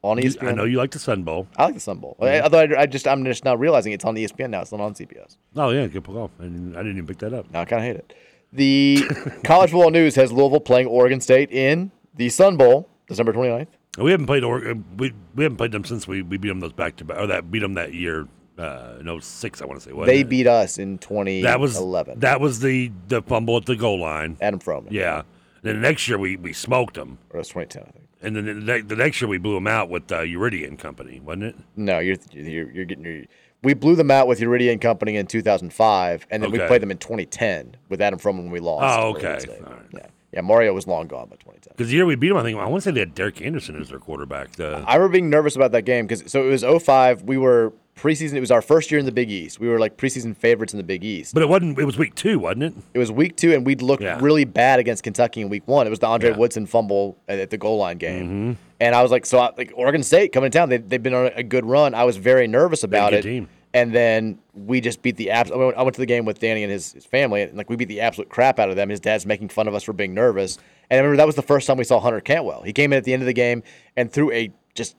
on E
You-
ESPN.
I know you like the Sun Bowl.
I like the Sun Bowl. I- Although I, I just I'm just now realizing it's on E ESPN now. It's not on CBS.
Oh yeah, good pull off. I didn't, I didn't even pick that up.
No, I kind of hate it. The College Football News has Louisville playing Oregon State in the Sun Bowl, December 29th.
We haven't played or uh, we we haven't played them since we, we beat them those back to back or that beat them that year. Uh, no six, I want to say. wasn't
they
it?
beat us in 2011.
that was that was the the fumble at the goal line.
Adam Froman.
Yeah. And then the next year we we smoked them.
Or it was 2010, I think.
And then the, ne- the next year we blew them out with uh, Uridian Company, wasn't it?
No, you're, you're you're getting your. We blew them out with Uridian Company in 2005, and then we
Okay.
played them in 2010 with Adam Froman when we lost. to
Oh,
Oregon
okay.
State. Yeah, yeah. Mario was long gone by 2010.
Because the year we beat them, I think I want to say they had Derek Anderson as their quarterback. The,
I remember being nervous about that game because so it was 05. We were preseason. It was our first year in the Big East. We were like preseason favorites in the Big East.
but it wasn't. It was week two, wasn't it?
It was week two, and we'd looked really bad against Kentucky in week one. It was the Andre Woodson fumble at, at the goal line game.
Mm-hmm.
And I was like, so I, like Oregon State coming to town, they, they've been on a good run. I was very nervous about
good
it.
team.
And then we just beat the abs. I went, I went to the game with Danny and his, his family, and like we beat the absolute crap out of them. His dad's making fun of us for being nervous. And I remember that was the first time we saw Hunter Cantwell. He came in at the end of the game and threw a just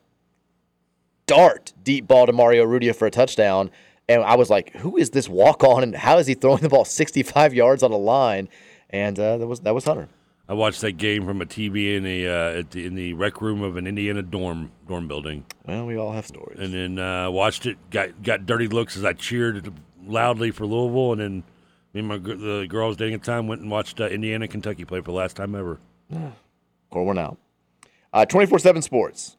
dart deep ball to Mario Rudia for a touchdown. And I was like, who is this walk on and how is he throwing the ball 65 yards on a line? And uh, that was that was Hunter.
I watched that game from a TV in the uh, at the, in the rec room of an Indiana dorm dorm building.
Well, we all have stories.
And then uh, watched it. Got got dirty looks as I cheered loudly for Louisville. And then me and my gr- the girl I was dating at the time went and watched uh, Indiana Kentucky play for the last time ever.
Or we're now. Uh, 24-7 sports.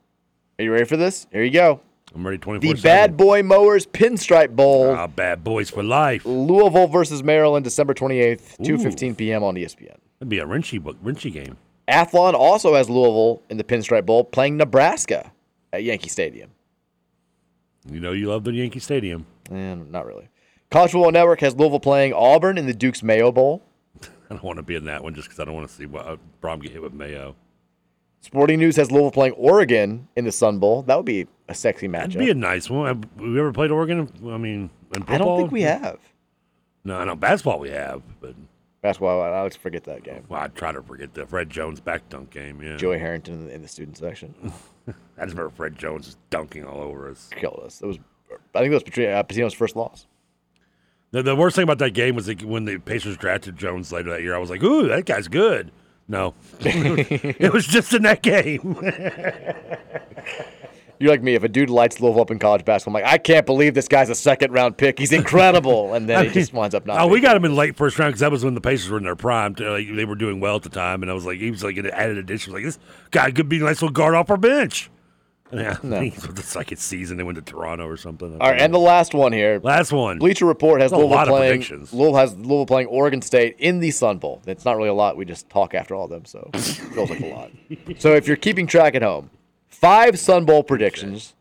Are you ready for this? Here you go.
I'm ready. Twenty
The
four.
Bad Boy Mowers Pinstripe Bowl.
bad boys for life.
Louisville versus Maryland, December 28th, 2.15 p.m. on E ESPN.
That'd be a wrenchy book, wrenchy game.
Athlon also has Louisville in the Pinstripe Bowl playing Nebraska at Yankee Stadium.
You know you love the Yankee Stadium.
And Eh, not really. College Football Network has Louisville playing Auburn in the Duke's Mayo Bowl.
I don't want to be in that one just because I don't want to see what, uh, Brom get hit with Mayo.
Sporting News has Louisville playing Oregon in the Sun Bowl. That would be a sexy
That'd
matchup.
be a nice one. Have we ever played Oregon? I mean, in football?
I don't think we have.
No, I know basketball we have, but
That's why I always forget that game.
well, I try to forget the Fred Jones back dunk game. Yeah,
Joey Harrington in the, in the student section
I just remember Fred Jones just dunking all over us.
killed us. It was, I think that was Patri- uh, Patino's first loss.
The, the worst thing about that game was like when the Pacers drafted Jones later that year. I was like, "Ooh, that guy's good." No, it was just in that game.
Oh, You're like me. If a dude lights Louisville up in college basketball, I'm like, I can't believe this guy's a second round pick. He's incredible, and then
I
he just
mean,
winds up not.
Oh, we
being.
got him in late first round because that was when the Pacers were in their prime. T- Like, they were doing well at the time, and I was like, he was like an added addition. Like this guy could be a nice little guard off our bench. Yeah,
No.
it's like it's season. They went to Toronto or something.
All right, and the last one here.
last one.
Bleacher Report has
There's a
Louisville
lot of
playing.
predictions.
Louisville has Louisville playing Oregon State in the Sun Bowl. That's not really a lot. We just talk after all of them, so feels like a lot. So if you're keeping track at home, five Sun Bowl predictions,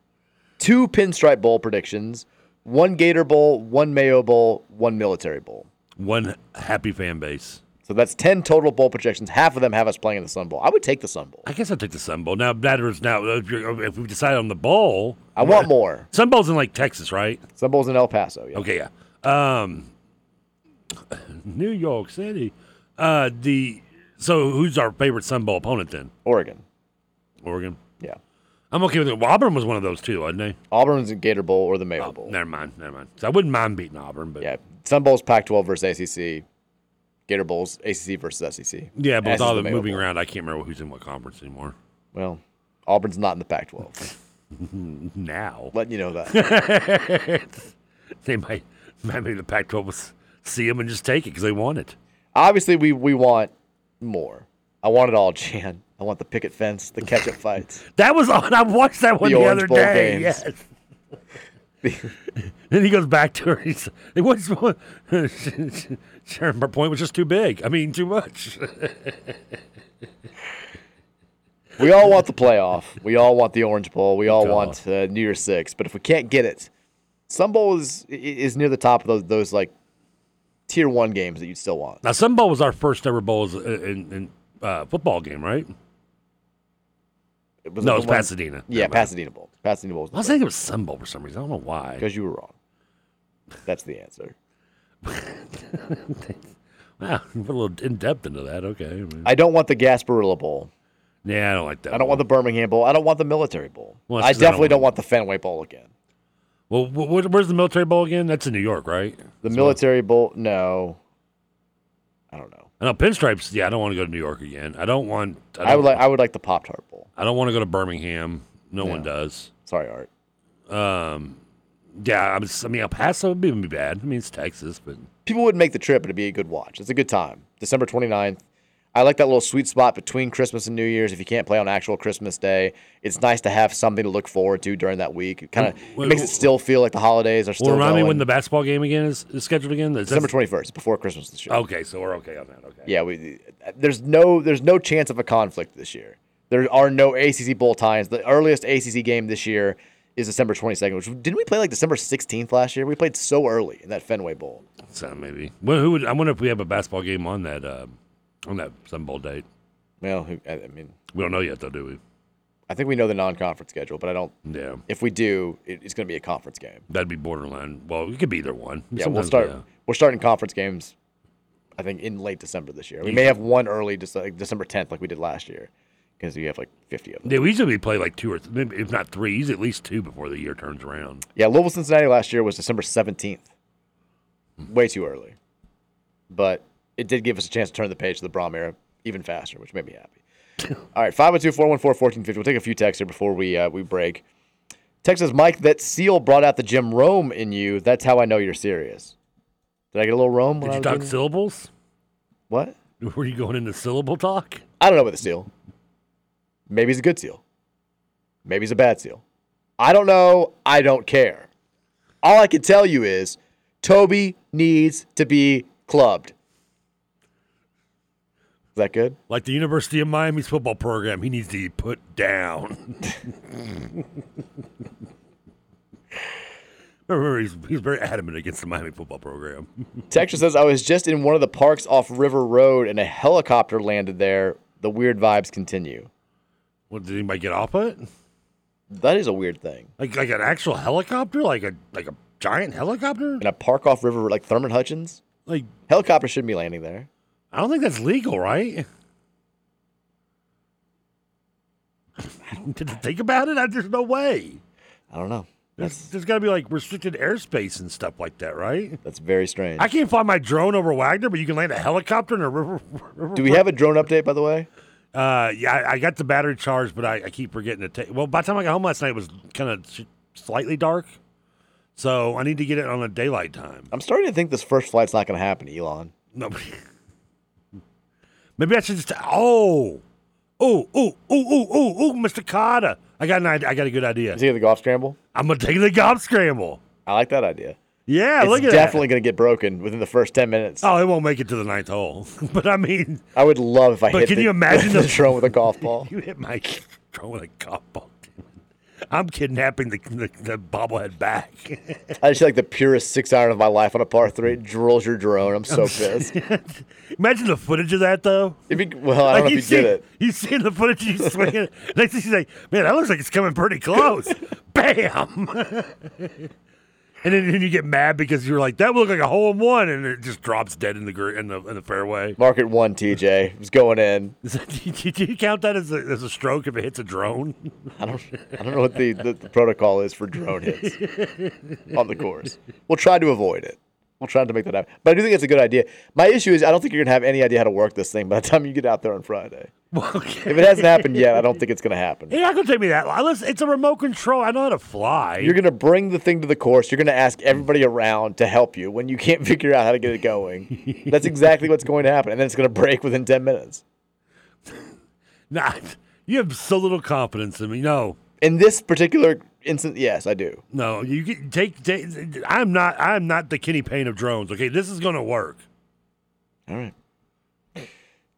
two Pinstripe Bowl predictions, one Gator Bowl, one Mayo Bowl, one Military Bowl.
One happy fan base.
So that's ten total bowl projections. Half of them have us playing in the Sun Bowl. I would take the Sun Bowl.
I guess I'll take the Sun Bowl. Now, matters now uh, if, you're, if we decide on the bowl.
I want more.
Sun Bowl's in like Texas, right?
Sun Bowl's in El Paso. Yeah.
Okay, yeah. Um, New York City. Uh, the so who's our favorite Sun Bowl opponent then?
Oregon.
Oregon.
Yeah.
I'm okay with it. Well, Auburn was one of those too, wasn't they?
Auburn's in Gator Bowl or the Mayo Bowl.
Oh, Never mind, never mind. So I wouldn't mind beating Auburn, but
Yeah, Sun Bowl's Pac-12 versus ACC. Gator Bowl's ACC versus SEC.
yeah, but
And this
with
is
all the,
Mayo
moving
Bowl.
around, I can't remember who's in what conference anymore.
Well, Auburn's not in the Pac-12.
now,
Letting you know that.
they might, might maybe the Pac-12 will s- see them and just take it because they want it.
Obviously, we we want more. I want it all, Jan. I want the picket fence, the catch-up fights.
That was on. I watched that one
The
the,
Orange
other
Bowl
day.
games.
Yes. then he goes back to her. He's, it was Sharon. Her point was just too big. I mean, too much.
We all want the playoff. We all want the Orange Bowl. We all want uh, New Year's Six. But if we can't get it, Sun Bowl is i- is near the top of those those like tier one games that you'd still want.
now, Sun Bowl was our first ever bowl as- in, in uh, football game, right?
was
No,
it
it's
the one-
Pasadena.
Yeah, Pasadena Bowl. Pasadena Bowl.
I was thinking it was Sun Bowl for some reason. I don't know why.
Because you were wrong. That's the answer.
Wow, you Ah, put a little in depth into that. Okay. I mean,
I don't want the Gasparilla Bowl.
yeah, I don't like that.
I don't want the Birmingham Bowl. I don't want the Military Bowl.
Oh. Well, that's 'cause
I
I don't
definitely
want-
don't want the Fenway Bowl again.
Well, wh- wh- where's the military bowl again? That's in New York, right?
The Military Bowl, no.
I know pinstripes. Yeah, I don't want to go to New York again. I don't want. I,
I, would like. I would like the Pop Tart Bowl.
I don't want to go to Birmingham. No one
No.
does.
Sorry, Art.
Um, yeah, I, was, I mean, El Paso would be, would be bad. I mean, it's Texas, but
People would make the trip, but it'd be a good watch. It's a good time. December 29th. I like that little sweet spot between Christmas and New Year's. If you can't play on actual Christmas Day, it's nice to have something to look forward to during that week. It kind of
Wait,
makes it still feel like the holidays are still
well, remind
going.
me when the basketball game again is, is scheduled again. That's-
December 21st, before Christmas this year.
Okay, so we're okay on that. Okay.
Yeah, we there's no there's no chance of a conflict this year. There are no ACC bowl times. The earliest ACC game this year is December 22nd, which didn't we play like December 16th last year? We played so early in that Fenway Bowl.
So maybe. Well, who would? I wonder if we have a basketball game on that uh, on that Sun Bowl date.
Well, who- I I mean,
we don't know yet, though, do we?
I think we know the non-conference schedule, but I don't.
Yeah.
If we do, it, it's going to be a conference game.
That'd be borderline. Well, it could be either one.
Yeah, we'll
Sometimes,
start.
yeah.
We're starting conference games. I think in late December this year. We may
Yeah.
have one early, Dece- like December 10th, like we did last year, because we have like 50 of them.
Yeah, we usually play like two or th- maybe if not three, usually at least two before the year turns around.
Yeah, Louisville Cincinnati last year was December 17th. Way too early. But it did give us a chance to turn the page to the Brom era even faster, which made me happy. All right, 502 414 1450. We'll take a few texts here before we, uh, we break. Text us, Mike, that seal brought out the Jim Rome in you. That's how I know you're serious. Did I get a little Rome?
Did
when I
you
was
talk
reading?
syllables?
What?
Were you going into syllable talk?
I don't know about the seal. Maybe he's a good seal. Maybe he's a bad seal. I don't know. I don't care. All I can tell you is Toby needs to be clubbed. Is that good?
Like the University of Miami's football program, he needs to be put down. Remember, he's, he's very adamant against the Miami football program.
Texture says I was just in one of the parks off River Road and a helicopter landed there. The weird vibes continue.
What did anybody get off of it?
That is a weird thing.
Like like an actual helicopter, like a like a giant helicopter.
In a park off River, like Thurman Hutchins,
Like
helicopter shouldn't be landing there.
I don't think that's legal, right? Did you think about it? I, there's no way.
I don't know.
There's, there's got to be like restricted airspace and stuff like that, right?
That's very strange.
I can't fly my drone over Wagner, but you can land a helicopter in a river. river
Do we have a drone update, by the way?
Uh, yeah, I, I got the battery charged, but I, I keep forgetting to take. Well, by the time I got home last night, it was kind of sh- slightly dark, so I need to get it on a daylight time.
I'm starting to think this first flight's not going to happen, Elon.
No. Maybe I should just. Oh, oh, oh, oh, oh, oh, oh, Mr. Carter. I got an idea. I got a good idea.
Is he the golf scramble?
I'm gonna take the gob scramble.
I like that idea.
Yeah,
it's
look at
definitely going to get broken within the first 10 minutes.
that. Oh, it won't make it to the ninth hole. but I mean,
I would love if I
But
hit
can
the,
you imagine
the
the-
drone with a golf ball.
you hit my throwing a golf ball. I'm kidnapping the, the, the bobblehead back.
I just feel like the purest six iron of my life on a par three. It drills your drone. I'm so pissed.
Imagine the footage of that though.
It'd be, well, Oh, I don't know if you
see,
get it.
You see the footage, you swing it. Next thing you like, man, that looks like it's coming pretty close. Bam! and then, then you get mad because you're like, that would look like a hole in one, and it just drops dead in the gr- in the in the fairway.
Market one, TJ. It's going in.
Is that, do, you, do you count that as a, as a stroke if it hits a drone?
I don't. I don't know what the, the, the protocol is for drone hits on the course. We'll try to avoid it. We'll try to make that happen. But I do think it's a good idea. My issue is I don't think you're going to have any idea how to work this thing by the time you get out there on Friday. If it hasn't happened yet, I don't think it's going to happen.
You're not gonna take me that. long. Listen, it's a remote control. I know how to fly.
You're going to bring the thing to the course. You're going to ask everybody around to help you when you can't figure out how to get it going. That's exactly what's going to happen. And then it's going to break within 10 minutes.
Nah, you have so little confidence in me. No,
In this particular instance, yes, I do.
no. You can take, take. I'm not. I'm not the Kenny Payne of drones. Okay, this is gonna work.
All right.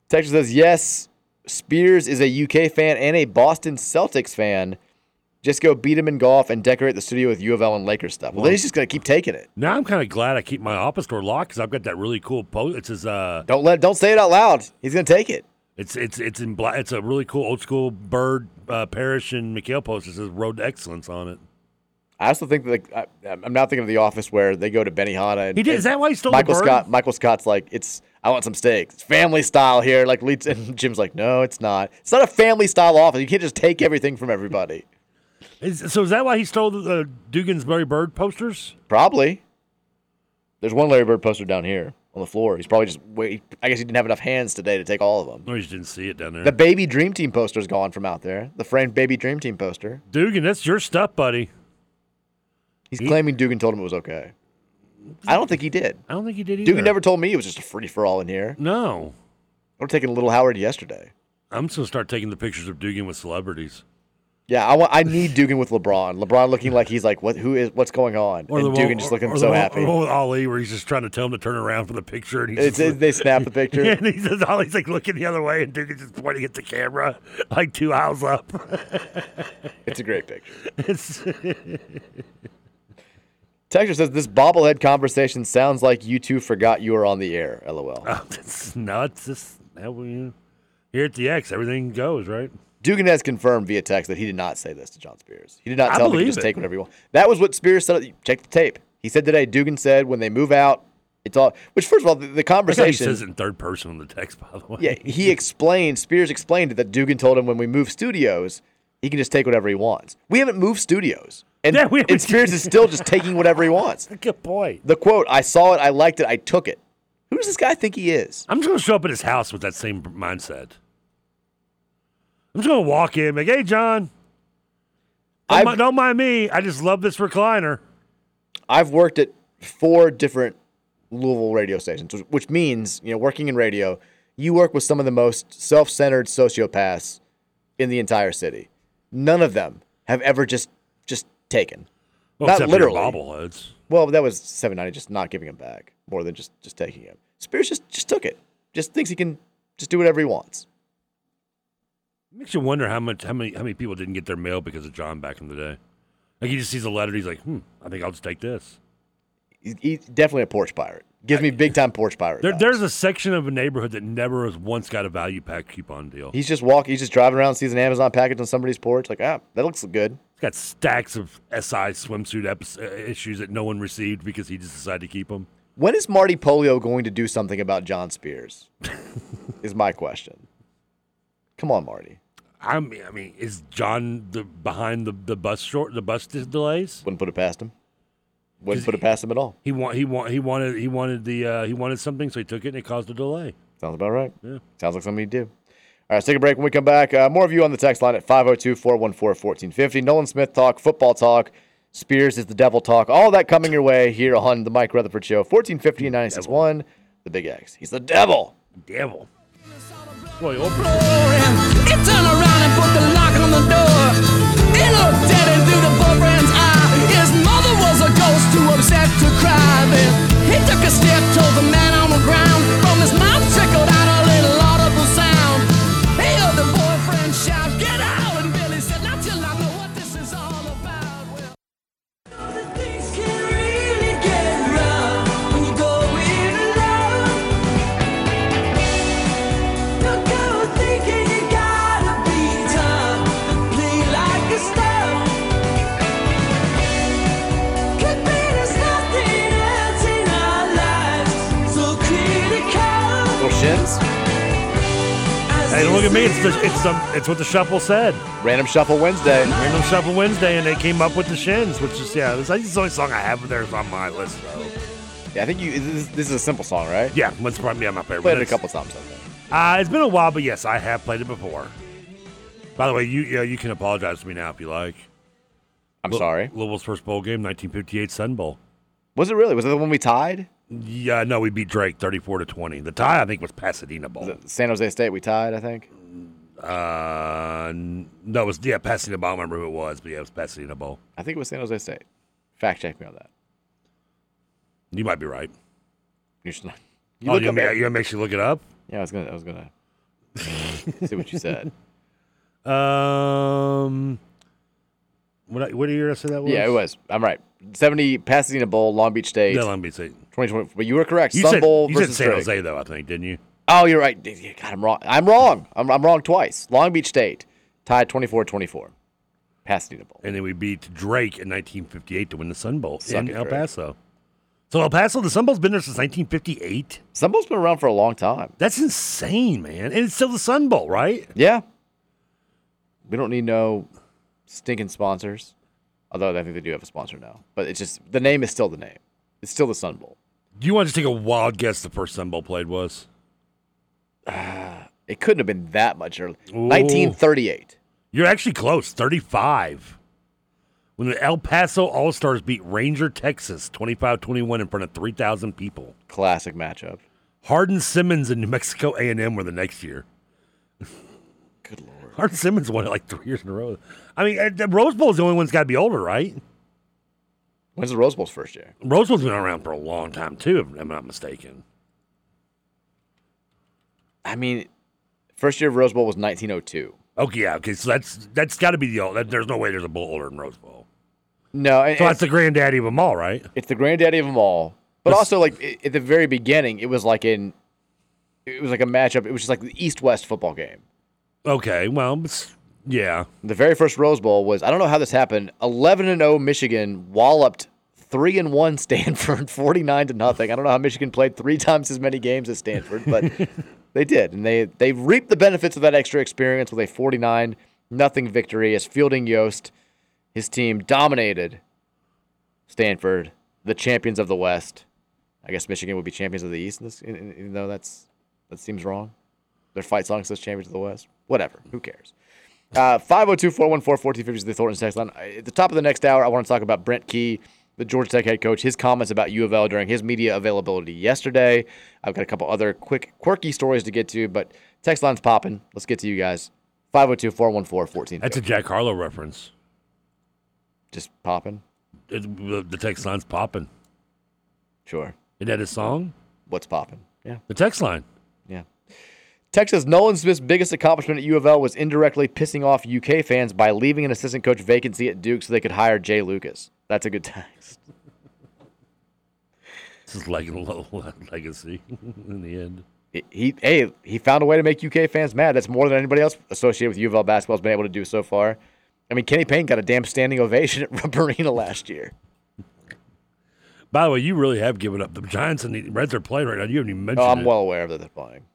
Texas says, yes, Spears is a UK fan and a Boston Celtics fan. Just go beat him in golf and decorate the studio with U of L and Lakers stuff. Well, then he's just going to keep taking it.
Now I'm kind of glad I keep my office door locked because I've got that really cool post. It says, uh,
Don't let, don't say it out loud. He's going to take it.
it's it's it's in black. It's a really cool old school bird uh, Parrish and McHale poster says "Road to Excellence" on it.
I also think that I, I'm not thinking of The Office where they go to Benihana. And,
He did-
and
is that why he stole the
Michael
bird?
Scott? Michael Scott's like, it's I want some steak. It's family style here. Like leads, and Jim's like, no, it's not. It's not a family style office. You can't just take everything from everybody.
Is, so is that why he stole the uh, Dugan's Murray Bird posters?
Probably. There's one Larry Bird poster down here on the floor. He's probably just wait. I guess he didn't have enough hands today to take all of them.
No, you just didn't see it down there.
The baby Dream Team poster's gone from out there. The framed baby Dream Team poster.
Dugan, that's your stuff, buddy.
He's claiming Dugan told him it was okay. I don't think he did.
I don't think he did either.
Dugan never told me it was just a free for all in here.
No.
We're taking Little Howard yesterday.
I'm just gonna start taking the pictures of Dugan with celebrities.
Yeah, I want. I need Dugan with LeBron. LeBron looking like he's like, what? Who is? What's going on? and
one-
Dugan just
or
looking
the
so
one-
happy.
Or the one with Ali, where he's just trying to tell him to turn around for the picture, and he's
It's,
just,
they snap the picture.
Yeah, and he says Ollie's like looking the other way, and Dugan's just pointing at the camera, like two aisles up.
It's a great picture.
It's-
Texture says this bobblehead conversation sounds like you two forgot you were on the air. LOL.
Ah. that's nuts. This how we here at the X, everything goes right.
Dugan has confirmed via text that he did not say this to John Spears. He did not
I
tell him he
believe
could just
it.
take whatever he want. That was what Spears said. Check the tape. He said today. Dugan said when they move out, it's all. Which first of all, the, the
I like how he
conversation
says it in third person on the text, by the way.
Yeah, he explained, Spears explained that Dugan told him when we move studios, he can just take whatever he wants. We haven't moved studios. And,
Yeah, we haven't-
and Spears is still just taking whatever he wants.
Good point.
The quote, I saw it, I liked it, I took it. Who does this guy think he is?
I'm just gonna show up at his house with that same mindset. I'm just gonna walk in, like, hey, John. Don't, mi- don't mind me. I just love this recliner.
I've worked at four different Louisville radio stations, which- which means, you know, working in radio, you work with some of the most self centered sociopaths in the entire city. None of them have ever just just taken.
Well,
Not
except for your
literally.
bobbleheads.
Well, that was 790 just not giving him back more than just just taking him. Spears just just took it. Just thinks he can just do whatever he wants.
Makes you wonder how much, how many, how many people didn't get their mail because of John back in the day. Like he just sees a letter, he's like, "Hmm, I think I'll just take this."
He's, he's definitely a porch pirate. Gives me big time porch pirate.
There,
vibes.
there's a section of a neighborhood that never has once got a value pack coupon deal.
he's just walking. He's just driving around, sees an Amazon package on somebody's porch. Like, ah, that looks good.
He's got stacks of SI swimsuit epi- uh, issues that no one received because he just decided to keep them.
When is Marty Polio going to do something about John Spears? is my question. Come on, Marty.
I mean, I mean, is John the behind the, the bus short the bus dis- delays?
Wouldn't put it past him. Wouldn't put it past him at all.
He want he want he wanted he wanted the uh, he wanted something, so he took it and it caused a delay.
Sounds about right.
Yeah.
Sounds like something he'd do. All right, let's take a break. When we come back, uh, more of you on the text line at 502 414 1450. Nolan Smith talk, football talk, Spears is the devil talk, all that coming your way here on The Mike Rutherford Show, 1450 and 961, The Big X. He's the devil.
Devil.
It turned around and put the lock on the door. It looked dead into the boyfriend's eye. His mother was a ghost too upset to cry. Then he took a step toward the man on the ground. From his mouth trickled out a little audible sound. He heard the boyfriend shout, Get out! And Billy said, Not till I know what this is all about. Well, things can really get rough when you go in love. Don't go thinking you gotta be tough. Play like a star. Could be there's nothing else in our lives so critical.
Little shins.
Hey, don't look at me. It's the, it's the, it's what the shuffle said.
Random Shuffle Wednesday.
Random Shuffle Wednesday, and they came up with the Shins, which is yeah. This, this is the only song I have of theirs on my list though.
Yeah, I think you. This, this is a simple song, right?
Yeah, it's probably yeah, my favorite.
Played it a
It's-
couple times, I think.
Uh, it's been a while, but yes, I have played it before. By the way, you yeah, you can apologize to me now if you like.
I'm sorry.
Louisville's first bowl game, 1958 Sun Bowl.
Was it really? Was it the one we tied?
Yeah, no, we beat Drake 34 to 20. The tie, I think, was Pasadena Bowl.
San Jose State, we tied, I think.
Uh, n- no, it was yeah Pasadena Bowl. I remember who it was, but yeah, it was Pasadena Bowl.
I think it was San Jose State. Fact check me on that.
You might be right.
You should not.
You oh, you ma- you makes you look it up.
Yeah, I was gonna. I was gonna see what you said.
Um, what what year did I say that was?
Yeah, it was. I'm right. 70 Pasadena Bowl, Long Beach State.
Yeah, Long Beach State.
2020. But you were correct.
You
Sun
said,
Bowl
you said
versus
San
Drake.
Jose though, I think, didn't you?
Oh, you're right. God, I'm wrong. I'm wrong. I'm, I'm wrong twice. Long Beach State, Tied 24 24. Pasadena Bowl.
And then we beat Drake in 1958 to win the Sun Bowl
Suck
in
it,
El
Drake.
Paso. So El Paso, the Sun Bowl's been there since 1958.
Sun Bowl's been around for a long time.
That's insane, man. And it's still the Sun Bowl, right?
Yeah. We don't need no stinking sponsors. Although I think they do have a sponsor now. But it's just the name is still the name. It's still the Sun Bowl.
Do you want to just take a wild guess the first Sun Bowl played was?
It couldn't have been that much earlier. 1938.
You're actually close. 35. When the El Paso All Stars beat Ranger, Texas, 25 21 in front of 3,000 people.
Classic matchup.
Hardin Simmons and New Mexico A&M were the next year.
Good lord.
Hardin Simmons won it like three years in a row. I mean, uh, the Rose Bowl is the only one that's got to be older, right?
When's the Rose Bowl's first year?
Rose Bowl's been around for a long time, too, if I'm not mistaken.
I mean, first year of Rose Bowl was 1902.
Okay, Oh, yeah, okay. So that's that's got to be the old. That, there's no way there's a bowl older than Rose Bowl.
No, and,
So that's the granddaddy of them all, right?
It's the granddaddy of them all. But
This-
also, like i- at the very beginning, it was like in, it was like a matchup. It was just like the East-West football game.
Okay, well, it's- yeah.
The very first Rose Bowl was I don't know how this happened. Eleven and zero Michigan walloped three and one Stanford, forty nine to nothing. I don't know how Michigan played three times as many games as Stanford, but they did, and they they reaped the benefits of that extra experience with a forty nine nothing victory as Fielding Yost, his team dominated Stanford, the champions of the West. I guess Michigan would be champions of the East, in this, in- in- even though that's that seems wrong. Their fight song says champions of the West. Whatever, who cares? Uh, 502-414-1450 is the Thornton text line. At the top of the next hour, I want to talk about Brent Key, the Georgia Tech head coach, his comments about U of L during his media availability yesterday. I've got a couple other quick, quirky stories to get to, but text line's popping. Let's get to you guys. 502-414-1450.
That's a Jack Harlow reference.
Just popping?
It- the the text line's popping.
Sure.
Isn't that a song?
What's popping? Yeah.
The text line.
Yeah. Texas Nolan Smith's biggest accomplishment at U of L was indirectly pissing off UK fans by leaving an assistant coach vacancy at Duke so they could hire Jay Lucas. That's a good text.
This is like a low legacy in the end.
he hey he found a way to make UK fans mad. That's more than anybody else associated with U of L basketball has been able to do so far. I mean, Kenny Payne got a damn standing ovation at Rupp Arena last year.
By the way, you really have given up. The Giants and the Reds are playing right now. You haven't even mentioned
Oh, I'm
it.
well aware of that they're playing.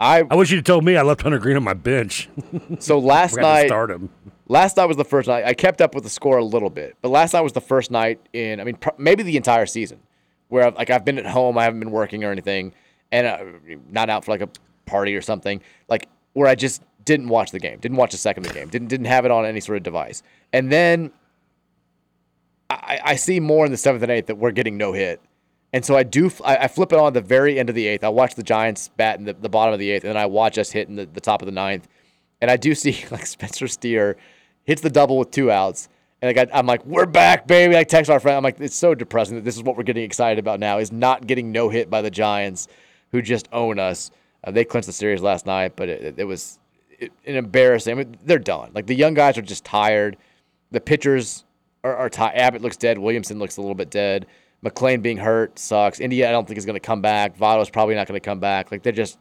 I
I wish you'd have told me I left Hunter Green on my bench.
So last
Forgot to
night,
start him.
last night was the first night. I kept up with the score a little bit, but last night was the first night in, I mean, pr- maybe the entire season where I've, like I've been at home, I haven't been working or anything, and uh, not out for like a party or something, like where I just didn't watch the game, didn't watch a second of the game, didn't didn't have it on any sort of device, and then I, I see more in the seventh and eighth that we're getting no hit. And so I do, f- I, I flip it on at the very end of the eighth. I watch the Giants bat in the, the bottom of the eighth, and then I watch us hit in the, the top of the ninth. And I do see like Spencer Steer hits the double with two outs. And like, I, I'm like, we're back, baby. I text our friend. I'm like, it's so depressing that this is what we're getting excited about now is not getting no hit by the Giants who just own us. Uh, they clinched the series last night, but it, it, it was it, an embarrassing. I mean, they're done. Like the young guys are just tired. The pitchers are, are tired. Abbott looks dead. Williamson looks a little bit dead. McLean being hurt sucks. India, I don't think is going to come back. Votto's probably not going to come back. Like they're just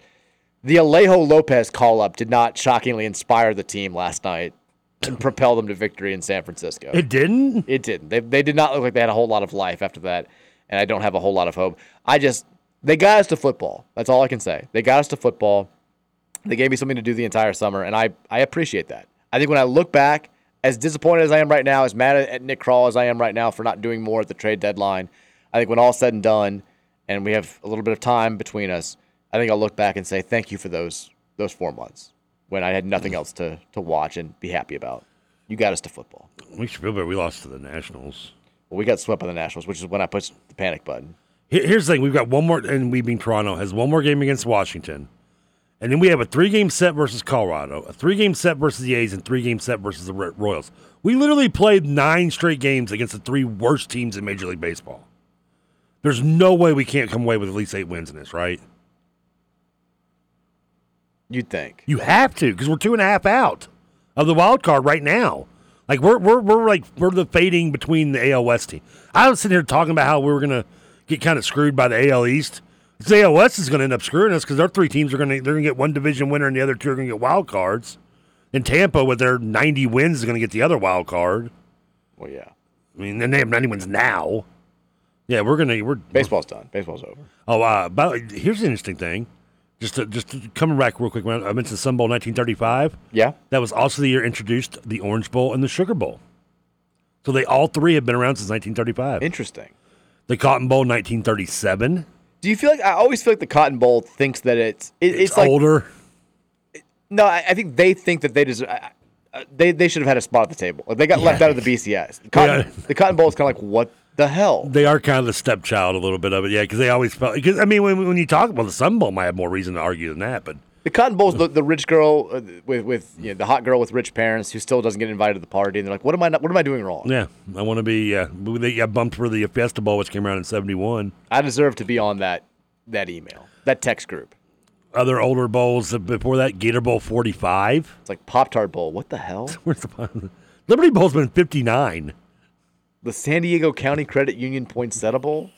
the Alejo Lopez call up did not shockingly inspire the team last night and propel them to victory in San Francisco.
It didn't.
It didn't. They, they did not look like they had a whole lot of life after that, and I don't have a whole lot of hope. I just they got us to football. That's all I can say. They got us to football. They gave me something to do the entire summer, and I I appreciate that. I think when I look back, as disappointed as I am right now, as mad at Nick Crawl as I am right now for not doing more at the trade deadline, I think when all's said and done, and we have a little bit of time between us, I think I'll look back and say thank you for those those four months when I had nothing else to to watch and be happy about. You got us to football.
We should feel better. We lost to the Nationals.
Well, we got swept by the Nationals, which is when I pushed the panic button.
Here- Here's the thing: we've got one more, and we being Toronto has one more game against Washington, and then we have a three game set versus Colorado, a three game set versus the A's, and three game set versus the Ro- Royals. We literally played nine straight games against the three worst teams in Major League Baseball. There's no way we can't come away with at least eight wins in this, right?
You'd think
you have to because we're two and a half out of the wild card right now. Like we're we're we're like we're the fading between the AL West team. I was sitting here talking about how we were gonna get kind of screwed by the AL East. The AL West is gonna end up screwing us because our three teams are gonna they're gonna get one division winner and the other two are gonna get wild cards. And Tampa, with their 90 wins, is going to get the other wild card.
Well, yeah.
I mean, and they have 90 wins now. Yeah, we're gonna we're
baseball's done. Baseball's over.
Oh, uh, but here's an interesting thing. Just to, just to- coming back real quick. when I mentioned Sun Bowl 1935.
Yeah.
that was also the year introduced the Orange Bowl and the Sugar Bowl. So they all three have been around since 1935.
Interesting.
The Cotton Bowl 1937.
Do you feel like I always feel like the Cotton Bowl thinks that it's it, it's, like,
older?
No, I, I think they think that they deserve. I, I- they they should have had a spot at the table. Like they got left
Yeah.
out of the BCS. The Cotton, the Cotton Bowl is kind of like what the hell?
They are kind of the stepchild a little bit of it, yeah, because they always felt. Because I mean, when, when you talk about the Sun Bowl, might have more reason to argue than that, but
The Cotton Bowl's the, the rich girl uh, with with you know, the hot girl with rich parents who still doesn't get invited to the party, and they're like, "What am I? Not, what am I doing wrong?
yeah, I want to be. Uh, they got bumped for the Fiesta Bowl, which came around in '71.
I deserve to be on that that email, that text group."
Other older bowls before that, Gator Bowl 45.
It's like Pop Tart Bowl. What the hell?
Where's the Pop- Liberty Bowl's been 59.
The San Diego County Credit Union Poinsettia Bowl.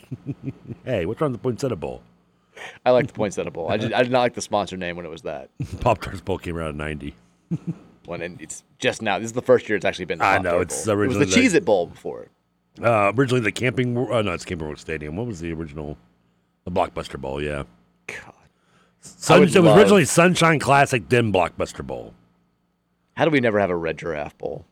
hey, what's wrong with the Poinsettia Bowl?
I like the Poinsettia Bowl. I did, I did not like the sponsor name when it was that.
Pop Tarts Bowl came around in '90.
When and it's just now. This is the first year it's actually been. The
I
Pop-Tart
know, it's
Bowl. It was
originally
the
the-
Cheez It Bowl before.
Uh, originally the Camping, Wor- uh, no, it's Camping World Stadium. What was the original? The Blockbuster Bowl, yeah.
I
Sun,
would
it was
love-
originally Sunshine Classic, then Blockbuster Bowl.
How do we never have a Red Giraffe Bowl?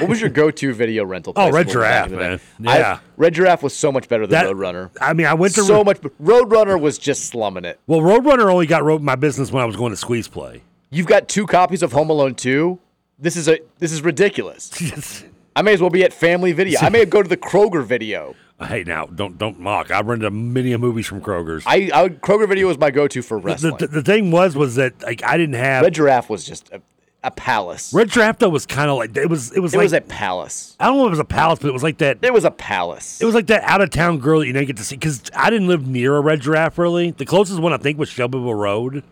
What was your go-to video rental?
Oh,
place
Red
when we were
Giraffe,
back in the day?
man.
I-
Yeah.
Red Giraffe was so much better than
That-
Roadrunner.
I mean, I went to
so much. Roadrunner was just slumming it.
Well, Roadrunner only got wrote my business when I was going to Squeeze Play.
You've got two copies of Home Alone 2. This is a this is ridiculous. I may as well be at Family Video. I may go to the Kroger Video.
Uh, Hey, now don't don't mock. I rented many movies from Kroger's.
I, I would, Kroger Video was my go-to for
the,
wrestling.
the, the thing was was that like I didn't have
Red Giraffe was just a, a palace.
Red Giraffe though was kind of like it was it was
it
like
was a palace.
I don't know if it was a palace, but it was like that.
It was a palace.
It was like that out of town girl that you didn't get to see because I didn't live near a red giraffe really. The closest one I think was Shelbyville Road.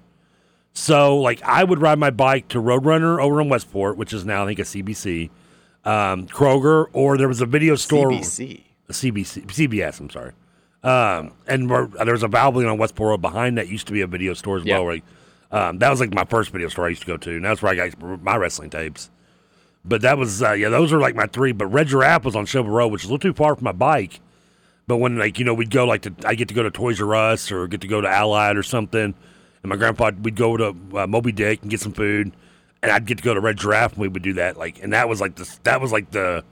So like I would ride my bike to Roadrunner over in Westport, which is now I think a CBC, um, Kroger, or there was a video store
CBC.
a CBC CBS. I'm sorry. Um, and we're- there was a Valvoline on Westport Road behind that used to be a video store as well. Where, um, that was like my first video store I used to go to, and that's where I got my wrestling tapes. But that was uh, yeah, those were like my three. But Red Giraffe was on Shelby Road, which is a little too far from my bike. But when like you know we'd go like to, I get to go to Toys R Us or get to go to Allied or something, and my grandpa we'd go to uh, Moby Dick and get some food, and I'd get to go to Red Giraffe and we would do that like and that was like this that was like the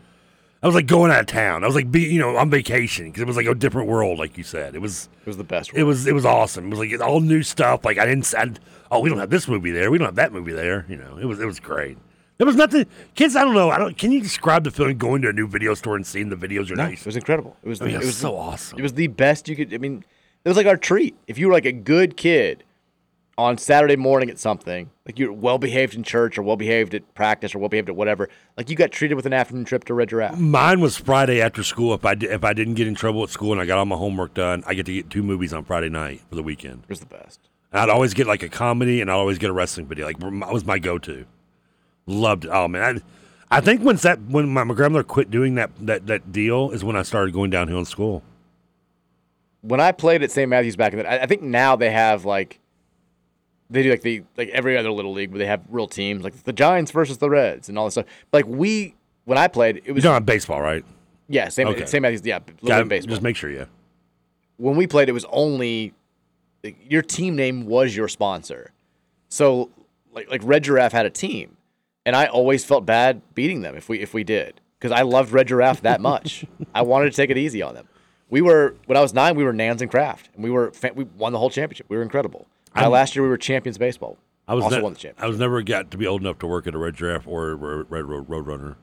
I was like going out of town. I was like be you know on vacation because it was like a different world like you said. It was
It was the best.
it was it was awesome. It was like all new stuff. Like I didn't I, oh we don't have this movie there. We don't have that movie there. You know it was it was great. There was nothing kids. I don't know. I don't. Can you describe the feeling going to a new video store and seeing the videos are
No,
nice?
It was incredible. It was,
I mean,
the-
it was
the-
so awesome.
It was the best you could. I mean, it was like our treat. If you were like a good kid on Saturday morning at something, like you're well behaved in church or well behaved at practice or well behaved at whatever, like you got treated with an afternoon trip to Red Giraffe.
Mine was Friday after school. If I di- if I didn't get in trouble at school and I got all my homework done, I get to get two movies on Friday night for the weekend. It
was the best.
And I'd always get like a comedy and I'd always get a wrestling video. Like that was my go to. Loved it. Oh man, I, I think once that when my, my grandmother quit doing that that that deal is when I started going downhill in school.
When I played at St. Matthews back in the, I, I think now they have like, they do like the like every other little league where they have real teams like the Giants versus the Reds and all this stuff. Like we, when I played, it
You're
was
talking about baseball, right?
yeah, same
Okay.
St. Matthews, yeah, little
Yeah,
league baseball.
Just make sure, yeah.
when we played, it was only like, your team name was your sponsor. So like like Red Giraffe had a team, and I always felt bad beating them if we if we did because I loved Red Giraffe that much. I wanted to take it easy on them. We were when I was nine, we were Nans and Kraft, and we were fa- we won the whole championship. We were incredible. Uh,
I'm-
last year we were champions baseball.
I was
also
ne-
won the championship.
I was never got to be old enough to work at a Red Giraffe or a Red, Red Road Roadrunner.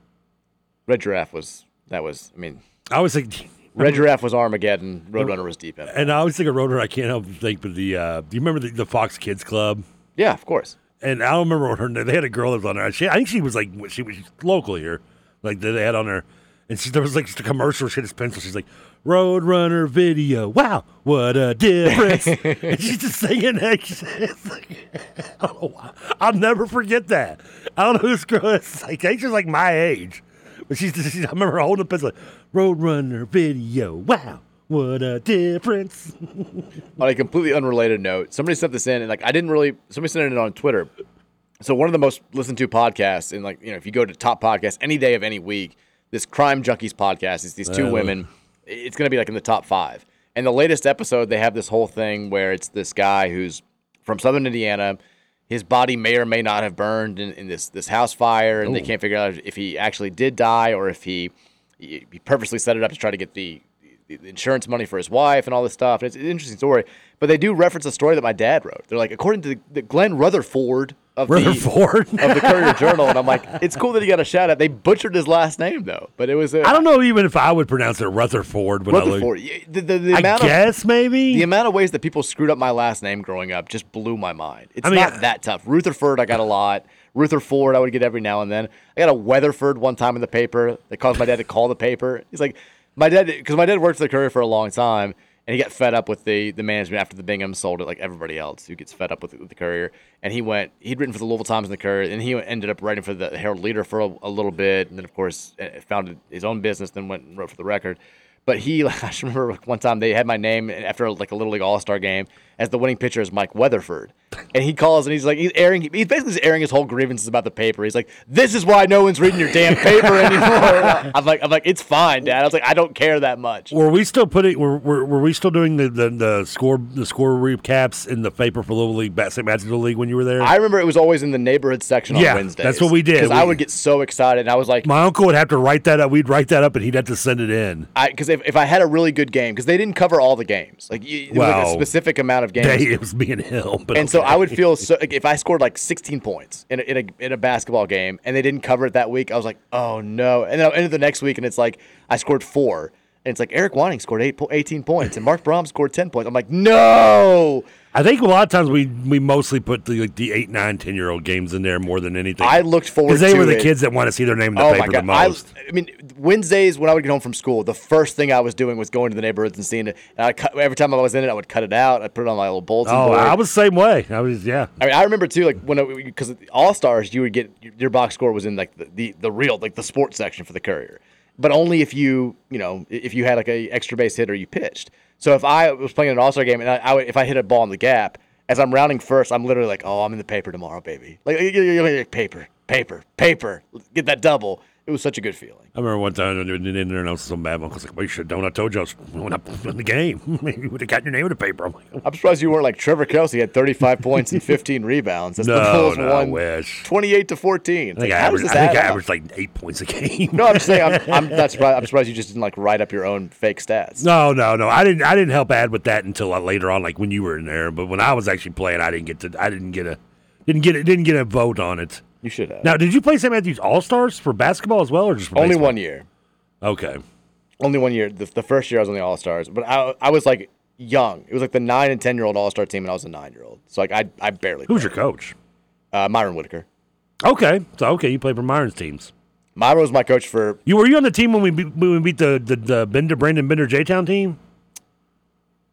Red Giraffe was that was I mean
I always think
Red Giraffe was Armageddon, Roadrunner was Deep Impact.
And I always think of Roadrunner. I can't help but think, but the uh, do you remember the, the Fox Kids Club?
Yeah, of course.
And I don't remember what her name. They had a girl that was on there. She, I think she was like she was local here, like that they had on there. And she, there was like just a commercial. She had this pencil. She's like Roadrunner video. Wow, what a difference! and she's just singing that. She's like- I don't know why. I'll never forget that. I don't know who's girl. It's like I think she's like my age, but she's, just, she's I remember her holding a pencil. Like, Roadrunner video. Wow, what a difference!
on a completely unrelated note, somebody sent this in, and like I didn't really. Somebody sent it in on Twitter, So one of the most listened to podcasts, and like you know, if you go to top podcasts any day of any week, this Crime Junkies podcast is these two
Really?
women. It's going to be like in the top five. And the latest episode, they have this whole thing where it's this guy who's from Southern Indiana. His body may or may not have burned in, in this this house fire, and they
Ooh.
can't figure out if he actually did die or if he he he purposely set it up to try to get the, the insurance money for his wife and all this stuff. And it's an interesting story, but they do reference a story that my dad wrote. They're like, according to the, the Glenn Rutherford of
Rutherford?
the of the Courier Journal, and I'm like, it's cool that he got a shout out. They butchered his last name though, but it was a,
I don't know even if I would pronounce it Rutherford. When I
Rutherford.
look.
Y- The, the, the
I
amount
guess
of, maybe the amount of ways that people screwed up my last name growing up just blew my mind. It's
I mean, uh,
not
I-
that tough. Rutherford, I got a lot. Rutherford, I would get every now and then. I got a Weatherford one time in the paper that caused my dad to call the paper. He's like, my dad, because my dad worked for the Courier for a long time, and he got fed up with the the management after the Bingham sold it, like everybody else who gets fed up with, with the Courier. And he went, he'd written for the Louisville Times and the Courier, and he ended up writing for the Herald Leader for a, a little bit, and then of course eh, founded his own business, then went and wrote for the Record. But he, I just remember one time they had my name after like a little league all star game as the winning pitcher is Mike Weatherford, and he calls and he's like he's airing he's basically just airing his whole grievances about the paper. He's like, "This is why no one's reading your damn paper anymore." I'm like, I'm like, it's fine, Dad. I was like, I don't care that much.
Were we still putting? Were, were, were we still doing the, the, the score the score recaps in the paper for Little League Bat- St. Matthew's League when you were there?
I remember it was always in the neighborhood section
Yeah,
on Wednesdays.
that's what we did.
Because I
We-
would get so excited, and I was like,
My uncle would have to write that up. We'd write that up, and he'd have to send it in.
I because if, if I had a really good game, because they didn't cover all the games, like you, it was like
Wow.
a specific amount of games.
Dang, it was me and him. But
and so
okay.
I would feel so like, if I scored like 16 points in a, in a in a basketball game and they didn't cover it that week, I was like, oh no. And then I'll enter the next week and it's like I scored four, and it's like Eric Wanning scored eight po- 18 points and Mark Brom scored 10 points. I'm like, no.
I think a lot of times we we mostly put the like the eight, nine, ten year old games in there more than anything.
I looked forward
they were
to
the
it.
kids that want to see their name in the
oh my
paper the
god! I,
most.
I mean, Wednesdays when I would get home from school, the first thing I was doing was going to the neighborhoods and seeing it. And I cut, every time I was in it, I would cut it out. I'd put it on my little bulletin
oh,
board.
I was the same way. I was yeah.
I mean, I remember too, like when because All Stars, you would get your box score was in like the, the the real like the sports section for the Courier, but only if you you know if you had like a extra base hit or you pitched. So if I was playing an All Star game and I, I would, if I hit a ball in the gap as I'm rounding first, I'm literally like, oh, I'm in the paper tomorrow, baby. Like you- you- you're like paper, paper, paper. Get that double. It was such a good feeling.
I remember one time I went in there and I was so mad. My uncle's like, "Well, you should have done. what I told you I was when I was in the game. Maybe you would have gotten your name in the paper." I'm like,
I'm surprised you weren't like Trevor Kelsey had 35 points and 15 rebounds. That's the
No,
Bulls
no, I
won
wish.
28 to 14.
I
It's
think, I,
how does
averaged, I
this
think I
add up?
averaged like eight points a game.
No, I'm just saying I'm, I'm not surprised. I'm surprised you just didn't like write up your own fake stats.
No, no, no. I didn't. I didn't help add with that until uh, later on, like when you were in there. But when I was actually playing, I didn't get to. I didn't get a. Didn't get it. Didn't get a vote on it.
You should have.
Now, did you play St. Matthews All Stars for basketball as well, or just for
Only
baseball?
one year.
Okay.
Only one year. The, the first year I was on the All Stars, but I I was like young. It was like the nine and ten year old All Star team, and I was a nine year old. So like I I barely.
Who's your coach?
Uh, Myron Whitaker.
Okay, so okay, you played for Myron's teams.
Myron was my coach for.
You were you on the team when we beat, when we beat the the, the Bender Brandon Bender J Town team?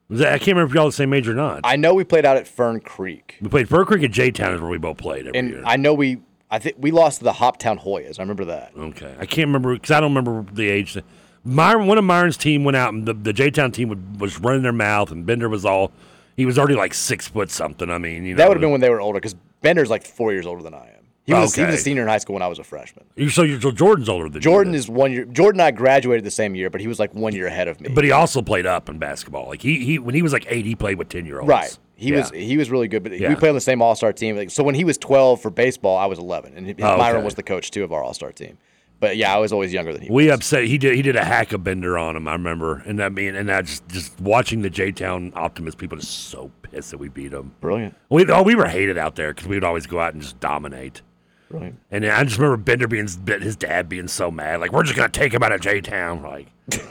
Was that, I can't remember if y'all the same age or not.
I know we played out at Fern Creek,
we played Fur Creek and J Town is where we both played every
and
year.
I know we I think we lost to the Hoptown Hoyas. I remember that.
Okay, I can't remember because I don't remember the age. Myron, one of Myron's team went out, and the, the J Town team would, was running their mouth, and Bender was all he was already like six foot something. I mean, you know,
that would have been when they were older, because Bender's like four years older than I am. He was, he was
Okay.
a senior in high school when I was a freshman.
you so you so Jordan's older than
Jordan is one year. Jordan and I graduated the same year, but he was like one year ahead of me.
but he also played up in basketball. Like he he when he was like eight, he played with ten year olds.
Right. He was
Yeah.
he was really good, but
Yeah.
we played on the same All Star team. Like, so when he was twelve for baseball, I was eleven, and
Oh,
Myron
okay.
was the coach too of our All Star team. But yeah, I was always younger than he.
We upset. He did. He did a hack a bender on him. I remember, and I mean, and I just just watching the J Town Optimist people just so pissed that we beat them.
Brilliant.
We oh we were hated out there because we would always go out and just dominate.
Right.
And I just remember Bender being his dad being so mad, like we're just gonna take him out of J Town. Like,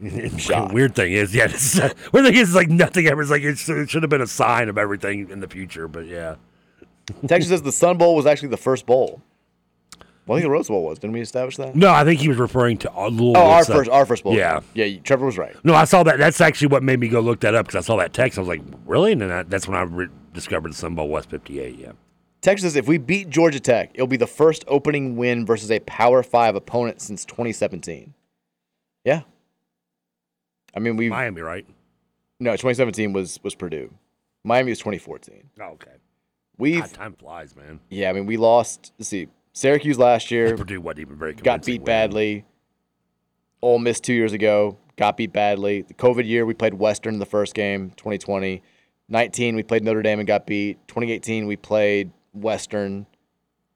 weird thing is, yeah, this, weird thing is like nothing ever. It's like it should, it should have been a sign of everything in the future, but yeah.
Texas says the Sun Bowl was actually the first bowl. Well, I think the Rose Bowl was. Didn't we establish that?
No, I think he was referring to our little.
oh, our
what's that-
first, our first bowl.
Yeah.
yeah. you- Trevor was right.
No, I saw that. That's actually what made me go look that up because I saw that text. I was like, really? And then I, that's when I re- discovered the Sun Bowl was 58. Yeah.
Texas, if we beat Georgia Tech, it'll be the first opening win versus a Power Five opponent since 2017. Yeah. I mean, we
Miami, right?
No, 2017 was was Purdue. Miami was 2014.
Oh, okay.
We've
time flies, man.
Yeah, I mean, we lost. Let's see, Syracuse last year.
Purdue wasn't even very
Got beat badly. Ole Miss two years ago got beat badly. The COVID year we played Western in the first game, 2020. 19 we played Notre Dame and got beat. 2018 we played Western,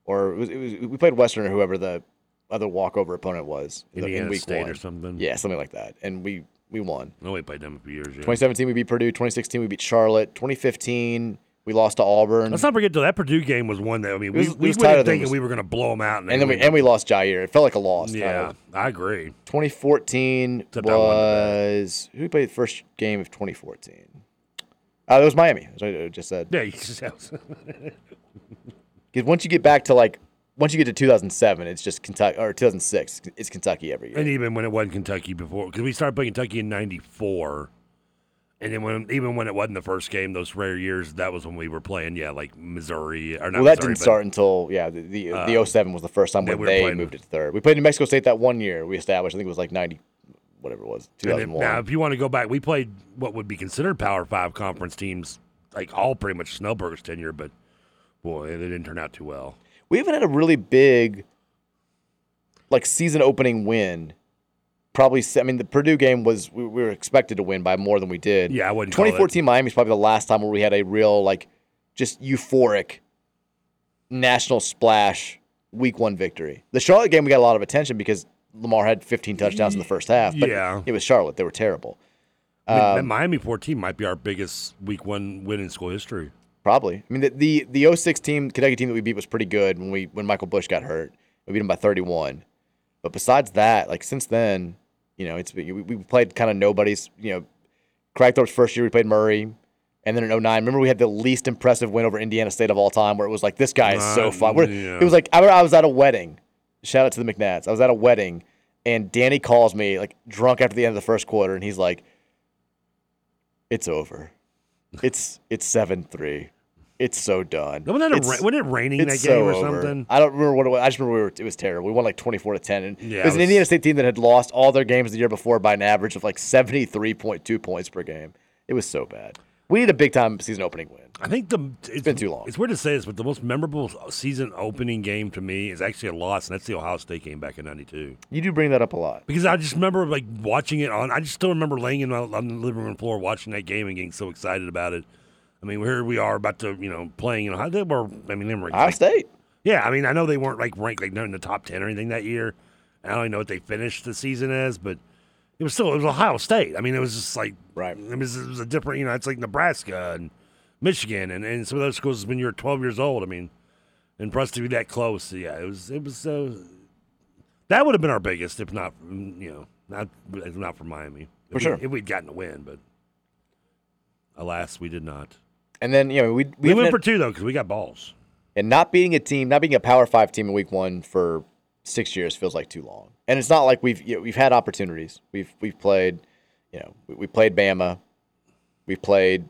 or it was, it was, we played Western or whoever the other walkover opponent was the-
Indiana State or something.
Yeah, something like that, and we we won.
No, we played them a few years. Yeah.
2017 we beat Purdue. 2016 we beat Charlotte. 2015 we lost to Auburn.
Let's not forget though that Purdue game was one that I mean
It
we,
was- it
we
was
went
tighter
in
than it
thinking
was-
we were going to blow them out, and,
and then we and we lost Jair. It felt like a loss.
yeah,
kinda.
I agree.
2014
I won
was who played the first game of 2014? Uh, that was Miami. As I just said.
Yeah, you just have.
'Cause once you get back to like once you get to 2007, it's just Kentucky or 2006. It's Kentucky every year.
And even when it wasn't Kentucky before, because we started playing Kentucky in '94, and then when even when it wasn't the first game, those rare years, that was when we were playing. Yeah, like Missouri or not.
well,
Missouri,
that didn't
but-
start until yeah the the,
uh,
the 07 was the first time
they
when
were
they
playing-
moved it to third. We played New Mexico State that one year. We established. I think it was like 90, whatever it was,
And if-
2001.
now, if you want to go back, we played what would be considered Power Five conference teams, like all pretty much Snellberger's tenure, but boy, they didn't turn out too well.
we even had a really big like season opening win. Probably, se- I mean, the Purdue game was we, we were expected to win by more than we did.
Yeah, I wouldn't call it-
2014 Miami's probably the last time where we had a real like just euphoric national splash week one victory. The Charlotte game we got a lot of attention because Lamar had 15 touchdowns in the first half. But
Yeah.
it was Charlotte; they were terrible.
I mean, that
Um,
Miami 14 might be our biggest Week One win in school history.
Probably. I mean, the, the the 06 team, Kentucky team that we beat was pretty good when we when Michael Bush got hurt. We beat them by 31. But besides that, like since then, you know, it's been- we, we played kind of nobody's. You know, Cragthorpe's first year we played Murray, and then in 09, remember we had the least impressive win over Indiana State of all time, where it was like this guy is so
Uh,
fun. We're-
yeah.
It was like I, remember I was at a wedding. Shout out to the McNats. I was at a wedding, and Danny calls me like drunk after the end of the first quarter, and he's like, "It's over. It's it's seven three. It's so done.
Wasn't that a
It's-
ra- wasn't it raining
it's
that game or
so over."
something?
I don't remember what it was. I just remember we were, it was terrible. We won like twenty four to ten, and
Yeah,
it was an
it was-
Indiana State team that had lost all their games the year before by an average of like seventy three point two points per game. It was so bad. We need a big time season opening win.
I think the it's,
been too long.
It's weird to say this, but the most memorable season opening game to me is actually a loss, and that's the Ohio State game back in '92.
You do bring that up a lot.
Because I just remember like watching it on. I just still remember laying in my, on the living room floor watching that game and getting so excited about it. I mean, here we are about to you know playing. You know, how they were. I mean, they were
Ohio
like-
State.
Yeah, I mean, I know they weren't like ranked like not in the top ten or anything that year. I don't even know what they finished the season as, but it was still it was Ohio State. I mean, it was just like
right.
It was, it was a different. You know, it's like Nebraska and Michigan and, and some of those schools when you're 12 years old. I mean, and for us to be that close, yeah, it was it was uh, that would have been our biggest, if not mm, you know not if not for Miami
For
If we-
sure.
if we'd gotten a win, but alas, we did not.
And then you know we
We, went
haven't-
for two though because we got balls.
And not beating a team, not being a Power Five team in Week One for six years feels like too long. And it's not like we've you know, we've had opportunities. We've we've played, you know, we, we played Bama, we played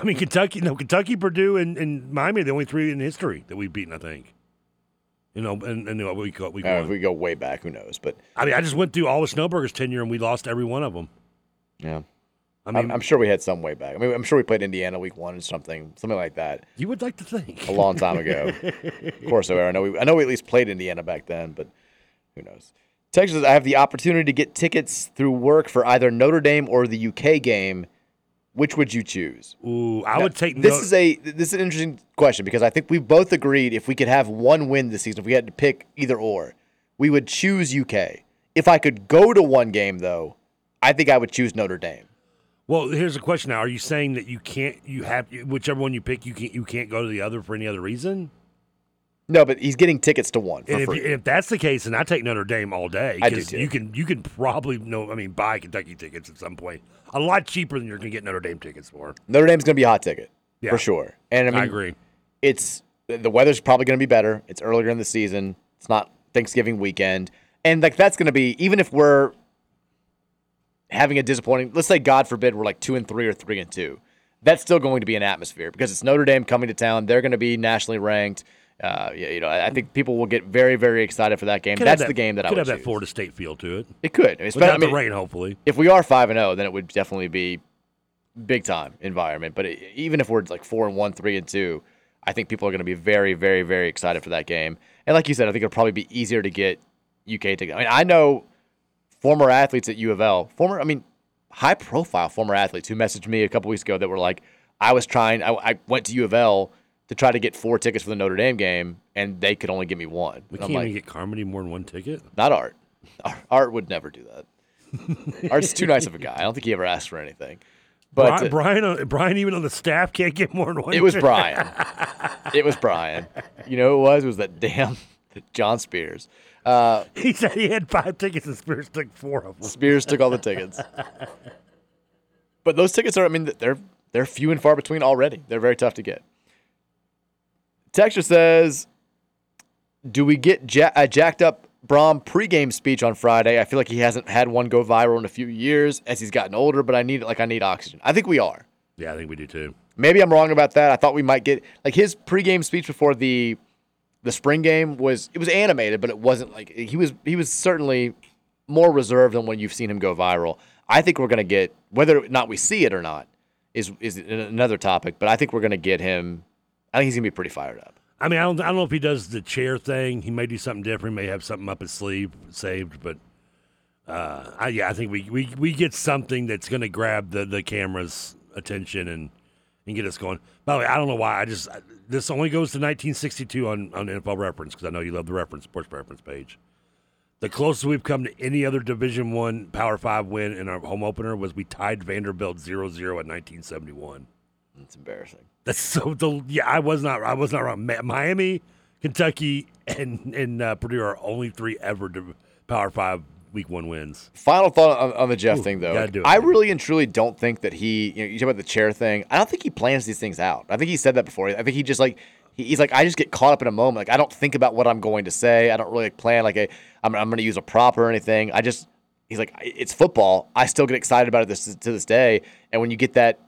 I mean, Kentucky, no, Kentucky, Purdue, and, and Miami are the only three in history that we've beaten. I think. You know, and, and we go we
uh, if we go way back, who knows? But
I mean, I just went through all of Snowberger's tenure, and we lost every one of them. I
yeah, I
mean-
mean, I'm, I'm sure we had some way back. I mean, I'm sure we played Indiana Week One or something, something like that,
You would like to think
a long time ago. of course, I know we I know we at least played Indiana back then, but who knows? Texas, I have the opportunity to get tickets through work for either Notre Dame or the UK game. Which would you choose?
Ooh, I
Now,
would take.
this
no-
is a this is an interesting question because I think we both agreed if we could have one win this season, if we had to pick either or, we would choose UK. If I could go to one game though, I think I would choose Notre Dame.
Well, here's a question now: Are you saying that you can't, you have whichever one you pick, you can't, you can't go to the other for any other reason?
No, but he's getting tickets to one for
And if,
free.
you- and if that's the case, then I take Notre Dame all day.
I do
'cause
too.
You can, you can probably no, I mean, buy Kentucky tickets at some point, a lot cheaper than you're going to get Notre Dame tickets for.
Notre Dame's going to be a hot ticket
Yeah.
for sure. And I mean,
agree.
It's the weather's probably going to be better. It's earlier in the season. It's not Thanksgiving weekend, and like that's going to be even if we're having a disappointing. Let's say God forbid we're like two and three or three and two. That's still going to be an atmosphere because it's Notre Dame coming to town. They're going to be nationally ranked. Uh, yeah, you know, I I think people will get very, very excited for that game.
Could have
That's the game that I
could
would
have that
choose.
Florida State feel to it.
It could. I mean,
Without
I mean,
the rain, hopefully.
If we are five and zero, then it would e-, definitely be big time environment. But it, even if we're like four and one, three and two, I think people are going to be very, very, very excited for that game. And like you said, I think it'll probably be easier to get UK tickets. I mean, I know former athletes at U of L, former, I mean, high profile former athletes who messaged me a couple weeks ago that were like, I was trying, I, I went to U of L to try to get four tickets for the Notre Dame game, and they could only give me one.
We
And I'm
can't
like,
even get Carmody more than one ticket.
Not Art. Ar- Art would never do that. Art's too nice of a guy. I don't think he ever asked for anything. But
Bri- Brian, uh, Brian, even on the staff can't get more than one.
it was
ticket.
Brian. it was Brian. You know who it was? It was that damn John Spears. Uh,
he said he had five tickets and Spears took four of them.
Spears took all the tickets. But those tickets are, I mean, they're they're few and far between already. They're very tough to get. Texture says, "Do we get ja- a jacked up Brom pregame speech on Friday? I feel like he hasn't had one go viral in a few years as he's gotten older. But I need it like I need oxygen. I think we are.
Yeah, I think we do too.
Maybe I'm wrong about that. I thought we might get like his pregame speech before the the spring game was it was animated, but it wasn't like he was he was certainly more reserved than when you've seen him go viral. I think we're gonna get whether or not we see it or not is is an- another topic, but I think we're gonna get him. I think he's gonna be pretty fired up.
I mean, I don't, I don't know if he does the chair thing. He may do something different. He may have something up his sleeve saved, but uh, I, yeah, I think we, we, we get something that's going to grab the, the camera's attention and, and get us going. By the way, I don't know why. I just this only goes to 1962 on on NFL Reference because I know you love the reference sports reference page. The closest we've come to any other Division One Power Five win in our home opener was we tied Vanderbilt 0-0 in 1971.
That's embarrassing.
That's so the yeah. I was not I was not wrong. Ma- Miami, Kentucky, and and uh, Purdue are only three ever to Power Five Week One wins.
Final thought on, on the Jeff thing, though.
gotta
Like,
do it,
I really and truly don't think that he. You know, you talk about the chair thing. I don't think he plans these things out. I think he said that before. I think he just like he- he's like I just get caught up in a moment. Like I don't think about what I'm going to say. I don't really like, plan like i am I'm, I'm going to use a prop or anything. I just he's like "I- it's football. I still get excited about it this to this day. And when you get that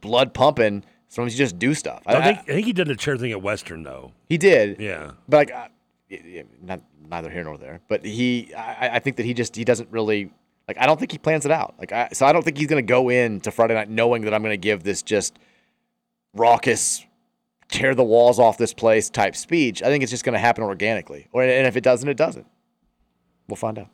blood pumping, sometimes you just do stuff.
I, think I think he did the chair thing at Western though.
He did.
Yeah.
But like, I, yeah, yeah, not, neither here nor there. But he, I, I think that he just he doesn't really like. I don't think he plans it out. Like, I, so I don't think he's gonna go in to Friday night knowing that I'm gonna give this just raucous, tear the walls off this place type speech. I think it's just gonna happen organically. Or and if it doesn't, it doesn't. We'll find out.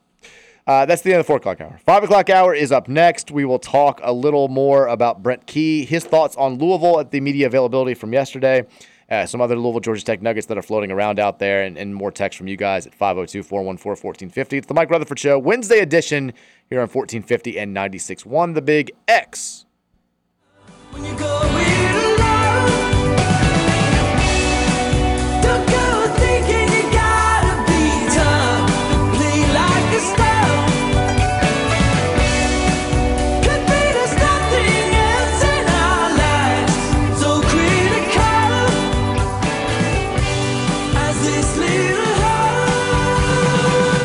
Uh, that's the end of the four o'clock hour. Five o'clock hour is up next. We will talk a little more about Brent Key, his thoughts on Louisville at the media availability from yesterday, uh, some other Louisville Georgia Tech nuggets that are floating around out there, and, and more text from you guys at 502 414 1450. It's the Mike Rutherford Show, Wednesday edition here on 1450 and 96.1, the Big X.
Don't go thinking you gotta be tough and play like a star. Could be there's nothing else in our lives so critical as this little heart.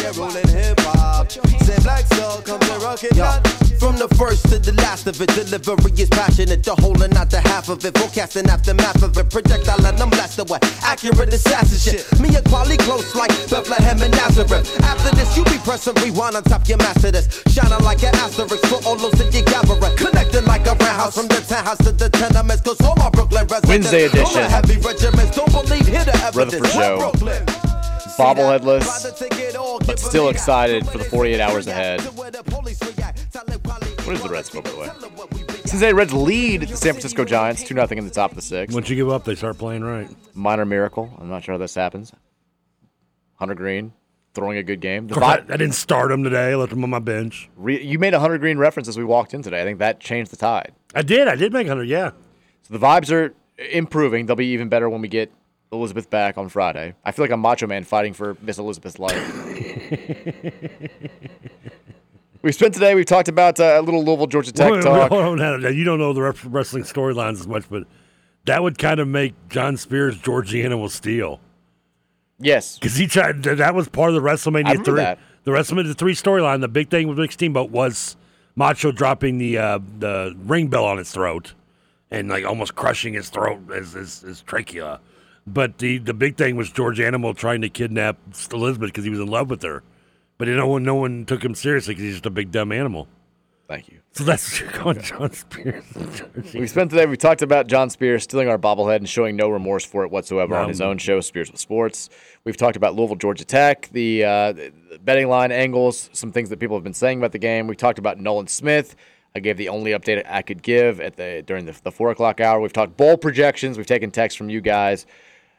Yeah, rolling hip hop. Say black soul comes and rock it out. From the first to the last of it, delivery is passionate. The whole and not the half of it. Forecasting aftermath of it. Projectile and I'm blasted with accurate assassin shit. Me and Quali close like Bethlehem and Nazareth. After this, you be pressing rewind on top your master this. Shining like an asterisk for all those that you gather. Connecting like a roundhouse from the townhouse to the tenements. Cause all my Brooklyn residents.
Wednesday
all my
edition.
heavy regiments don't believe here the evidence.
Rutherford Show.
Brooklyn.
Bobbleheadless, but still excited for the 48 hours ahead. What is the Reds score, by the way? Cincinnati Reds lead the San Francisco Giants 2 0 in the top of the sixth.
Once you give up, they start playing right.
Minor miracle. I'm not sure how this happens. Hunter Green throwing a good game. The
Of course,
Vi-
I, I didn't start him today. I left him on my bench.
Re- you made a Hunter Green reference as we walked in today. I think that changed the tide.
I did. I did make Hunter. Yeah.
So the vibes are improving. They'll be even better when we get Elizabeth back on Friday. I feel like I'm Macho Man fighting for Miss Elizabeth's life. we spent today. We've talked about uh, a little Louisville Georgia Tech
Wait, wait,
talk.
hold on, hold on. Now, You don't know the ref- wrestling storylines as much, but that would kind of make John Spears Georgiana will steal.
Yes,
because he tried. th- That was part of the WrestleMania
I remember
three.
that.
The WrestleMania three storyline. The big thing with Rick Steamboat was Macho dropping the uh, the ring bell on his throat and like almost crushing his throat as his, his trachea. But the the big thing was George Animal trying to kidnap Elizabeth because he was in love with her. But no one, no one took him seriously because he's just a big dumb animal.
Thank you.
So that's you're going John Spears.
We spent today, we talked about John Spears stealing our bobblehead and showing no remorse for it whatsoever
No.
on his own show, Spears with Sports. We've talked about Louisville, Georgia Tech, the, uh, the betting line angles, some things that people have been saying about the game. We've talked about Nolan Smith. I gave the only update I could give at the during the, the four o'clock hour. We've talked bowl projections. We've taken texts from you guys.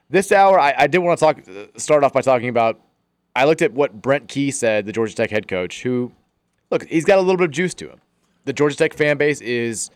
This hour, I, I did want to talk. uh, Start off by talking about. I looked at what Brent Key said, the Georgia Tech head coach, who, look, he's got a little bit of juice to him. The Georgia Tech fan base is,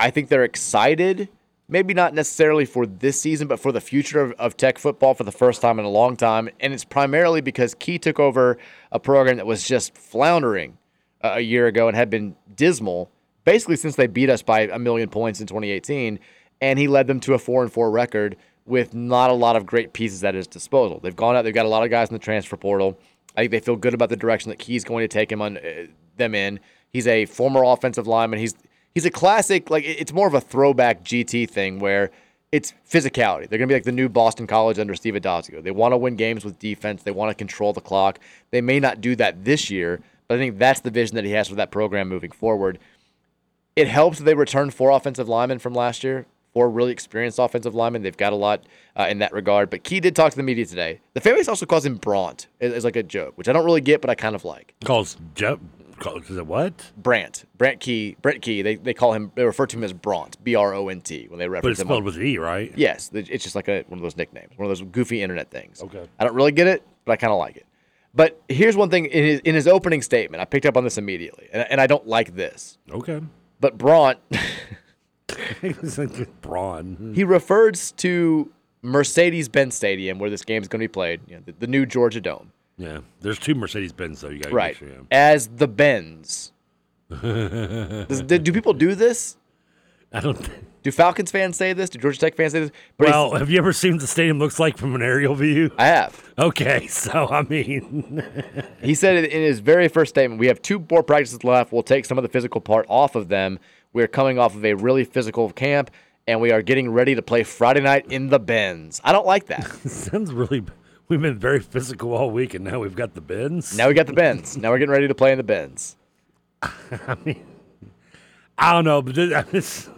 I think they're excited, maybe not necessarily for this season, but for the future of, of Tech football for the first time in a long time. And it's primarily because Key took over a program that was just floundering uh, a year ago and had been dismal basically since they beat us by a million points in 2018, and he led them to a four and four record with not a lot of great pieces at his disposal. They've gone out, they've got a lot of guys in the transfer portal. I think they feel good about the direction that Key's going to take him on uh, them in. He's a former offensive lineman. He's he's a classic like it- it's more of a throwback GT thing where it's physicality. They're going to be like the new Boston College under Steve Adazio. They want to win games with defense. They want to control the clock. They may not do that this year, but I think that's the vision that he has for that program moving forward it helps that they returned four offensive linemen from last year, four really experienced offensive linemen. They've got a lot uh, in that regard. But Key did talk to the media today. The fan base also calls him Brant as, as like a joke, which I don't really get, but I kind of like.
Calls Jeff. Calls it what?
Brant, Brant Key, Brent Key. They, they call him. They refer to him as Bront, B R O N T, when they reference
But it's
him.
spelled
on-
with an E, right?
Yes, th- it's just like a, one of those nicknames, one of those goofy internet things.
Okay.
I don't really get it, but I kind of like it. But here's one thing in his, in his opening statement, I picked up on this immediately, and, and I don't like this.
Okay.
But Brant
It's like just Braun.
He refers to Mercedes Benz Stadium, where this game is going to be played, you know, the, the new Georgia Dome,
yeah. There's two Mercedes Benz though. You got
right? As the Benz. Does, do, do people do this?
I don't. Think.
Do Falcons fans say this? Do Georgia Tech fans say this? But
Well,
he's-
have you ever seen what the stadium looks like from an aerial view?
I have.
Okay, so I mean,
he said it in his very first statement we have two more practices left we'll take some of the physical part off of them we're coming off of a really physical camp and we are getting ready to play friday night in the bends i don't like that
sounds really. We've been very physical all week, and now we've got the bins.
now we got the bends now we're getting ready to play in the bends
I mean, I don't know, but this, I just-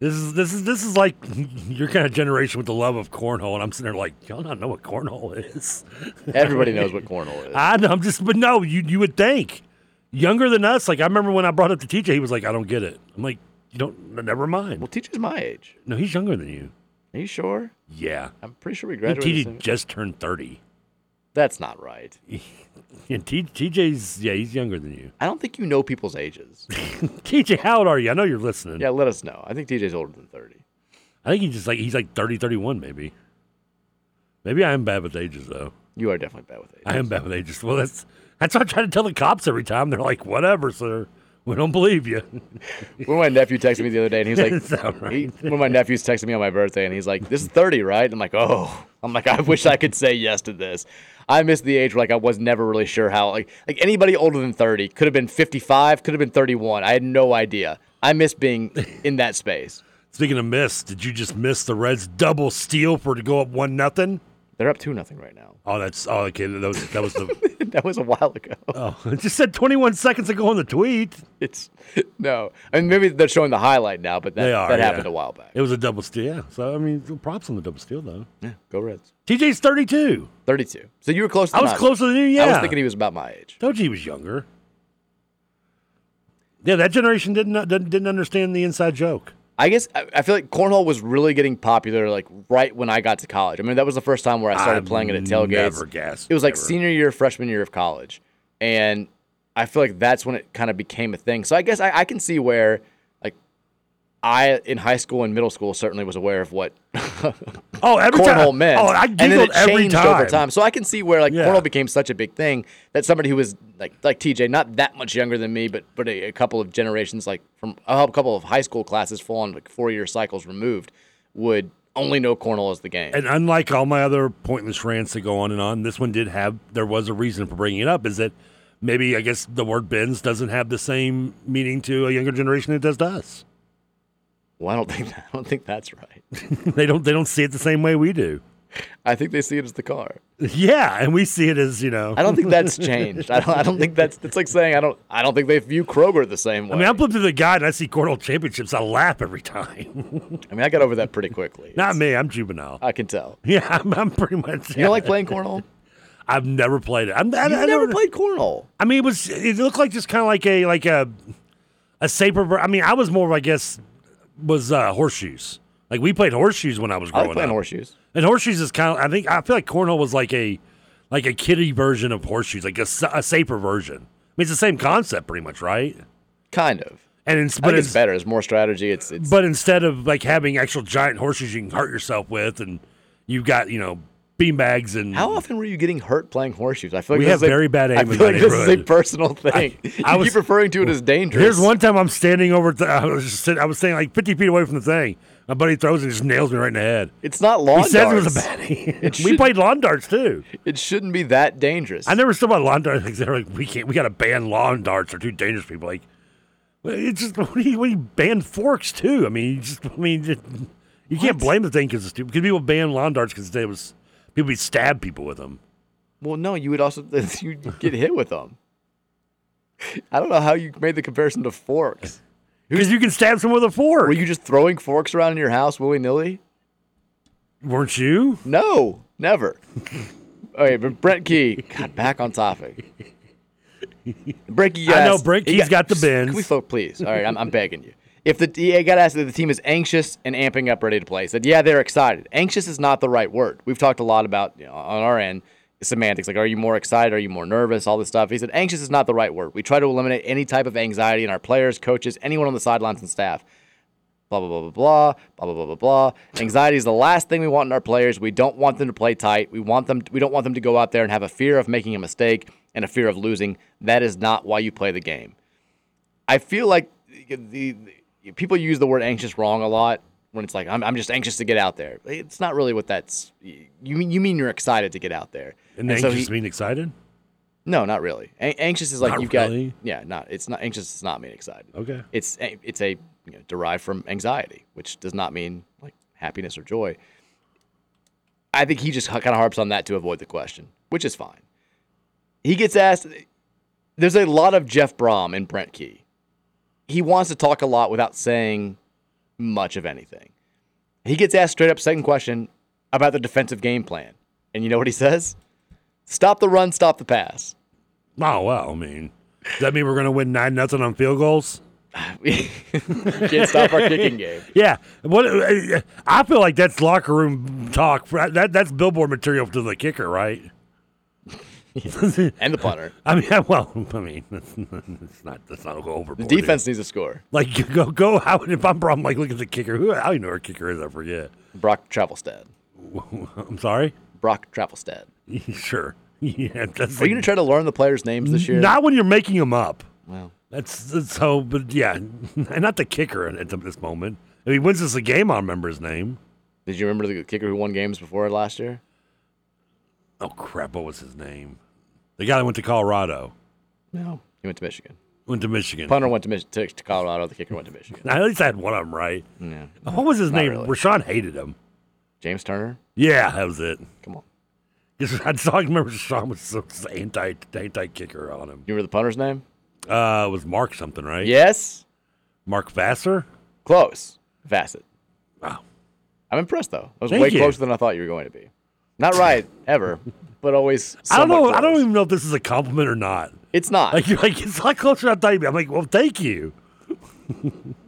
this is this is this is like your kind of generation with the love of cornhole, and I'm sitting there like, y'all not know what cornhole is.
Everybody knows what cornhole is.
I know, I'm just, but no, you you would think younger than us. Like I remember when I brought up to TJ, he was like, I don't get it. I'm like, you don't. Never mind. Well,
TJ's my age.
No, he's younger than you.
Are you sure?
Yeah,
I'm pretty sure we
I think
graduated. the same-
TJ just turned thirty.
That's not right.
And T- TJ's yeah, he's younger than you.
I don't think you know people's ages.
TJ, how old are you? I know you're listening.
Yeah, let us know. I think TJ's older than 30.
I think he's just like he's like 30, 31 maybe. Maybe I am bad with ages though.
You are definitely bad with ages.
I am bad with ages. Well, that's that's what I try to tell the cops every time. They're like, "Whatever, sir. We don't believe you."
When my nephew texted me the other day, and he was like,
Is that right?
he, one of my nephews texted me on my birthday, and he's like, "This is 30, right?" And I'm like, "Oh." I'm like, I wish I could say yes to this. I missed the age where like I was never really sure how like like anybody older than 30 could have been 55, could have been 31. I had no idea. I miss being in that space.
Speaking of miss, did you just miss the Reds' double steal for to go up one nothing?
They're up two nothing right now.
Oh, that's oh okay. That was that was the
that was a while ago.
Oh, it just said 21 seconds ago on the tweet.
It's no, I mean maybe they're showing the highlight now, but that,
They are,
that
yeah.
happened a while back.
It was a double steal. Yeah. So I mean, props on the double steal though.
Yeah, go Reds.
TJ's 32.
32. So you were close.
I was
mine.
closer than you,
I was
yeah.
thinking he was about my age.
Told you he was younger. Yeah, that generation didn't uh, didn't, didn't understand the inside joke.
I guess I, I feel like cornhole was really getting popular like right when I got to college. I mean, that was the first time where I started
I've
playing it at tailgates.
never guessed,
It was like
never.
senior year, freshman year of college, and I feel like that's when it kind of became a thing. So I guess I, I can see where like I in high school and middle school certainly was aware of what
Oh, every
cornhole
time.
meant.
Oh, I
and then
giggled
it
every
changed over
time.
time. So I can see where like
Yeah.
cornhole became such a big thing that somebody who was like like TJ, not that much younger than me, but but a, a couple of generations like from a couple of high school classes full on like four year cycles removed would only know cornhole as the game.
And unlike all my other pointless rants that go on and on, this one did have there was a reason for bringing it up. Is that maybe I guess the word bends doesn't have the same meaning to a younger generation it does to us.
Well, I don't think I don't think that's right.
they don't they don't see it the same way we do.
I think they see it as the car.
Yeah, and we see it as you know.
I don't think that's changed. I don't. I don't think that's. It's like saying I don't. I don't think they view Kroger the same
I
way.
mean, I flip through the guide and I see Cornell Championships. I laugh every time.
I mean, I got over that pretty quickly.
Not me. I'm juvenile.
I can tell.
Yeah, I'm, I'm pretty much.
You don't like playing cornhole?
I've never played it. I'm, I,
You've
I
never played cornhole.
I mean, it was. It looked like just kind of like a like a a saber. ver- I mean, I was more. I guess was uh, horseshoes. Like we played horseshoes when I was
I like
growing
playing
up.
horseshoes.
And horseshoes is kind of. I think I feel like cornhole was like a like a kiddie version of horseshoes, like a, s- a safer version. I mean, it's the same concept, pretty much, right?
Kind of.
And in,
I
but
think it's
it's-
better. It's more strategy. It's it's
but instead of like having actual giant horseshoes you can hurt yourself with, and you've got you know beanbags and
How often were you getting hurt playing horseshoes? I feel like
We
this
have
is a-
very bad aim
I
in
feel
my
like this is a
neighborhood.
personal thing.
I
you
was-
keep referring to it as dangerous.
Here's one time I'm standing over. Th- I was just sitting, I was standing like 50 feet away from the thing. My buddy throws it and just nails me right in the head.
It's not lawn
He says it was a
darts.
baddie.
It
we
should-
played lawn darts too.
It shouldn't be that dangerous.
I never stood by lawn darts. Like, they're like, we can't. We got to ban lawn darts. They're too dangerous. for People like, well, it's just what do you, what do you ban forks too? I mean, you just I mean, just- you can't blame the thing because it's stupid. Because people ban lawn darts because they was people would stab people with them.
Well, no, you would also you get hit with them. I don't know how you made the comparison to forks.
Because you can stab someone with a fork.
Were you just throwing forks around in your house willy nilly?
Weren't you?
No, never. okay, but Brent Key got back on topic. Brent Key,
I know
asked-
Brent
he
Key's got the
Can we
bins.
fo- please? All right, I'm, I'm begging you. If the yeah, I got asked if the team is anxious and amping up, ready to play, He said yeah, they're excited. Anxious is not the right word. We've talked a lot about you know, on our end semantics, like are you more excited, are you more nervous, all this stuff. He said anxious is not the right word. We try to eliminate any type of anxiety in our players, coaches, anyone on the sidelines and staff blah blah blah blah blah blah blah blah blah blah. Anxiety is the last thing we want in our players. We don't want them to play tight. We want them. We don't want them to go out there and have a fear of making a mistake and a fear of losing. That is not why you play the game. I feel like the, the, the- people use the word anxious wrong a lot when it's like I'm, I'm just anxious to get out there. It's not really what that's. You mean you mean you're excited to get out there.
And,
so
anxious
he-
mean excited?
no, not really. A- anxious is like
Not
you've
really?
got yeah, not it's not anxious does not mean excited.
Okay.
It's a- it's a you know, derived from anxiety, which does not mean like happiness or joy. I think he just kind of harps on that to avoid the question, which is fine. He gets asked. There's a lot of Jeff Brom in Brent Key. He wants to talk a lot without saying much of anything. He gets asked straight up second question about the defensive game plan, and you know what he says? Stop the run, stop the pass.
Oh well, I mean, does that mean we're gonna win nine nothing on field goals?
Can't stop our kicking game.
Yeah, what I feel like that's locker room talk. That that's billboard material to the kicker, right?
and the punter.
I mean, well, I mean, it's not that's not go
The
overboard.
defense needs a score.
like go go out. If I'm wrong, like look at the kicker. Who I don't even know who our kicker is. I forget.
Brock Travelstad.
I'm sorry.
Brock Travelstad.
sure. Yeah. That's
Are you going to try to learn the players' names this year?
Not when you're making them up.
Well,
That's, that's so. But yeah, and not the kicker at this moment. If he wins us a game, I'll remember his name.
did you remember the kicker who won games before last year?
Oh crap! What was his name? The guy that went to Colorado
No. He went to Michigan.
went to Michigan.
Punter went to, Mich- to to Colorado. The kicker went to Michigan.
At least I had one of them right.
Yeah.
Oh, What was his
Not
name?
really.
Rashawn hated him.
James Turner.
Yeah, that was it.
Come on.
'Cause I just I remember Rashawn was so so anti anti kicker on him.
You remember the punter's name?
Uh, it was Mark something, right?
Yes.
Mark Vassar.
Close. Facet.
Wow.
I'm impressed though. I was
Thank
way
you.
closer than I thought you were going to be. Not right ever, but always.
I don't know.
somewhat
I
close.
don't even know if this is a compliment or not.
It's not.
Like, you're like it's a lot closer than I thought you'd be. I'm like, well, thank you,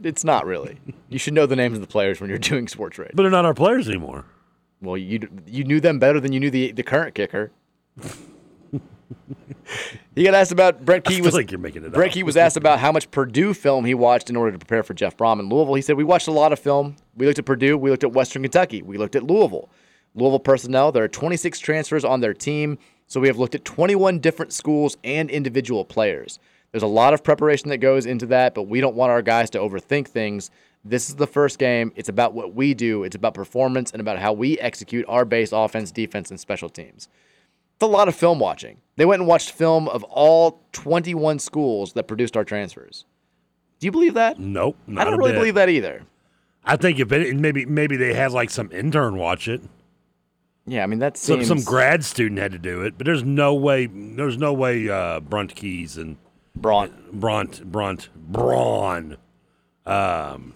It's not really. You should know the names of the players when you're doing sports radio.
but they're not our players anymore.
Well, you you knew them better than you knew the the current kicker. he got asked about Brett
I
Key
feel
was
like you're making it
Brett
up.
Key was asked about how much Purdue film he watched in order to prepare for Jeff Brom in Louisville. He said we watched a lot of film. We looked at Purdue. We looked at Western Kentucky. We looked at Louisville. Louisville personnel. There are 26 transfers on their team, so we have looked at 21 different schools and individual players. There's a lot of preparation that goes into that, but we don't want our guys to overthink things. This is the first game. It's about what we do. It's about performance and about how we execute our base offense, defense, and special teams. It's a lot of film watching. They went and watched film of all 21 schools that produced our transfers. Do you believe that?
Nope.
I
not
don't
a
really
bit.
believe that either.
I think if it, maybe maybe they had like some intern watch it.
Yeah, I mean that
Some,
seems
some grad student had to do it, but there's no way. There's no way uh, Brunt Keys and
Bront
Bront Brunt Braun um,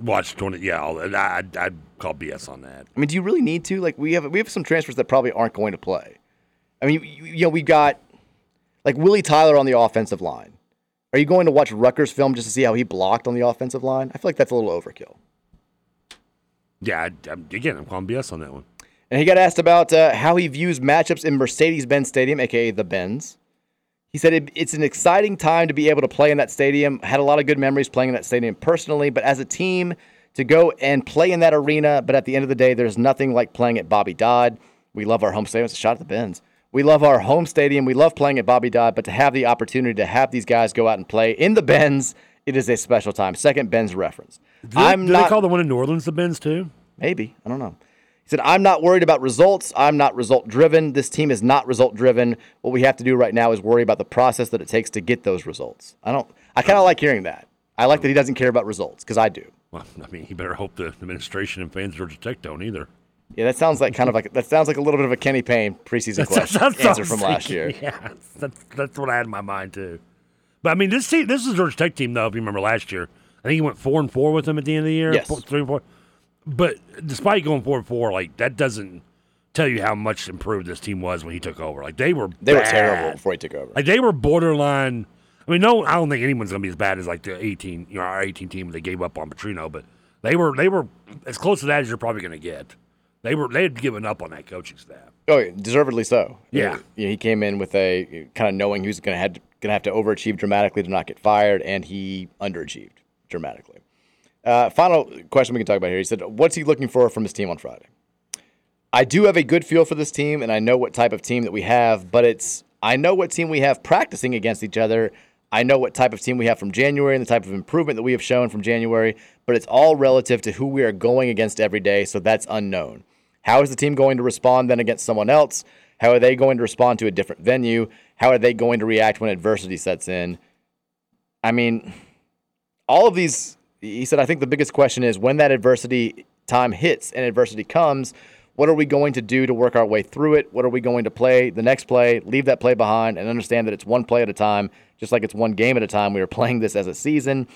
watched one. Yeah, I'll- and I, I'd, I'd call BS on that.
I mean, do you really need to? Like, we have we have some transfers that probably aren't going to play. I mean, you, you know, we've got like Willie Tyler on the offensive line. Are you going to watch Rutgers film just to see how he blocked on the offensive line? I feel like that's a little overkill.
Yeah, I, I'm, again, I'm calling BS on that one.
And he got asked about uh, how he views matchups in Mercedes-Benz Stadium, aka the Benz. He said it, it's an exciting time to be able to play in that stadium. Had a lot of good memories playing in that stadium personally, but as a team to go and play in that arena. But at the end of the day, there's nothing like playing at Bobby Dodd. We love our home stadium. It's a shot at the Benz. We love our home stadium. We love playing at Bobby Dodd, but to have the opportunity to have these guys go out and play in the Benz, it is a special time. Second Benz reference.
Do, they- do they call the one in New Orleans the Benz too?
Maybe. I don't know. He said, I'm not worried about results. I'm not result driven. This team is not result driven. What we have to do right now is worry about the process that it takes to get those results. I don't, I kind of like hearing that. I like that he doesn't care about results because I do.
Well, I mean, he better hope the administration and fans of Georgia Tech don't either.
Yeah, that sounds like kind of like, that sounds like a little bit of a Kenny Payne preseason question
what
answer
I'm
from last year.
thinking. Yeah, that's, that's what I had in my mind too. But I mean, this team, this is Georgia Tech team though. If you remember last year, I think he went four and four with them at the end of the year.
Yes.
four- three and four. But despite going four and four, like that doesn't tell you how much improved this team was when he took over. Like they were
They were
bad.
terrible before he took over.
Like they were borderline. I mean, no, I don't think anyone's gonna be as bad as like the eighteen, you know, our eighteen team they gave up on Petrino, but they were they were as close to that as you're probably gonna get. They were they had given up on that coaching staff.
Oh, yeah, deservedly so.
Yeah.
You know, he came in with a kind of knowing he was going to had going to have to overachieve dramatically to not get fired, and he underachieved dramatically. Uh, final question we can talk about here. He said, "What's he looking for from his team on Friday?" I do have a good feel for this team, and I know what type of team that we have. But it's I know what team we have practicing against each other. I know what type of team we have from January and the type of improvement that we have shown from January. But it's all relative to who we are going against every day, so that's unknown. How is the team going to respond then against someone else? How are they going to respond to a different venue? How are they going to react when adversity sets in? I mean, all of these, he said, I think the biggest question is when that adversity time hits and adversity comes, what are we going to do to work our way through it? What are we going to play the next play, leave that play behind, and understand that it's one play at a time, just like it's one game at a time? We are playing this as a season.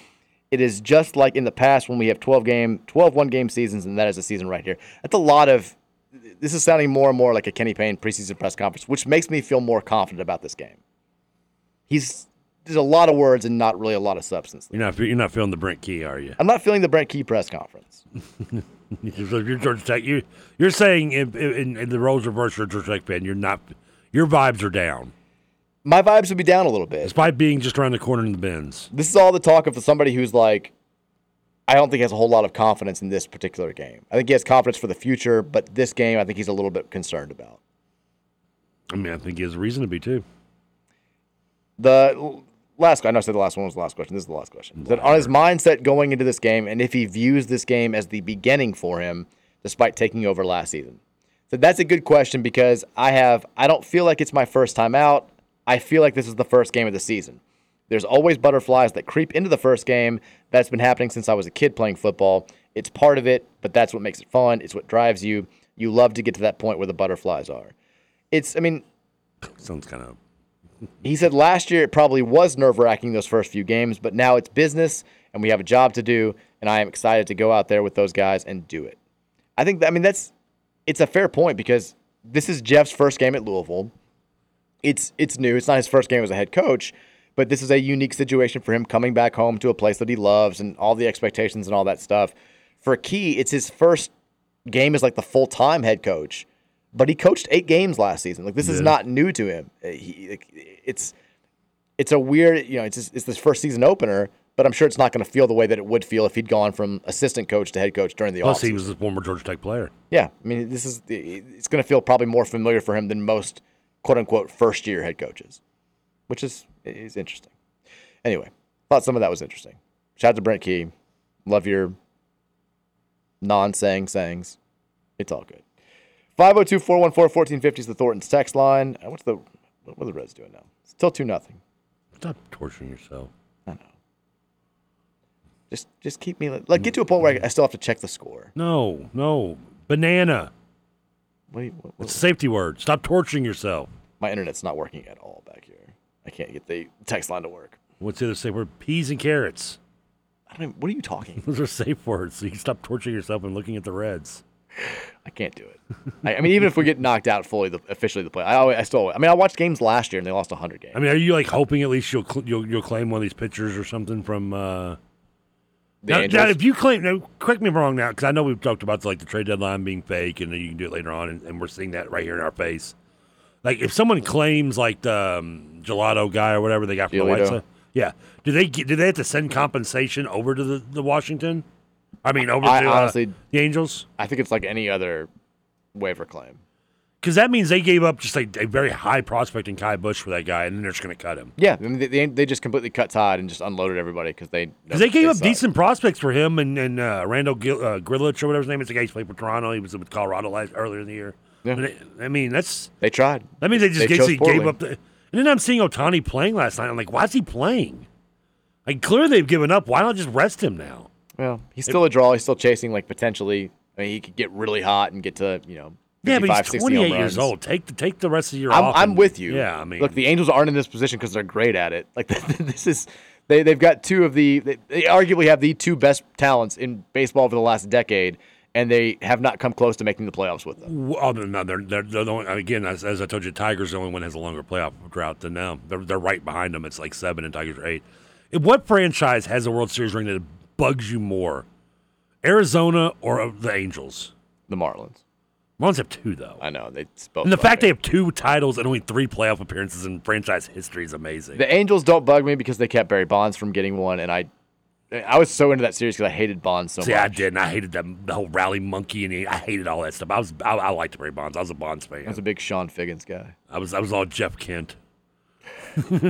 It is just like in the past when we have 12 game, 12 one game seasons, and that is a season right here. That's a lot of, this is sounding more and more like a Kenny Payne preseason press conference, which makes me feel more confident about this game. He's, there's a lot of words and not really a lot of substance.
You're not you're not feeling the Brent Key, are you?
I'm not feeling the Brent Key press conference.
So you're Georgia Tech. You you're saying if, if, in, in the roles reverse, you're a Georgia Tech fan. You're not. Your vibes are down.
My vibes would be down a little bit.
Despite being just around the corner in the bins.
This is all the talk of somebody who's like, I don't think he has a whole lot of confidence in this particular game. I think he has confidence for the future, but this game, I think he's a little bit concerned about.
I mean, I think he has a reason to be too.
The l- last, I know I said the last one was the last question. This is the last question. That on his mindset going into this game, and if he views this game as the beginning for him, despite taking over last season. So that's a good question because I have, I don't feel like it's my first time out. I feel like this is the first game of the season. There's always butterflies that creep into the first game. That's been happening since I was a kid playing football. It's part of it, but that's what makes it fun. It's what drives you. You love to get to that point where the butterflies are. It's, I mean,
Sounds kind of.
he said last year it probably was nerve wracking those first few games, but now it's business and we have a job to do, and I am excited to go out there with those guys and do it. I think that, I mean that's it's a fair point because this is Jeff's first game at Louisville. It's it's new. It's not his first game as a head coach, but this is a unique situation for him coming back home to a place that he loves and all the expectations and all that stuff. For Key, it's his first game as like the full time head coach, but he coached eight games last season. Like this is
Yeah.
not new to him. Uh, He, like, it's it's a weird, you know, it's just, it's this first season opener, but I'm sure it's not going to feel the way that it would feel if he'd gone from assistant coach to head coach during the
Plus,
offseason.
he was a former Georgia Tech player.
Yeah, I mean, this is it's going to feel probably more familiar for him than most "quote unquote" first year head coaches, which is is interesting. Anyway, thought some of that was interesting. Shout out to Brent Key, love your non-saying sayings. It's all good. 502-414-1450 is the Thornton's text line. Uh, What's the what are the Reds doing now? Still two nothing.
Stop torturing yourself.
I know. Just just keep me like get to a point where I, I still have to check the score.
No, no, banana.
Wait, what,
It's a safety word. Stop torturing yourself.
My internet's not working at all back here. I can't get the text line to work.
What's the other safe word? Peas and carrots.
I don't. Even, what are you talking?
Those are safe words. So you can stop torturing yourself and looking at the Reds.
I can't do it. I, I mean, even if we get knocked out fully, the, officially the play, I always, I still. I mean, I watched games last year and they lost 100 games.
I mean, are you like hoping at least you'll cl- you'll, you'll claim one of these pictures or something from? Uh...
The
now, now,
Angels?
if you claim, now, correct me if I'm wrong now, because I know we've talked about like the trade deadline being fake, and then you can do it later on, and, and we're seeing that right here in our face. Like if someone claims like the um, gelato guy or whatever they got from the White
Giolito.
Sox, yeah, do they get, do they have to send compensation over to the, the Washington? I mean, over
I
to uh,
honestly-
the Angels.
I think it's like any other waiver claim.
Because that means they gave up just like a very high prospect in Kai Bush for that guy, and then they're just going to cut him.
Yeah, I mean, they, they, they just completely cut Todd and just unloaded everybody because they
Because they gave up
suck.
decent prospects for him and, and uh, Randall Gil- uh, Grilich or whatever his name is. The guy who's played for Toronto. He was with Colorado last, earlier in the year. And it- I mean, that's
they tried.
That means they just
They chose
basically gave
poorly.
up. The, and then I'm seeing Otani playing last night. I'm like, why is he playing? Like clearly they've given up. Why not just rest him now?
Well, he's still a draw. He's still chasing like potentially. I mean, he could get really hot and get to you know. 55,
Yeah, but he's
60 home
28 years
runs.
old. Take the take the rest of your.
I'm,
off
I'm
and-
with you.
Yeah, I mean,
look, the Angels aren't in this position because they're great at it. Like this is they they've got two of the they, they arguably have the two best talents in baseball over the last decade, and they have not come close to making the playoffs with them.
Well, other than that, oh, they're, they're, they're the only, again, as, as I told you, Tigers are the only one that has a longer playoff drought than them. They're, they're right behind them. It's like seven, and Tigers are eight. And What franchise has a World Series ring that bugs you more, Arizona or uh, the Angels?
The Marlins.
Marlins have two, though.
I know they.
And the fact they have two titles and only three playoff appearances in franchise history is amazing.
The Angels don't bug me because they kept Barry Bonds from getting one, and I I was so into that series because I hated Bonds so
See,
much.
I didn't. I hated them, the whole rally monkey, and he- I hated all that stuff. I was, I, I liked Barry Bonds. I was a Bonds fan. I was
a big Sean Figgins guy.
I was, I was all Jeff Kent.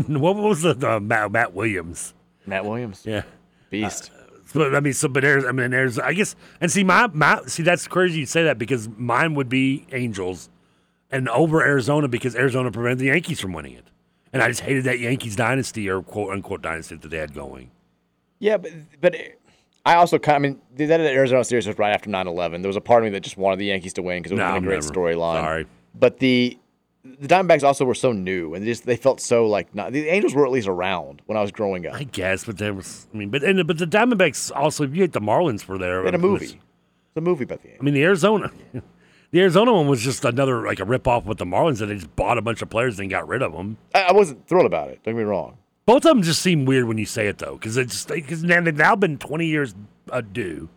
what was the uh, Matt, Matt Williams?
Matt Williams.
Yeah.
Beast.
But I mean, so but there's, I mean, there's, I guess, and see, my, my, see, that's crazy you say that because mine would be Angels and over Arizona because Arizona prevented the Yankees from winning it. And I just hated that Yankees dynasty or quote unquote dynasty that they had going.
Yeah, but but I also kind of, I mean the- that Arizona series was right after 9-11. There was a part of me that just wanted the Yankees to win because it would
No,
have been a great
never.
storyline.
Sorry.
But the the Diamondbacks also were so new and they just they felt so like not the Angels were at least around when I was growing up.
I guess, but there was, I mean, but and but the Diamondbacks also, if you hate the Marlins for their
In a movie. It's a movie about the Yankees.
I mean, the Arizona, the Arizona one was just another like a ripoff with the Marlins, and they just bought a bunch of players and got rid of them.
I, I wasn't thrilled about it. Don't get me wrong.
Both of them just seem weird when you say it though, because it's because now they've now been twenty years due,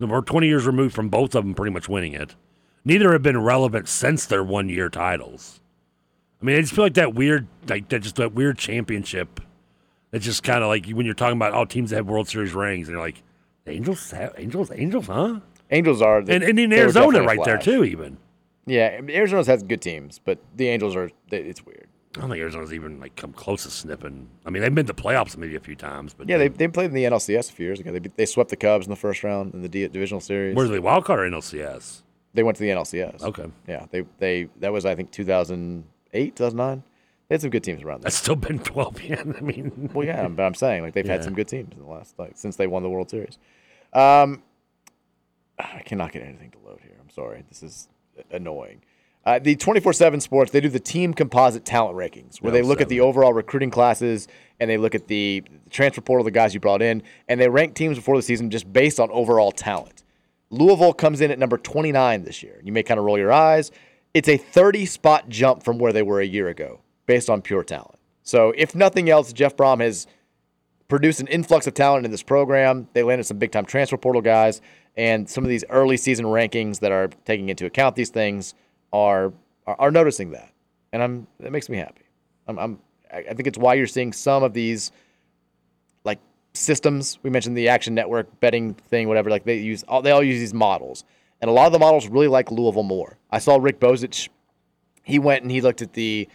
or twenty years removed from both of them pretty much winning it. Neither have been relevant since their one year titles. I mean, I just feel like that weird, like that just that weird championship. It's just kind of like when you're talking about all teams that have World Series rings, and you're like, Angels, have, Angels, Angels, huh?
Angels are the,
and and in
they were
Arizona
definitely a
right there
flash.
too, even.
Yeah, I mean, Arizona's has good teams, but the Angels are they, it's weird.
I don't think Arizona's even like come close to snipping. I mean, they've been to playoffs maybe a few times, but
Yeah, they, they played in the NLCS a few years ago. They, beat- they swept the Cubs in the first round in the D, divisional series.
where's the wild card or NLCS?
They went to the NLCS.
Okay.
Yeah, they they that was I think 2008, 2009. They had some good teams around there.
That's still been 12 years. I mean,
Well, yeah, but I'm saying like they've had
Yeah.
some good teams in the last like since they won the World Series. Um, I cannot get anything to load here. I'm sorry. This is annoying. Uh, the 24/7 Sports they do the team composite talent rankings where they look at the overall recruiting classes and they look at the transfer portal, the guys you brought in, and they rank teams before the season just based on overall talent. Louisville comes in at number 29 this year. You may kind of roll your eyes. It's a 30 spot jump from where they were a year ago based on pure talent. So, if nothing else, Jeff Brom has produced an influx of talent in this program. They landed some big time transfer portal guys, and some of these early season rankings that are taking into account these things are are, are noticing that, and I'm that makes me happy. I'm, I'm I I think it's why you're seeing some of these like systems. We mentioned the Action Network betting thing, whatever. Like they use all they all use these models, and a lot of the models really like Louisville more. I saw Rick Bozich. He went and he looked at the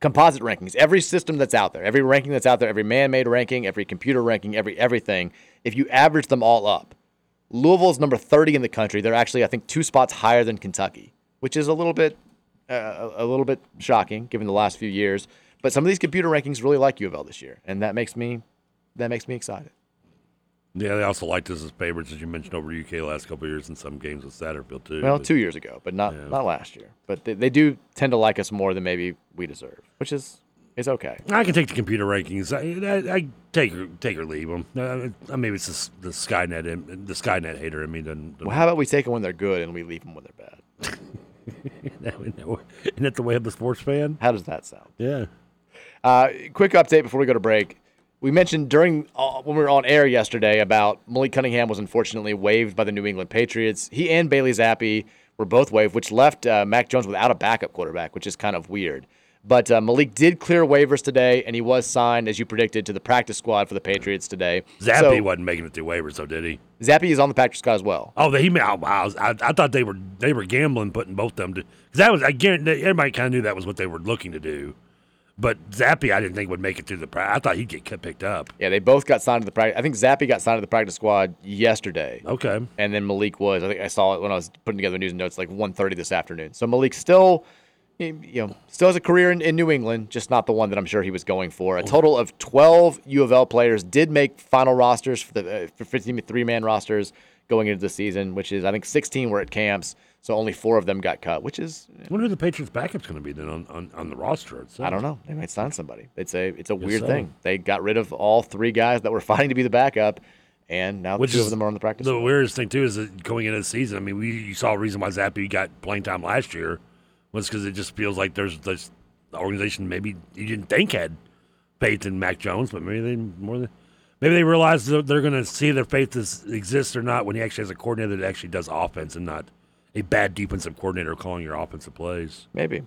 composite rankings, every system that's out there, every ranking that's out there, every man-made ranking, every computer ranking, every everything, if you average them all up, Louisville's number 30 in the country. They're actually I think two spots higher than Kentucky, which is a little bit uh, a a little bit shocking given the last few years, but some of these computer rankings really like U of L this year, and that makes me that makes me excited.
Yeah, they also liked us as favorites, as you mentioned over UK last couple of years in some games with Satterfield too.
Well,
but-
two years ago, but not
Yeah.
not last year. But they, they do tend to like us more than maybe we deserve, which is is okay.
I can take the computer rankings. I, I, I take or, take or leave them. Uh, maybe it's this, the Skynet in- the Skynet hater in me doesn't. doesn't-
Well, how about we take them when they're good and we leave them when they're bad?
That we know. Isn't that the way of the sports fan?
How does that sound?
Yeah.
Uh, quick update before we go to break. We mentioned during uh, when we were on air yesterday about Malik Cunningham was unfortunately waived by the New England Patriots. He and Bailey Zappi were both waived, which left uh, Mac Jones without a backup quarterback, which is kind of weird. But uh, Malik did clear waivers today, and he was signed, as you predicted, to the practice squad for the Patriots today.
Zappi
So,
wasn't making it through waivers, though, did he?
Zappi is on the practice squad as well.
Oh, he oh, wow! I, I thought they were they were gambling, putting both of them. to Because that was I guarantee everybody kind of knew that was what they were looking to do. But Zappi, I didn't think would make it through the. pra- I thought he'd get kept picked up.
Yeah, they both got signed to the practice. I think Zappi got signed to the practice squad yesterday.
Okay.
And then Malik was. I think I saw it when I was putting together news and notes, like 1.30 this afternoon. So Malik still, you know, still has a career in, in New England, just not the one that I'm sure he was going for. A total of 12 U of L players did make final rosters for the uh, for 53 man rosters going into the season, which is I think 16 were at camps. So only four of them got cut, which is
I wonder who the Patriots' backup's going to be then on, on, on the roster. itself.
I don't know. They might sign somebody. It's a it's a
Guess
weird
so.
thing. They got rid of all three guys that were fighting to be the backup, and now
Which
two
is
of them are on the practice.
The
squad.
weirdest thing too is that going into the season. I mean, we you saw a reason why Zappi got playing time last year was because it just feels like there's this organization maybe you didn't think had faith in Mac Jones, but maybe they more than maybe they realize they're, they're going to see their faith is, exists or not when he actually has a coordinator that actually does offense and not a bad defensive coordinator calling your offensive plays.
Maybe.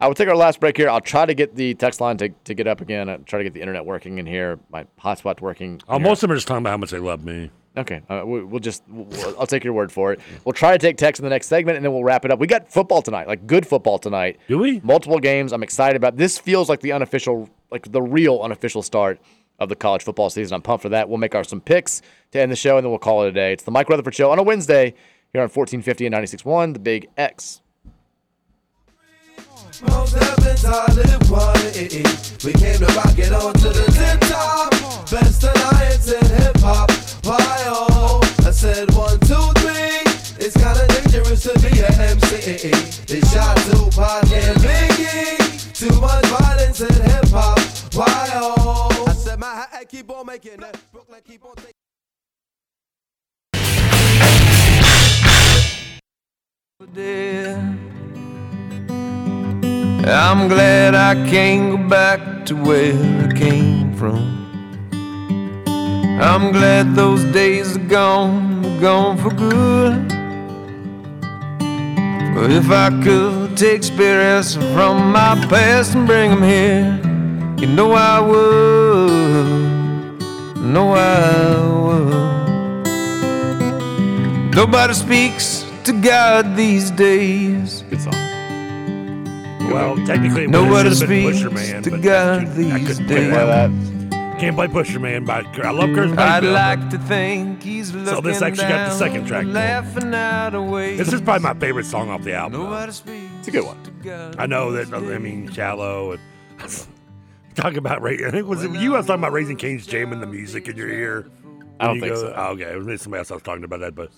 I will take our last break here. I'll try to get the text line to, to get up again. I'll try to get the internet working in here, my hotspot working.
Oh,
in here.
most of them are just talking about how much they love me.
Okay, uh, we, we'll just, we'll, we'll- I'll take your word for it. We'll try to take text in the next segment and then we'll wrap it up. We got football tonight, like good football tonight.
Do we?
Multiple games. I'm excited about This feels like the unofficial, like the real unofficial start of the college football season. I'm pumped for that. We'll make our some picks to end the show and then we'll call it a day. It's the Mike Rutherford Show on a Wednesday here on 1450 and 96.1, the Big X.
Most heavens are live what it is. We came to rock it on to the tip top. Best alliance in hip hop. Why oh? I said one, two, three. It's kinda dangerous to be a MC. They shot Tupac and Biggie. Too much violence in hip hop. Why oh? I said my hat I keep on making it. Brooklyn keep on taking.
I'm glad I can't go back to where I came from. I'm glad those days are gone, are gone for good. But if I could take spirits from my past and bring them here, you know I would. No, I would. Nobody speaks to God these days.
Good song.
Well, technically, it
Nobody
would've been
speaks
Pusher Man,
to
but
God
that's too- I
these
couldn't play that
days.
Can't play Pusher Man, but I love Curtis
I'd
Mayfield.
like to think he's looking
So this actually got the
down
second track.
and Laughing out away.
This is probably my favorite song off the album.
Nobody speaks.
It's a good one.
I know that. I mean, shallow and talking about. Ra- I think it was it you. I was talking about raising canes, jamming the music in your ear.
I don't
You
think
go-
so.
oh, okay, it was somebody else I was talking about that, but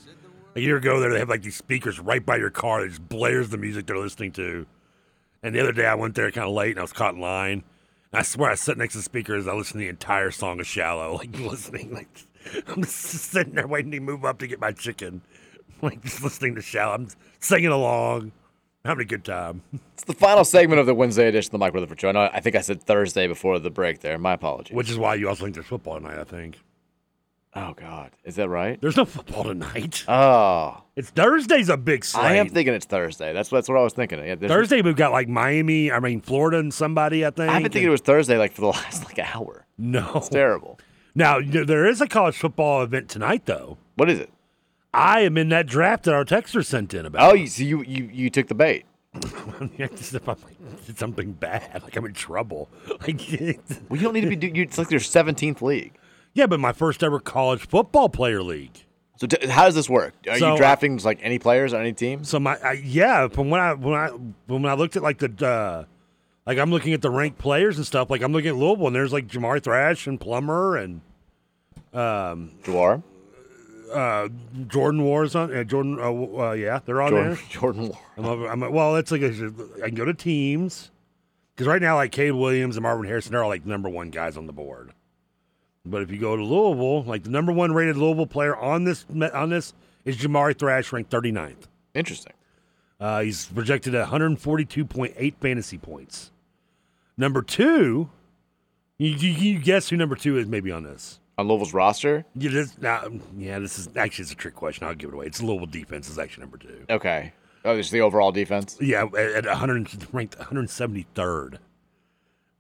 a year ago there they have like these speakers right by your car that just blares the music they're listening to. And the other day I went there kind of late and I was caught in line. And I swear I sat next to the speaker as I listened to the entire song of "Shallow," like listening, like I'm just sitting there waiting to move up to get my chicken, like just listening to "Shallow." I'm singing along, having a good time.
It's the final segment of the Wednesday edition of the Mike Rutherford Show. I, know, I think I said Thursday before the break there. My apologies.
Which is why you also think there's football tonight, I think.
Oh, God. Is that right?
There's no football tonight.
Oh.
It's Thursday's a big slate.
I am thinking it's Thursday. That's, that's what I was thinking. Yeah, there's-
Thursday we've got like Miami, I mean Florida and somebody, I think.
I've been thinking it was Thursday like for the last like hour.
No. It's
terrible.
Now you know, there is a college football event tonight though.
What is it?
I am in that draft that our texter sent in about.
Oh, you, so you, you, you took the bait.
Just if I'm like, did something bad, like I'm in trouble. Like,
well, you don't need to be. do- You, it's like your 17th league.
Yeah, but my first ever college football player league.
So t- how does this work? Are
So,
you
I-
drafting like any players or any team?
So my I, yeah, from when I when I when I looked at like the uh, like I'm looking at the ranked players and stuff. Like I'm looking at Louisville and there's like Jamar Thrash and Plummer and Um,
Dwar?
Uh, Jordan War is on. Uh, Jordan, uh, w- uh, yeah, they're on
Jordan-
there.
Jordan War.
I'm over, I'm, well, that's like a, I can go to teams because right now, like Cade Williams and Marvin Harrison are like number one guys on the board. But if you go to Louisville, like the number one rated Louisville player on this me- on this is Jamari Thrash, ranked 39th.
Interesting.
Uh, he's projected at 142.8 fantasy points. Number two, you, you, you guess who number two is maybe on this?
On Louisville's roster?
Yeah, this, nah, yeah, this is actually it's a trick question. I'll give it away. It's Louisville defense is actually number two.
Okay. Oh, just the overall defense.
Yeah, at, at 100, ranked 173rd.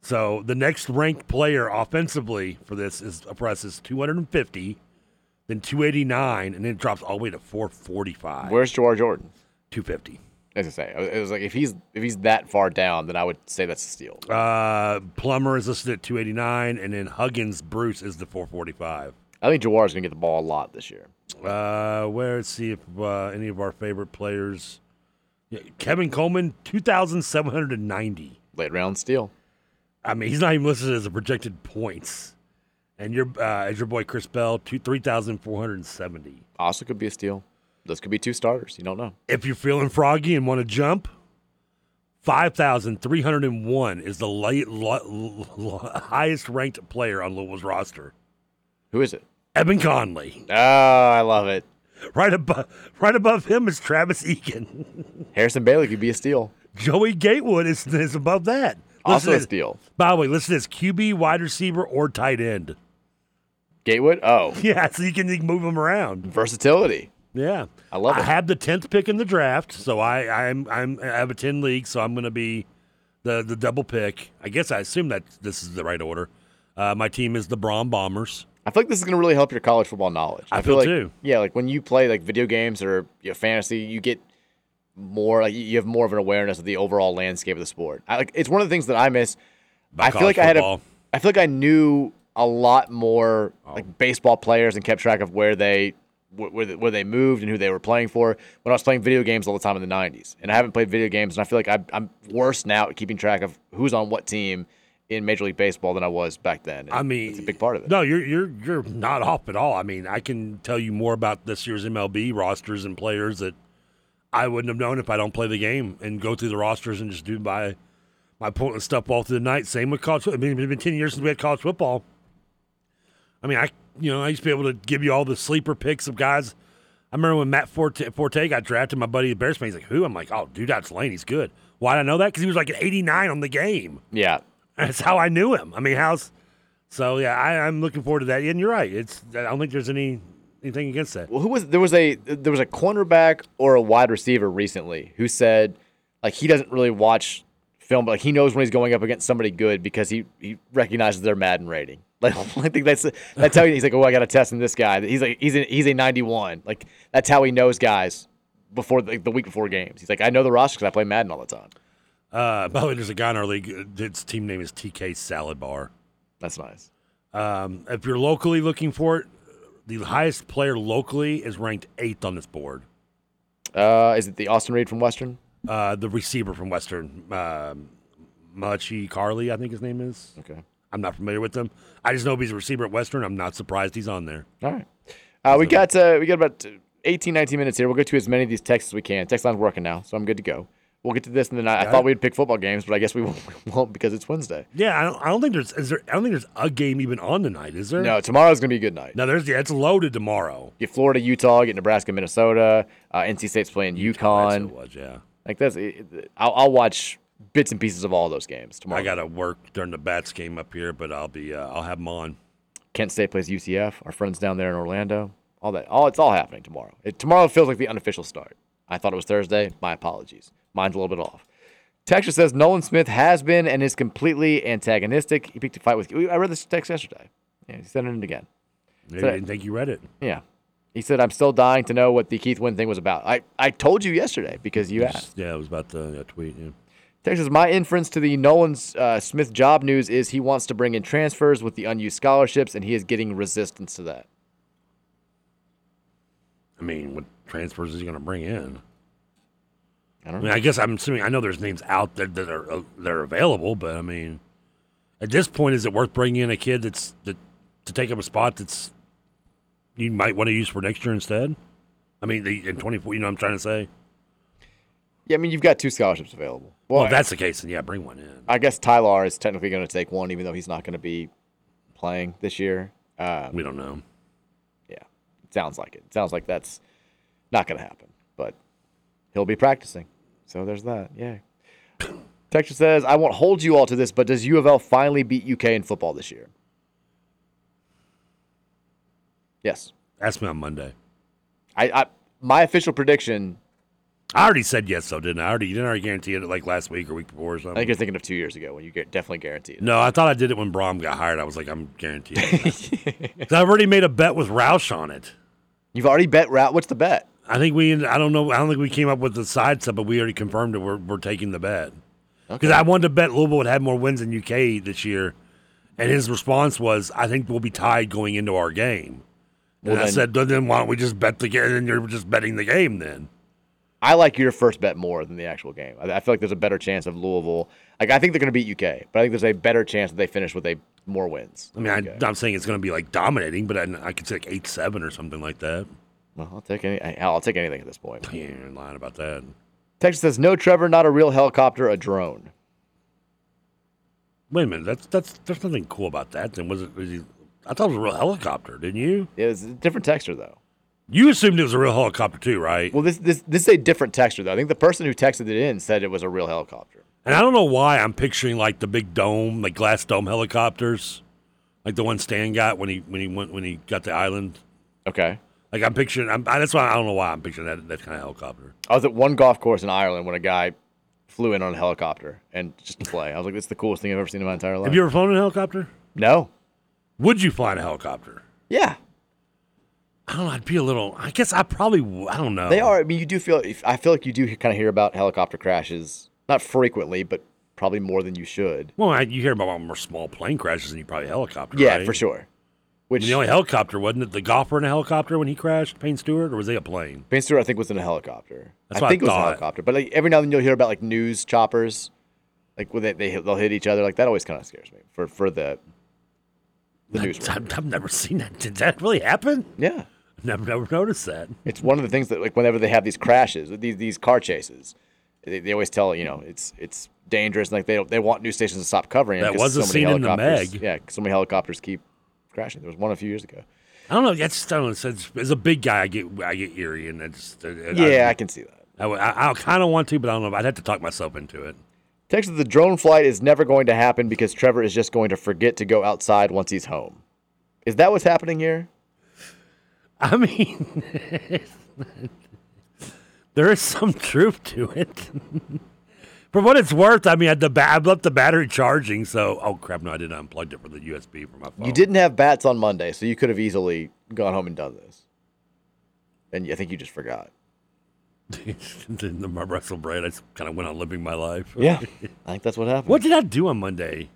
So the next ranked player offensively for this is oppresses 250, then 289, and then it drops all the way to 445.
Where's Jawar Jordan?
Two fifty.
As I say, it was like if he's if he's that far down, then I would say that's a steal.
Uh, Plummer is listed at 289, and then Huggins Bruce is the 445.
I think Jawar's gonna get the ball a lot this year.
Uh, where let's see if uh, any of our favorite players. Yeah, Kevin Coleman, 2,790.
Late round steal.
I mean, he's not even listed as a projected points. And your uh, is your boy Chris Bell, two, 3,470.
Also could be a steal. Those could be two starters. You don't know.
If you're feeling froggy and want to jump, 5,301 is the late, highest ranked player on Louisville's roster.
Who is it?
Evan Conley.
Oh, I love it.
Right above, right above him is Travis Egan.
Harrison Bailey could be a steal.
Joey Gatewood is, is above that.
Also
Listen
a
to-
steal.
By the way, listen to this: QB, wide receiver, or tight end.
Gatewood. Oh,
Yeah, so you can, you can move them around.
versatility.
Yeah,
I love
I
it.
have the tenth pick in the draft, so I I'm I'm I have a ten league, so I'm going to be the the double pick. I guess I assume that this is the right order. Uh, my team is the Brom Bombers.
I feel like this is going to really help your college football knowledge.
I feel
like,
too.
Yeah, like when you play like video games or you know, fantasy, you get more like you have more of an awareness of the overall landscape of the sport. I, like it's one of the things that I miss.
About
I feel like
college
I had a,
football. Oh.
I feel like I knew a lot more like baseball players and kept track of where they wh- where, they- where they moved and who they were playing for when I was playing video games all the time in the 90s. And I haven't played video games and I feel like I, I'm worse now at keeping track of who's on what team in Major League Baseball than I was back then.
I mean,
it's a big part of it.
No, you're you're you're not off at all. I mean, I can tell you more about this year's MLB rosters and players that I wouldn't have known if I don't play the game and go through the rosters and just do my my pointless stuff all through the night. Same with college. fo- I mean, it's been ten years since we had college football. I mean, I you know I used to be able to give you all the sleeper picks of guys. I remember when Matt Forte, Forte got drafted, my buddy the Bears fan, he's like, "Who?" I'm like, "Oh, dude, that's Lane. He's good." Why did I know that? Because he was like an 89 on the game.
Yeah.
That's how I knew him. I mean, how's so? Yeah, I, I'm looking forward to that. And you're right. It's I don't think there's any anything against that.
Well, who was there was a there was a cornerback or a wide receiver recently who said like he doesn't really watch film, but like he knows when he's going up against somebody good because he he recognizes their Madden rating. Like I think that's that's how he, he's like, oh, I got to test in this guy. He's like he's a, he's a 91. Like that's how he knows guys before like the week before games. He's like, I know the roster because I play Madden all the time.
Uh, by the way, there's a guy in our league. uh, His team name is TK Salad Bar.
That's nice.
Um, if you're locally looking for it, the highest player locally is ranked eighth on this board.
Uh, is it the Austin Reed from Western?
Uh, the receiver from Western, um Machi Carly, I think his name is.
Okay.
I'm not familiar with him. I just know he's a receiver at Western. I'm not surprised he's on there.
All right. Uh, we got uh, we got about 18, 19 minutes here. We'll get to as many of these texts as we can. Text line's working now, so I'm good to go. We'll get to this, and then I, I
Got
thought
it.
we'd pick football games, but I guess we won't, we won't because it's Wednesday.
Yeah, I don't, I don't think there's is there. I don't think there's a game even on tonight. Is there?
No, tomorrow's gonna be a good night.
No, there's yeah, it's loaded tomorrow.
You get Florida, Utah, you get Nebraska, Minnesota. Uh, NC State's playing
That's what
UConn.
it was, yeah.
Like that's, it- it- I'll, I'll watch bits and pieces of all those games tomorrow.
I gotta work during the bats game up here, but I'll be uh, I'll have them on.
Kent State plays UCF. Our friends down there in Orlando. All that. All it's all happening tomorrow. It, tomorrow feels like the unofficial start. I thought it was Thursday. My apologies. Mine's a little bit off. Texture says Nolan Smith has been and is completely antagonistic. He picked a fight with. I read this text yesterday. Yeah, he sent it in again.
Maybe
So-
I didn't think you read it.
Yeah. He said, "I'm still dying to know what the Keith Wynn thing was about." I, I told you yesterday because you asked.
Yeah, it was about the yeah, tweet. Yeah.
Texas, my inference to the Nolan uh, Smith job news is he wants to bring in transfers with the unused scholarships, and he is getting resistance to that.
I mean, what transfers is he gonna bring in?
I
I
don't know.
mean, I guess I'm assuming I know there's names out there that are uh, that are available, but I mean, at this point, is it worth bringing in a kid that's that to take up a spot that's you might want to use for next year instead? I mean, the, in 24, you know what I'm trying to say?
Yeah, I mean, you've got two scholarships available.
Well, if that's the case, then yeah, bring one in.
I guess Tyler is technically going to take one, even though he's not going to be playing this year. Um,
we don't know.
Yeah, it sounds like it. it sounds like that's not going to happen, but he'll be practicing. So there's that. Yeah. Texture says, I won't hold you all to this, but does U of L finally beat UK in football this year? Yes.
Ask me on Monday.
I, I my official prediction.
I already said yes, though, didn't I? I already you didn't already guarantee it like last week or week before or something.
I think you're thinking of two years ago when you get definitely guaranteed. it.
No, I thought I did it when Brom got hired. I was like, I'm guaranteed. Because I've already made a bet with Roush on it.
You've already bet Roush. What's the bet?
I think we. I don't know. I don't think we came up with the side stuff, but we already confirmed it. We're, we're taking the bet because I wanted to bet Louisville would have more wins than UK this year, and his response was, "I think we'll be tied going into our game." And
Well,
I
then-
said, "Then- "Then why don't we just bet the game? Then you're just betting the game then."
I like your first bet more than the actual game. I, I feel like there's a better chance of Louisville. Like I think they're going to beat UK, but I think there's a better chance that they finish with a more wins.
I mean, I, I'm not saying it's going to be like dominating, but I, I could say like eight seven or something like that.
Well, I'll take any. I- I'll take anything at this point.
Yeah, you're lying about that.
Texas says, "No, Trevor, not a real helicopter, a drone."
Wait a minute. That's that's there's nothing cool about that. Then was it? Was he, I thought it was a real helicopter, didn't you?
Yeah, it's a different texture though.
You assumed it was a real helicopter too, right?
Well, this this this is a different texture though. I think the person who texted it in said it was a real helicopter.
And I don't know why I'm picturing like the big dome, like glass dome helicopters, like the one Stan got when he when he went when he got the island.
Okay.
Like I'm picturing. I'm, I, that's why I don't know why I'm picturing that that kind of helicopter.
I was at one golf course in Ireland when a guy flew in on a helicopter and just to play. I was like, "This is the coolest thing I've ever seen in my entire life."
Have you ever flown in a helicopter?
no.
Would you fly in a helicopter?
Yeah.
I don't know. I'd be a little. I guess I probably. w- I don't know.
They are. I mean, you do feel. if- I feel like you do kind of hear about helicopter crashes, not frequently, but probably more than you should.
Well, I, you hear about more small plane crashes than you probably helicopter.
Yeah,
right?
for sure. Which
the only helicopter wasn't it the golfer in a helicopter when he crashed Payne Stewart, or was they a plane?
Payne Stewart, I think, was in a helicopter.
That's
I
what I
think it was
thought.
a helicopter. But like every now and then you'll hear about like news choppers, like where they, they hit- they'll hit each other. Like that always kind of scares me for for the the news.
I've, I've never seen that. Did that really happen?
Yeah,
I've never, never noticed that.
it's one of the things that like whenever they have these crashes, these these car chases, they, they always tell you know it's it's dangerous. And, like they don't, they want news stations to stop covering it.
That was
'cause
a
so many
scene in The
helicopters-
Meg.
Yeah, 'cause so many helicopters keep crashing. There was one a few years ago.
I don't know. That's I don't know. It's, it's, as a big guy, I get I get eerie, and that's uh,
Yeah, I can see that.
I, would- I, I kind of want to, but I don't know. I'd have to talk myself into it.
Text that the drone flight is never going to happen because Trevor is just going to forget to go outside once he's home. Is that what's happening here?
I mean, there is some truth to it. for what it's worth, I mean, I, the ba- I left the battery charging, so oh crap! No, I didn't unplugged it for the USB for my phone.
You didn't have bats on Monday, so you could have easily gone home and done this. And I think you just forgot.
the my Russell Brand. I just kind of went on living my life.
Yeah, I think that's what happened.
What did I do on Monday?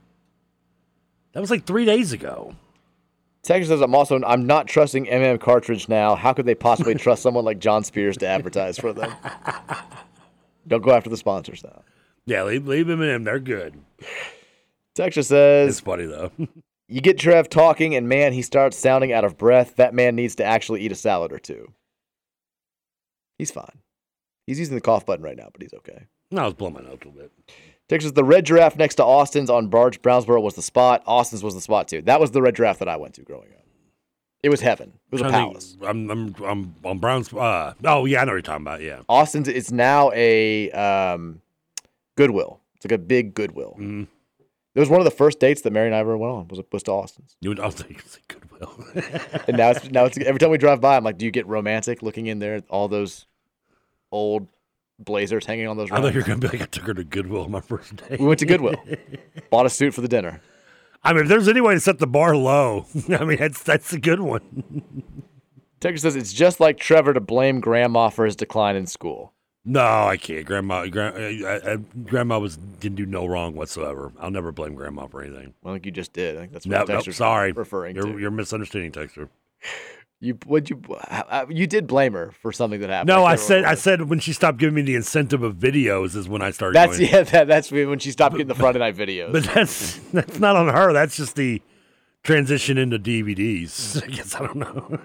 That was like three days ago.
Texas says I'm also I'm not trusting MM Cartridge now. How could they possibly trust someone like John Spears to advertise for them? Don't go after the sponsors now.
Yeah, leave, leave him in him. They're good.
Texas says
It's funny though.
you get Trev talking, and man, he starts sounding out of breath. That man needs to actually eat a salad or two. He's fine. He's using the cough button right now, but he's okay.
no, I was blowing my nose a little bit.
Texas, the red giraffe next to Austin's on Barge Brownsboro was the spot. Austin's was the spot too. That was the red giraffe that I went to growing up. It was heaven. It was a
I think-
palace.
I'm, I'm, I'm on Browns. Uh, oh yeah, I know what you're talking about. Yeah,
Austin's it's now a um, Goodwill. It's like a big Goodwill.
Mm-hmm.
It was one of the first dates that Mary and I ever went on was, was to Austin's.
you would. I was like, it's like Goodwill.
And now it's now it's every time we drive by, I'm like, do you get romantic looking in there? All those old blazers hanging on those.
I thought you were
racks?
gonna be like, I took her to Goodwill on my first day.
We went to Goodwill, bought a suit for the dinner.
I mean, if there's any way to set the bar low, I mean, that's that's a good one.
Texas says it's just like Trevor to blame Grandma for his decline in school.
No, I can't. Grandma, grand, uh, uh, grandma was didn't do no wrong whatsoever. I'll never blame grandma for anything.
I think you just did. I think that's what
No,
the
no,
texture's
sorry,
referring
you're,
to.
You're misunderstanding, Texter.
You would you I- I- you did blame her for something that happened.
No, I
can't
said,
remember.
I said when she stopped giving me the incentive of videos is when I started.
That's
going,
yeah. That, that's when she stopped getting the Friday night videos.
But that's that's not on her. That's just the transition into DVDs. I guess I don't know.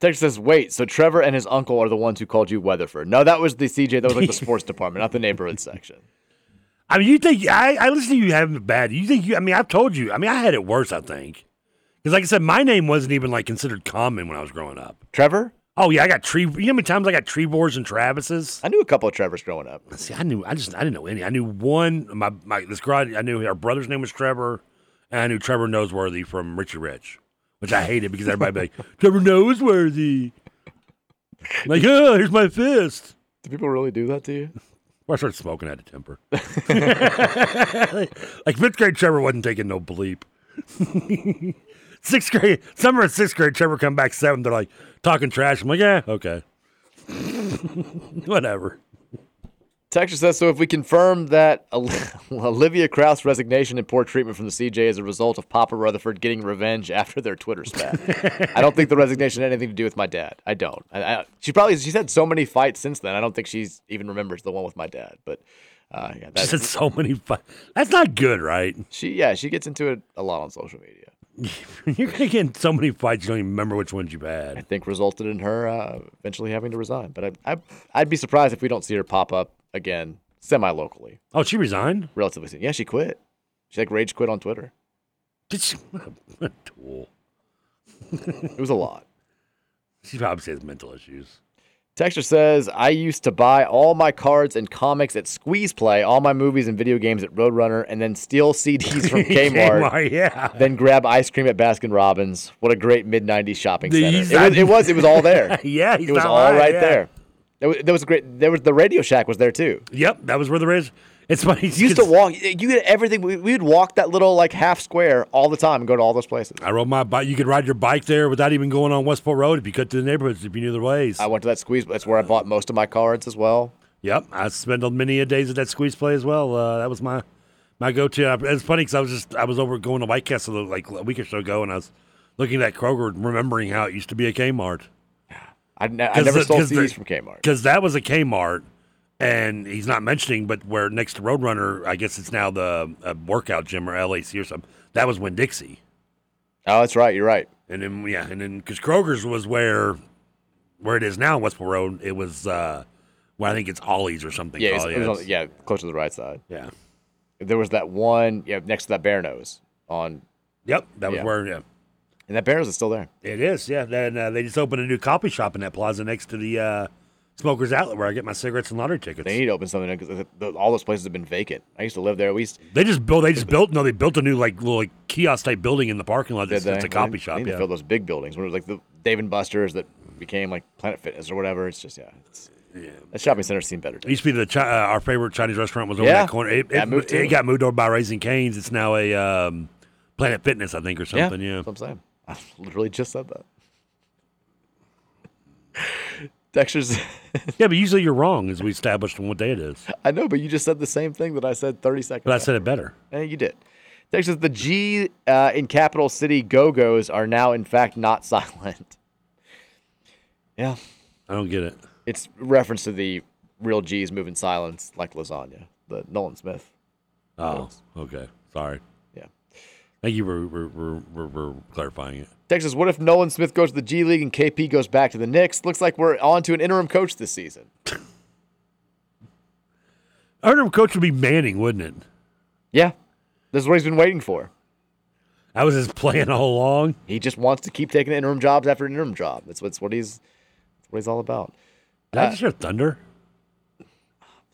Text says, wait, so Trevor and his uncle are the ones who called you Weatherford. No, that was the CJ. That was like the sports department, not the neighborhood section.
I mean, you think I, I listen to you having it bad? You think you? I mean, I've told you. I mean, I had it worse. I think because, like I said, my name wasn't even like considered common when I was growing up.
Trevor?
Oh yeah, I got tree. You know how many times I got tree boards and Travises?
I knew a couple of Trevors growing up.
See, I knew. I just I didn't know any. I knew one. My my this garage. I knew our brother's name was Trevor, and I knew Trevor Noseworthy from Richie Rich, which I hated because everybody be like Trevor Noseworthy. Like, oh, here's my fist.
Do people really do that to you?
Well, I started smoking out of temper. like fifth grade Trevor wasn't taking no bleep. sixth grade, summer in sixth grade, Trevor come back seventh. They're like talking trash. I'm like, yeah, okay, whatever.
Texas says so. If we confirm that Ol- Olivia Krauss' resignation and poor treatment from the CJ is a result of Papa Rutherford getting revenge after their Twitter spat, I don't think the resignation had anything to do with my dad. I don't. I, I, she probably she's had so many fights since then. I don't think she's even remembers the one with my dad. But uh, yeah,
She said so many. Fu- That's not good, right?
She yeah, she gets into it a lot on social media.
You're gonna get in so many fights you don't even remember which ones you've had.
I think resulted in her uh, eventually having to resign. But I, I, I'd be surprised if we don't see her pop up again, semi locally.
Oh, she resigned
relatively soon. Yeah, she quit. She like rage quit on Twitter.
Did she? What a tool.
it was a lot.
She obviously has mental issues.
Texture says, I used to buy all my cards and comics at Squeeze Play, all my movies and video games at Roadrunner, and then steal CDs from Kmart.
Kmart, yeah.
Then grab ice cream at Baskin Robbins. What a great mid 90s shopping
The-
center.
he's
It was,
not-
it was. It was all there.
Yeah, he's
It was
not
all
lying,
right
yeah.
there. There was, there was a great, there was, the Radio Shack was there too.
Yep, that was where the raise. It's funny.
You used to walk, you had everything. We, we would walk that little like half square all the time and go to all those places.
I rode my bike. You could ride your bike there without even going on Westport Road if you cut to the neighborhoods if you knew the ways.
I went to that Squeeze, that's where I bought most of my cards as well.
Yep, I spent on many a days at that squeeze play as well. Uh, that was my my go to. It's funny because I was just I was over going to White Castle like a week or so ago, and I was looking at Kroger, remembering how it used to be a Kmart.
I, ne- I never stole CDs from Kmart.
because that was a Kmart, and he's not mentioning, but where next to Roadrunner, I guess it's now the uh, workout gym or LAC or something. That was Winn Dixie,
Oh, that's right. You're right.
and then yeah, and then because Kroger's was where where it is now, Westport Road. It was uh, well, I think it's Ollie's or something.
Yeah, it was,
Ollie
it was on-
has.
yeah, close to the right side.
Yeah.
There was that one, yeah, next to that bear nose on.
Yep, that was where, yeah.
And that bear nose is still there.
It is, yeah. Then uh, they just opened a new coffee shop in that plaza next to the uh, Smokers Outlet where I get my cigarettes and lottery tickets.
They need to open something because all those places have been vacant. I used to live there. We used
They just built. They just built. No, they built a new like little like, kiosk type building in the parking lot.
did
That's, that's
they?
a coffee
They
shop.
need to
yeah.
fill those big buildings where it was like the Dave and Buster's that became like Planet Fitness or whatever. It's just yeah, it's, that shopping center's seen better.
It
days.
used to be the chi- uh, our favorite Chinese restaurant was over
Yeah.
that corner. It,
Yeah, I
it,
moved to
it
it.
got moved over by Raising Canes. It's now a um, Planet Fitness, I think, or something. Yeah,
that's what I'm saying. I literally just said that. Dexter's.
yeah, but usually you're wrong, as we established on what day it is.
I know, but you just said the same thing that I said 30 seconds.
But I
ago.
said it better.
Eh, you did. Next is the G uh, in capital city Go Go's are now in fact not silent. Yeah,
I don't get it.
it's reference to the real G's moving silence like lasagna, the Nolan Smith.
Oh, okay. Sorry.
Yeah.
Thank you for, for, for, for, for clarifying it.
Texas, what if Nolan Smith goes to the G League and KP goes back to the Knicks? Looks like we're on to an interim coach this season.
Our interim coach would be Manning, wouldn't it?
Yeah, this is what he's been waiting for.
That was his plan all along.
He just wants to keep taking interim jobs after interim job. That's what's what he's that's what he's all about.
Did I
Uh,
just hear thunder?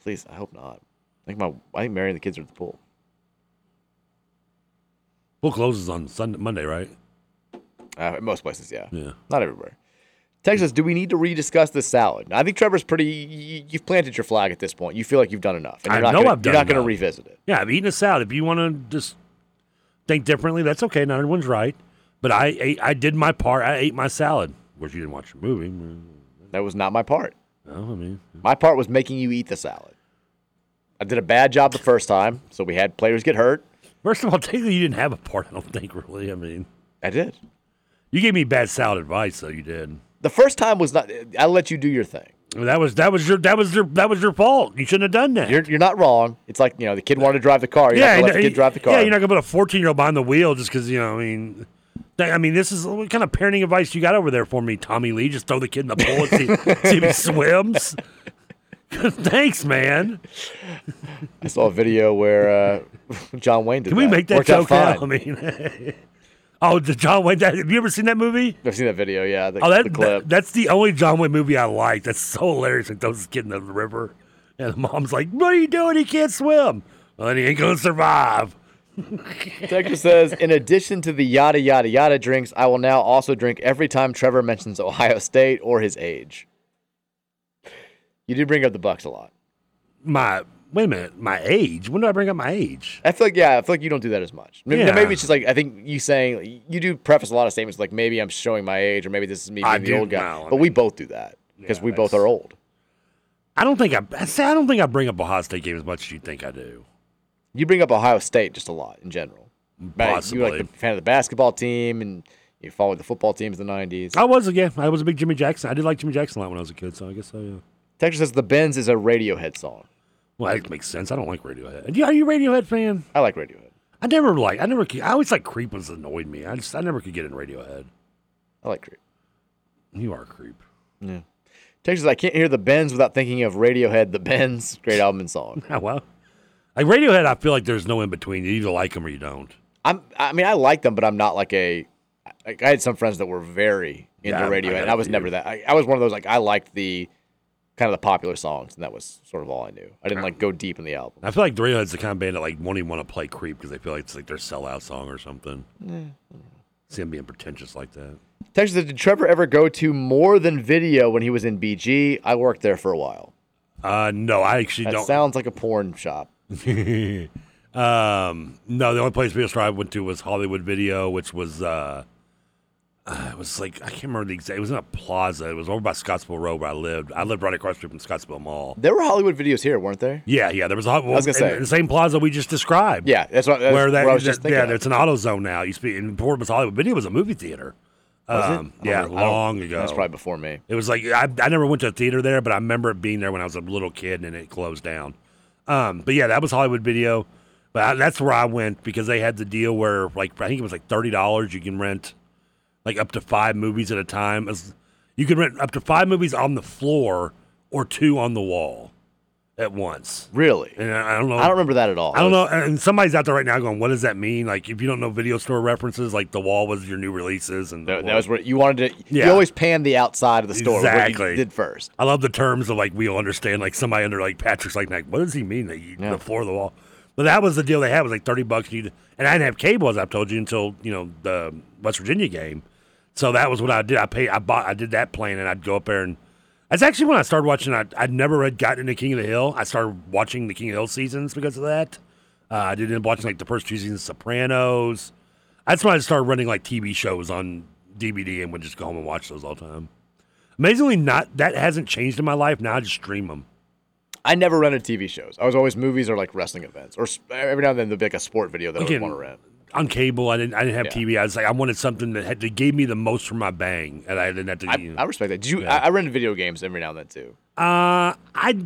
Please, I hope not. I think my I think Mary and the kids are at the pool.
Pool closes on Sunday, Monday, right?
Uh, at most places, yeah.
Yeah.
Not everywhere. Texas, do we need to rediscuss this salad? I think Trevor's pretty. You, you've planted your flag at this point. You feel like you've done enough.
I
you're not
know
gonna,
I've done
You're not going to
enough.
revisit it.
Yeah, I've eaten this out. If you want to just think differently, that's okay. Not everyone's right. But I ate, I did my part. I ate my salad. Of course, you didn't watch the movie.
That was not my part.
No, I mean,
My part was making you eat the salad. I did a bad job the first time, so we had players get hurt.
first of all, technically, you didn't have a part. I don't think really. I mean,
I did.
You gave me bad salad advice, though. You did.
The first time was not. I let you do your thing.
That was that was your that was your that was your fault. You shouldn't have done that.
You're, you're not wrong. It's like you know the kid wanted to drive the car. You're not
yeah,
gonna let the
you-
kid drive the car.
Yeah, you're not gonna put a 14 year old behind the wheel just because you know. I mean, that, I mean, this is what kind of parenting advice you got over there for me, Tommy Lee? Just throw the kid in the pool and see, see if he swims. Thanks, man.
I saw a video where uh, John Wayne did.
Can we make that
Worked
joke now?
out fine.
I mean, oh, the John Wayne. That, have you ever seen that movie?
I've seen that video. Yeah, the,
oh, that,
the clip.
that- that's the only John Wayne movie I like. That's so hilarious. Like those kid in the river, and the mom's like, "What are you doing? He can't swim. Well, then he ain't gonna survive."
Texas says, in addition to the yada yada yada drinks, I will now also drink every time Trevor mentions Ohio State or his age. You do bring up the Bucks a lot.
My wait a minute, my age. When do I bring up my age?
I feel like yeah, I feel like you don't do that as much. Maybe,
Yeah.
maybe it's just like I think you saying you do preface a lot of statements like maybe I'm showing my age or maybe this is me being
I
the
do
old guy.
now, I
but we both do that because we both are old.
I don't think I, I say I don't think I bring up Ohio State game as much as you think I do.
You bring up Ohio State just a lot in general. Right? You're
Possibly.
like the fan of the basketball team and you followed the football teams in the '90s.
I was yeah, I was a big Jimmy Jackson. I did like Jimmy Jackson a lot when I was a kid, so I guess so. Yeah.
Texas says the Benz is a Radiohead song.
Well, that makes sense. I don't like Radiohead. And you- Are you a Radiohead fan?
I like Radiohead.
I never like. I never. could- I always like Creep was annoyed me. I just. I never could get in Radiohead.
I like Creep.
You are a Creep.
Yeah. Texas, I can't hear the Benz without thinking of Radiohead. The Benz, great album and song.
Oh, well, like Radiohead, I feel like there's no in between. You either like them or you don't.
I'm. I mean, I like them, but I'm not like a. Like, I had some friends that were very into
Yeah, I- I
Radiohead.
got
and
a
I was
few.
never that. I, I was one of those like I liked the kind of the popular songs, and that was sort of all I knew. I didn't like go deep in the album.
I feel like Radiohead's the kind of band that like won't even want to play Creep because they feel like it's like their sellout song or something. See them being pretentious like that.
Texas, says, did Trevor ever go to more than video when he was in BG? I worked there for a while.
Uh, no, I actually
That
don't.
sounds like a porn shop.
um, no, the only place Video Store I went to was Hollywood Video, which was uh, uh, it was like I can't remember the exact. It was in a plaza. It was over by Scottsville Road where I lived. I lived right across the street from Scottsville Mall.
There were Hollywood videos here, weren't there?
Yeah, yeah. There was a
I was gonna
in-
say.
in the same plaza we just described.
Yeah, that's what- that's
where that
what I was just thinking
yeah,
of.
it's an auto zone now. You speak in Port was Hollywood Video was a movie theater.
Was it?
Um,
I don't
yeah,
re- I don't-
long ago.
That's probably before me.
It was like I, I never went to a theater there, but I remember it being there when I was a little kid, and it closed down. Um, but yeah, that was Hollywood Video. But I, that's where I went because they had the deal where like I think it was like thirty dollars you can rent like up to five movies at a time. As- You could rent up to five movies on the floor or two on the wall at once.
Really?
And I I don't know.
I don't remember that at all.
I don't
That
know.
was-
And somebody's out there right now going, "What does that mean?" Like, if you don't know video store references, like the wall was your new releases, and the
That
wall-
was where you wanted to.
Yeah.
You always pan the outside of the store. What
Exactly.
you did first.
I love the terms of like we'll understand. Like somebody under like Patrick's like, like what does he mean? That you, the floor of the wall. But that was the deal they had was like thirty bucks. You and I didn't have cable as I've told you until you know the West Virginia game. So that was what I did. I paid. I bought. I did that plan, and I'd go up there and that's actually when I started watching. I I'd never had gotten into King of the Hill. I started watching the King of the Hill seasons because of that. Uh, I did end up watching like the first two seasons of Sopranos. That's when I started running like TV shows on DVD and would just go home and watch those all the time. Amazingly, not that hasn't changed in my life. Now I just stream them.
I never rented TV shows. I was always movies or like wrestling events, or s- every now and then there'd be like a sport video that
Again,
I would want to rent.
on cable. I didn't. I didn't have
Yeah.
TV. I was like, I wanted something that, had, that gave me the most for my bang, and I didn't have to. you know.
I respect that. Did you? I, I rented video games every now and then too.
Uh, I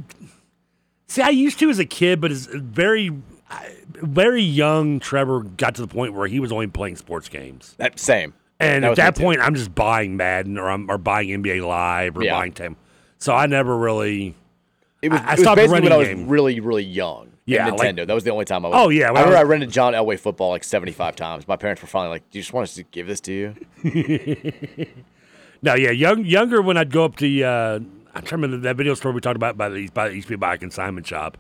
see. I used to as a kid, but as very, I- very young, Trevor got to the point where he was only playing sports games.
That same.
And
That
at
was me
that
too.
point, I'm just buying Madden or I'm or buying NBA Live or
Yeah.
buying Tim. So I never really.
It was,
I, I
it was
stopped
basically
running
when I was
games.
really, really young. in
Yeah, like-
Nintendo. that was the only time I. Was,
Oh, yeah,
I
when I
remember I,
was-
rented John Elway football like seventy-five times. My parents were finally like, "Do you just want us to give this to you?"
No, yeah, young, younger when I'd go up to, uh, I can't remember that video store we talked about by the East by the East Bay by a consignment shop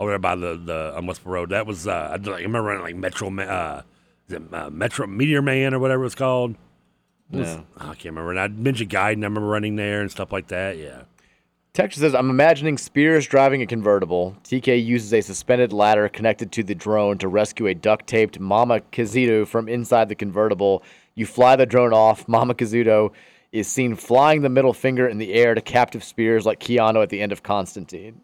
over there by the the on Westboro Road. That was uh, I, don't know, I remember running like Metro, Ma- uh, is it, uh, Metro Meteor Man or whatever it's called. It was- oh,
No.
I can't remember. And I mentioned guide, and I remember running there and stuff like that. Yeah,
Texas says, I'm imagining Spears driving a convertible. TK uses a suspended ladder connected to the drone to rescue a duct taped Mama Kazuto from inside the convertible. You fly the drone off. Mama Kazuto is seen flying the middle finger in the air to captive Spears like Keanu at the end of Constantine.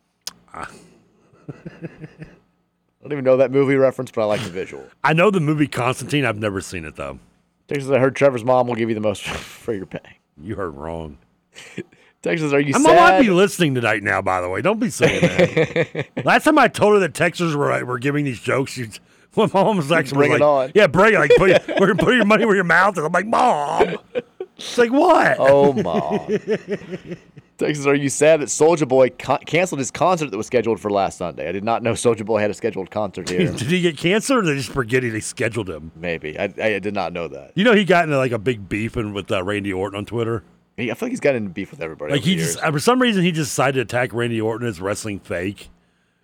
I don't even know that movie reference, but I like the visual.
I know the movie Constantine. I've never seen it though.
Texas, says, I heard Trevor's mom will give you the most for your pay.
You heard wrong.
Texas, are you
I might
sad?
be listening tonight now, by the way. Don't be saying that. Last time I told her that Texas were, were giving these jokes, she, well, my mom was actually
Bring
like,
it on.
Yeah, bring it. Like, put, your- we're going to put your money where your mouth is. I'm like, Mom. It's like, what?
Oh, Mom. Texas, are you sad that Soldier Boy con- canceled his concert that was scheduled for last Sunday? I did not know Soldier Boy had a scheduled concert here.
Did he get cancer or they just forgetting they scheduled him?
Maybe. I, I did not know that.
You know, he got into like a big beef and with uh, Randy Orton on Twitter.
I feel like he's gotten into beef with everybody.
Like
over the
he just
years.
uh, for some reason he just decided to attack Randy Orton as wrestling fake,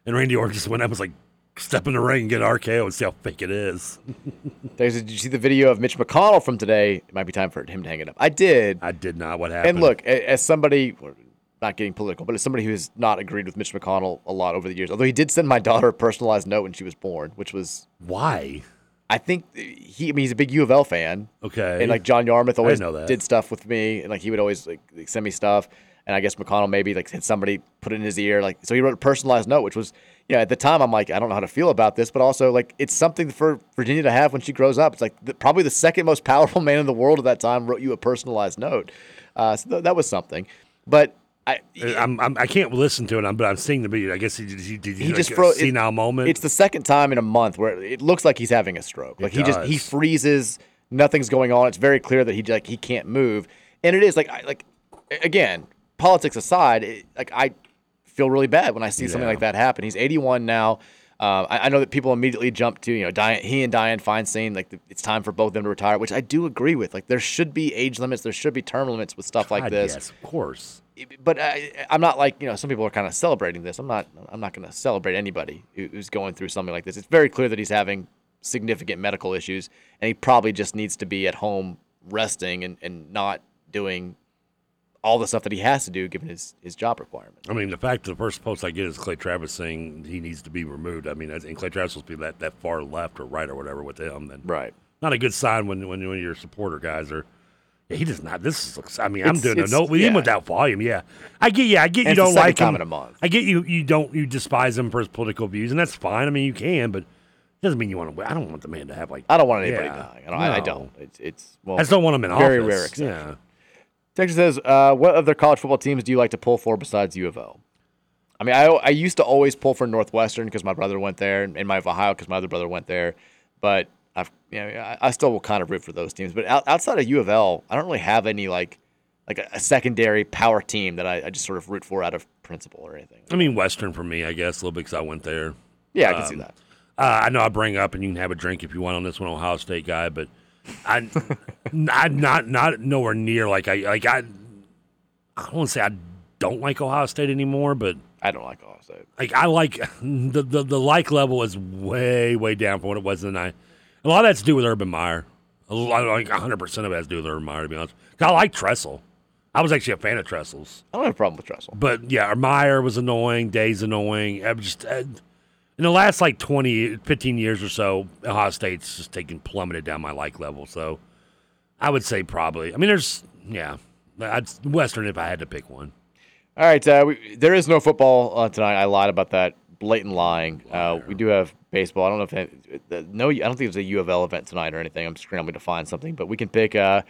and Randy Orton just went up and was like, step in the ring, and get an RKO, and see how fake it is.
Texas, did you see the video of Mitch McConnell from today? It might be time for him to hang it up. I did.
I did not. What happened?
And look, a- as somebody, not getting political, but as somebody who has not agreed with Mitch McConnell a lot over the years, although he did send my daughter a personalized note when she was born, which was
why?
I think he. I mean, he's a big U of L fan.
Okay.
And like John Yarmouth always
know that.
did stuff with me, and like he would always like send me stuff. And I guess McConnell maybe like had somebody put it in his ear, like so he wrote a personalized note, which was you know at the time I'm like I don't know how to feel about this, but also like it's something for Virginia to have when she grows up. It's like the, probably the second most powerful man in the world at that time wrote you a personalized note, uh, so th- that was something. But I
I'm, I'm I can't listen to it, I'm, but I'm seeing the video. I guess he did. He, did
he
he like
just
just
froze.
a senile moment.
It's the second time in a month where it looks like he's having a stroke. Like he just he
does.
freezes. Nothing's going on. It's very clear that he like he can't move. And it is like I, like a- again, politics aside, it, like I feel really bad when I see something
Yeah.
like that happen. He's 81 now. Uh, I, I know that people immediately jump to you know Diane, he and Diane Feinstein like the, it's time for both of them to retire, which I do agree with. Like there should be age limits, there should be term limits with stuff like
God,
this
Ah, yes, of course.
but I, I'm not like you know some people are kind of celebrating this. I'm not. I'm not going to celebrate anybody who- who's going through something like this. It's very clear that he's having significant medical issues, and he probably just needs to be at home resting and, and not doing all the stuff that he has to do given his, his job requirements.
I mean, the fact that the first post I get is Clay Travis saying he needs to be removed. I mean, that's- and Clay Travis supposed to be that, that far left or right or whatever with him. Then
right,
not a good sign when when, when your supporter guys are. yeah, He does not. This looks. I mean, I'm
It's-
doing a
it's-
note with him
yeah.
without volume. Yeah, I get. Yeah, I get
And
you don't
it's the second
like
time
him.
in a month.
I get you. You don't. You despise him for his political views, and that's fine. I mean, you can, but it doesn't mean you want to. I don't want the man to have like.
I don't want anybody
Yeah.
dying. I don't. I- I
No.
don't. It's, it's well,
I just don't want him in
very
office.
rare exception.
Yeah.
Texas says, uh, what other college football teams do you like to pull for besides U of O? I mean, I, I used to always pull for Northwestern because my brother went there, and my Ohio because my other brother went there. But I've, you know, I, I still will kind of root for those teams. But out, outside of U of L, I don't really have any like like a, a secondary power team that I, I just sort of root for out of principle or anything.
I mean, Western for me, I guess, a little bit because I went there.
Yeah, I can see that.
Uh, I know I bring up, and you can have a drink if you want on this one, Ohio State guy, but I, I'm not not nowhere near like I like I. I don't want to say I don't like Ohio State anymore, but
I don't like Ohio State.
Like I like the the, the like level is way way down from what it was in the night. A lot of that's to do with Urban Meyer. A lot, like 100 percent of it has to do with Urban Meyer. To be honest, 'Cause I like Tressel. I was actually a fan of Tressel's.
I don't have a problem with Tressel.
But yeah, Meyer was annoying. Day's annoying. I was just uh, in the last like 20, 15 years or so, Ohio State's just taken plummeted down my like level. So I would say probably. I mean, there's yeah, I'd, Western if I had to pick one.
All right, uh, we, there is no football uh, tonight. I lied about that. Blatant lying. Uh, we do have baseball. I don't know if that- uh, no, I don't think there's a U of L event tonight or anything. I'm scrambling to find something, but we can pick. Uh,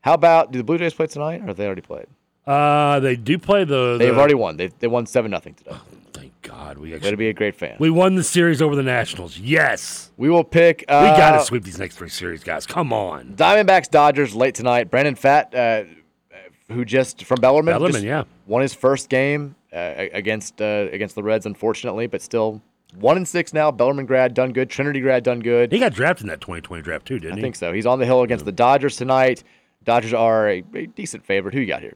how about do the Blue Jays play tonight, or have they already played?
Uh, they do play the.
They've
the-
already won. They they won seven nothing today.
thank God, we
Way to
actually
be a great fan.
we won the series over the Nationals. Yes,
We will pick. Uh,
we got to sweep these next three series, guys. Come on,
Diamondbacks Dodgers late tonight. Brandon Fat, uh, who just from Bellarmine,
Bellarmine,
just
yeah.
won his first game uh, a- against uh, against the Reds, unfortunately, but still one and six now. Bellarmine grad done good. Trinity grad done good.
he got drafted in that 2020 draft too, didn't
I
he?
think so. He's on the hill against the Dodgers tonight. Dodgers are a, a decent favorite. Who you got here?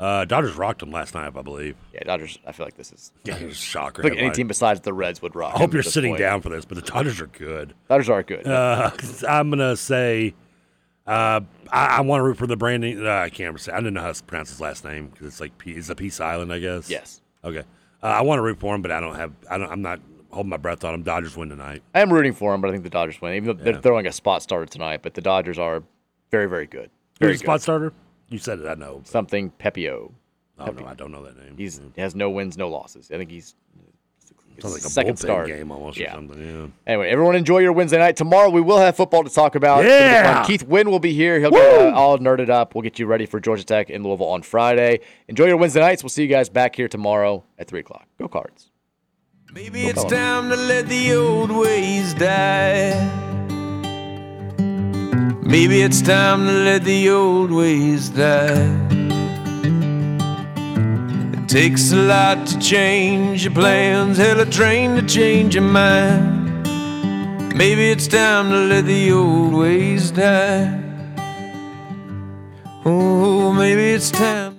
Uh, Dodgers rocked him last night, I believe.
Yeah, Dodgers. I feel like this is.
Yeah, it was a shocker.
I think any
headline.
team besides the Reds would rock.
I hope
him at
you're
this
sitting
point.
down for this, but the Dodgers are good.
Dodgers are good.
Uh, I'm gonna say, uh, I, I want to root for the Brandon. Uh, I can't remember. I didn't know how to pronounce his last name because it's like P, it's a Peace Island, I guess.
Yes.
Okay. Uh, I want to root for him, but I don't have. I don't. I'm not holding my breath on him. Dodgers win tonight.
I am rooting for them, but I think the Dodgers win. Even though
Yeah.
they're throwing a spot starter tonight, but the Dodgers are very, very good. Very
Who's the
good.
spot starter? You said it. I know. but-
Something Pepio.
Oh no, I don't know that name.
He's has no wins, no losses. I think he's
Sounds like a
second
bullpen
start.
game almost or something. Yeah.
Anyway, everyone enjoy your Wednesday night. Tomorrow we will have football to talk about. It's gonna be
Yeah!
fun. Keith Wynn will be here. He'll get uh, all nerded up. We'll get you ready for Georgia Tech and Louisville on Friday. Enjoy your Wednesday nights. We'll see you guys back here tomorrow at 3 o'clock. Go Cards.
Maybe it's time to let the old ways die. Maybe it's time to let the old ways die. It takes a lot to change your plans, hell, a train to change your mind. Maybe it's time to let the old ways die. Oh, maybe it's time.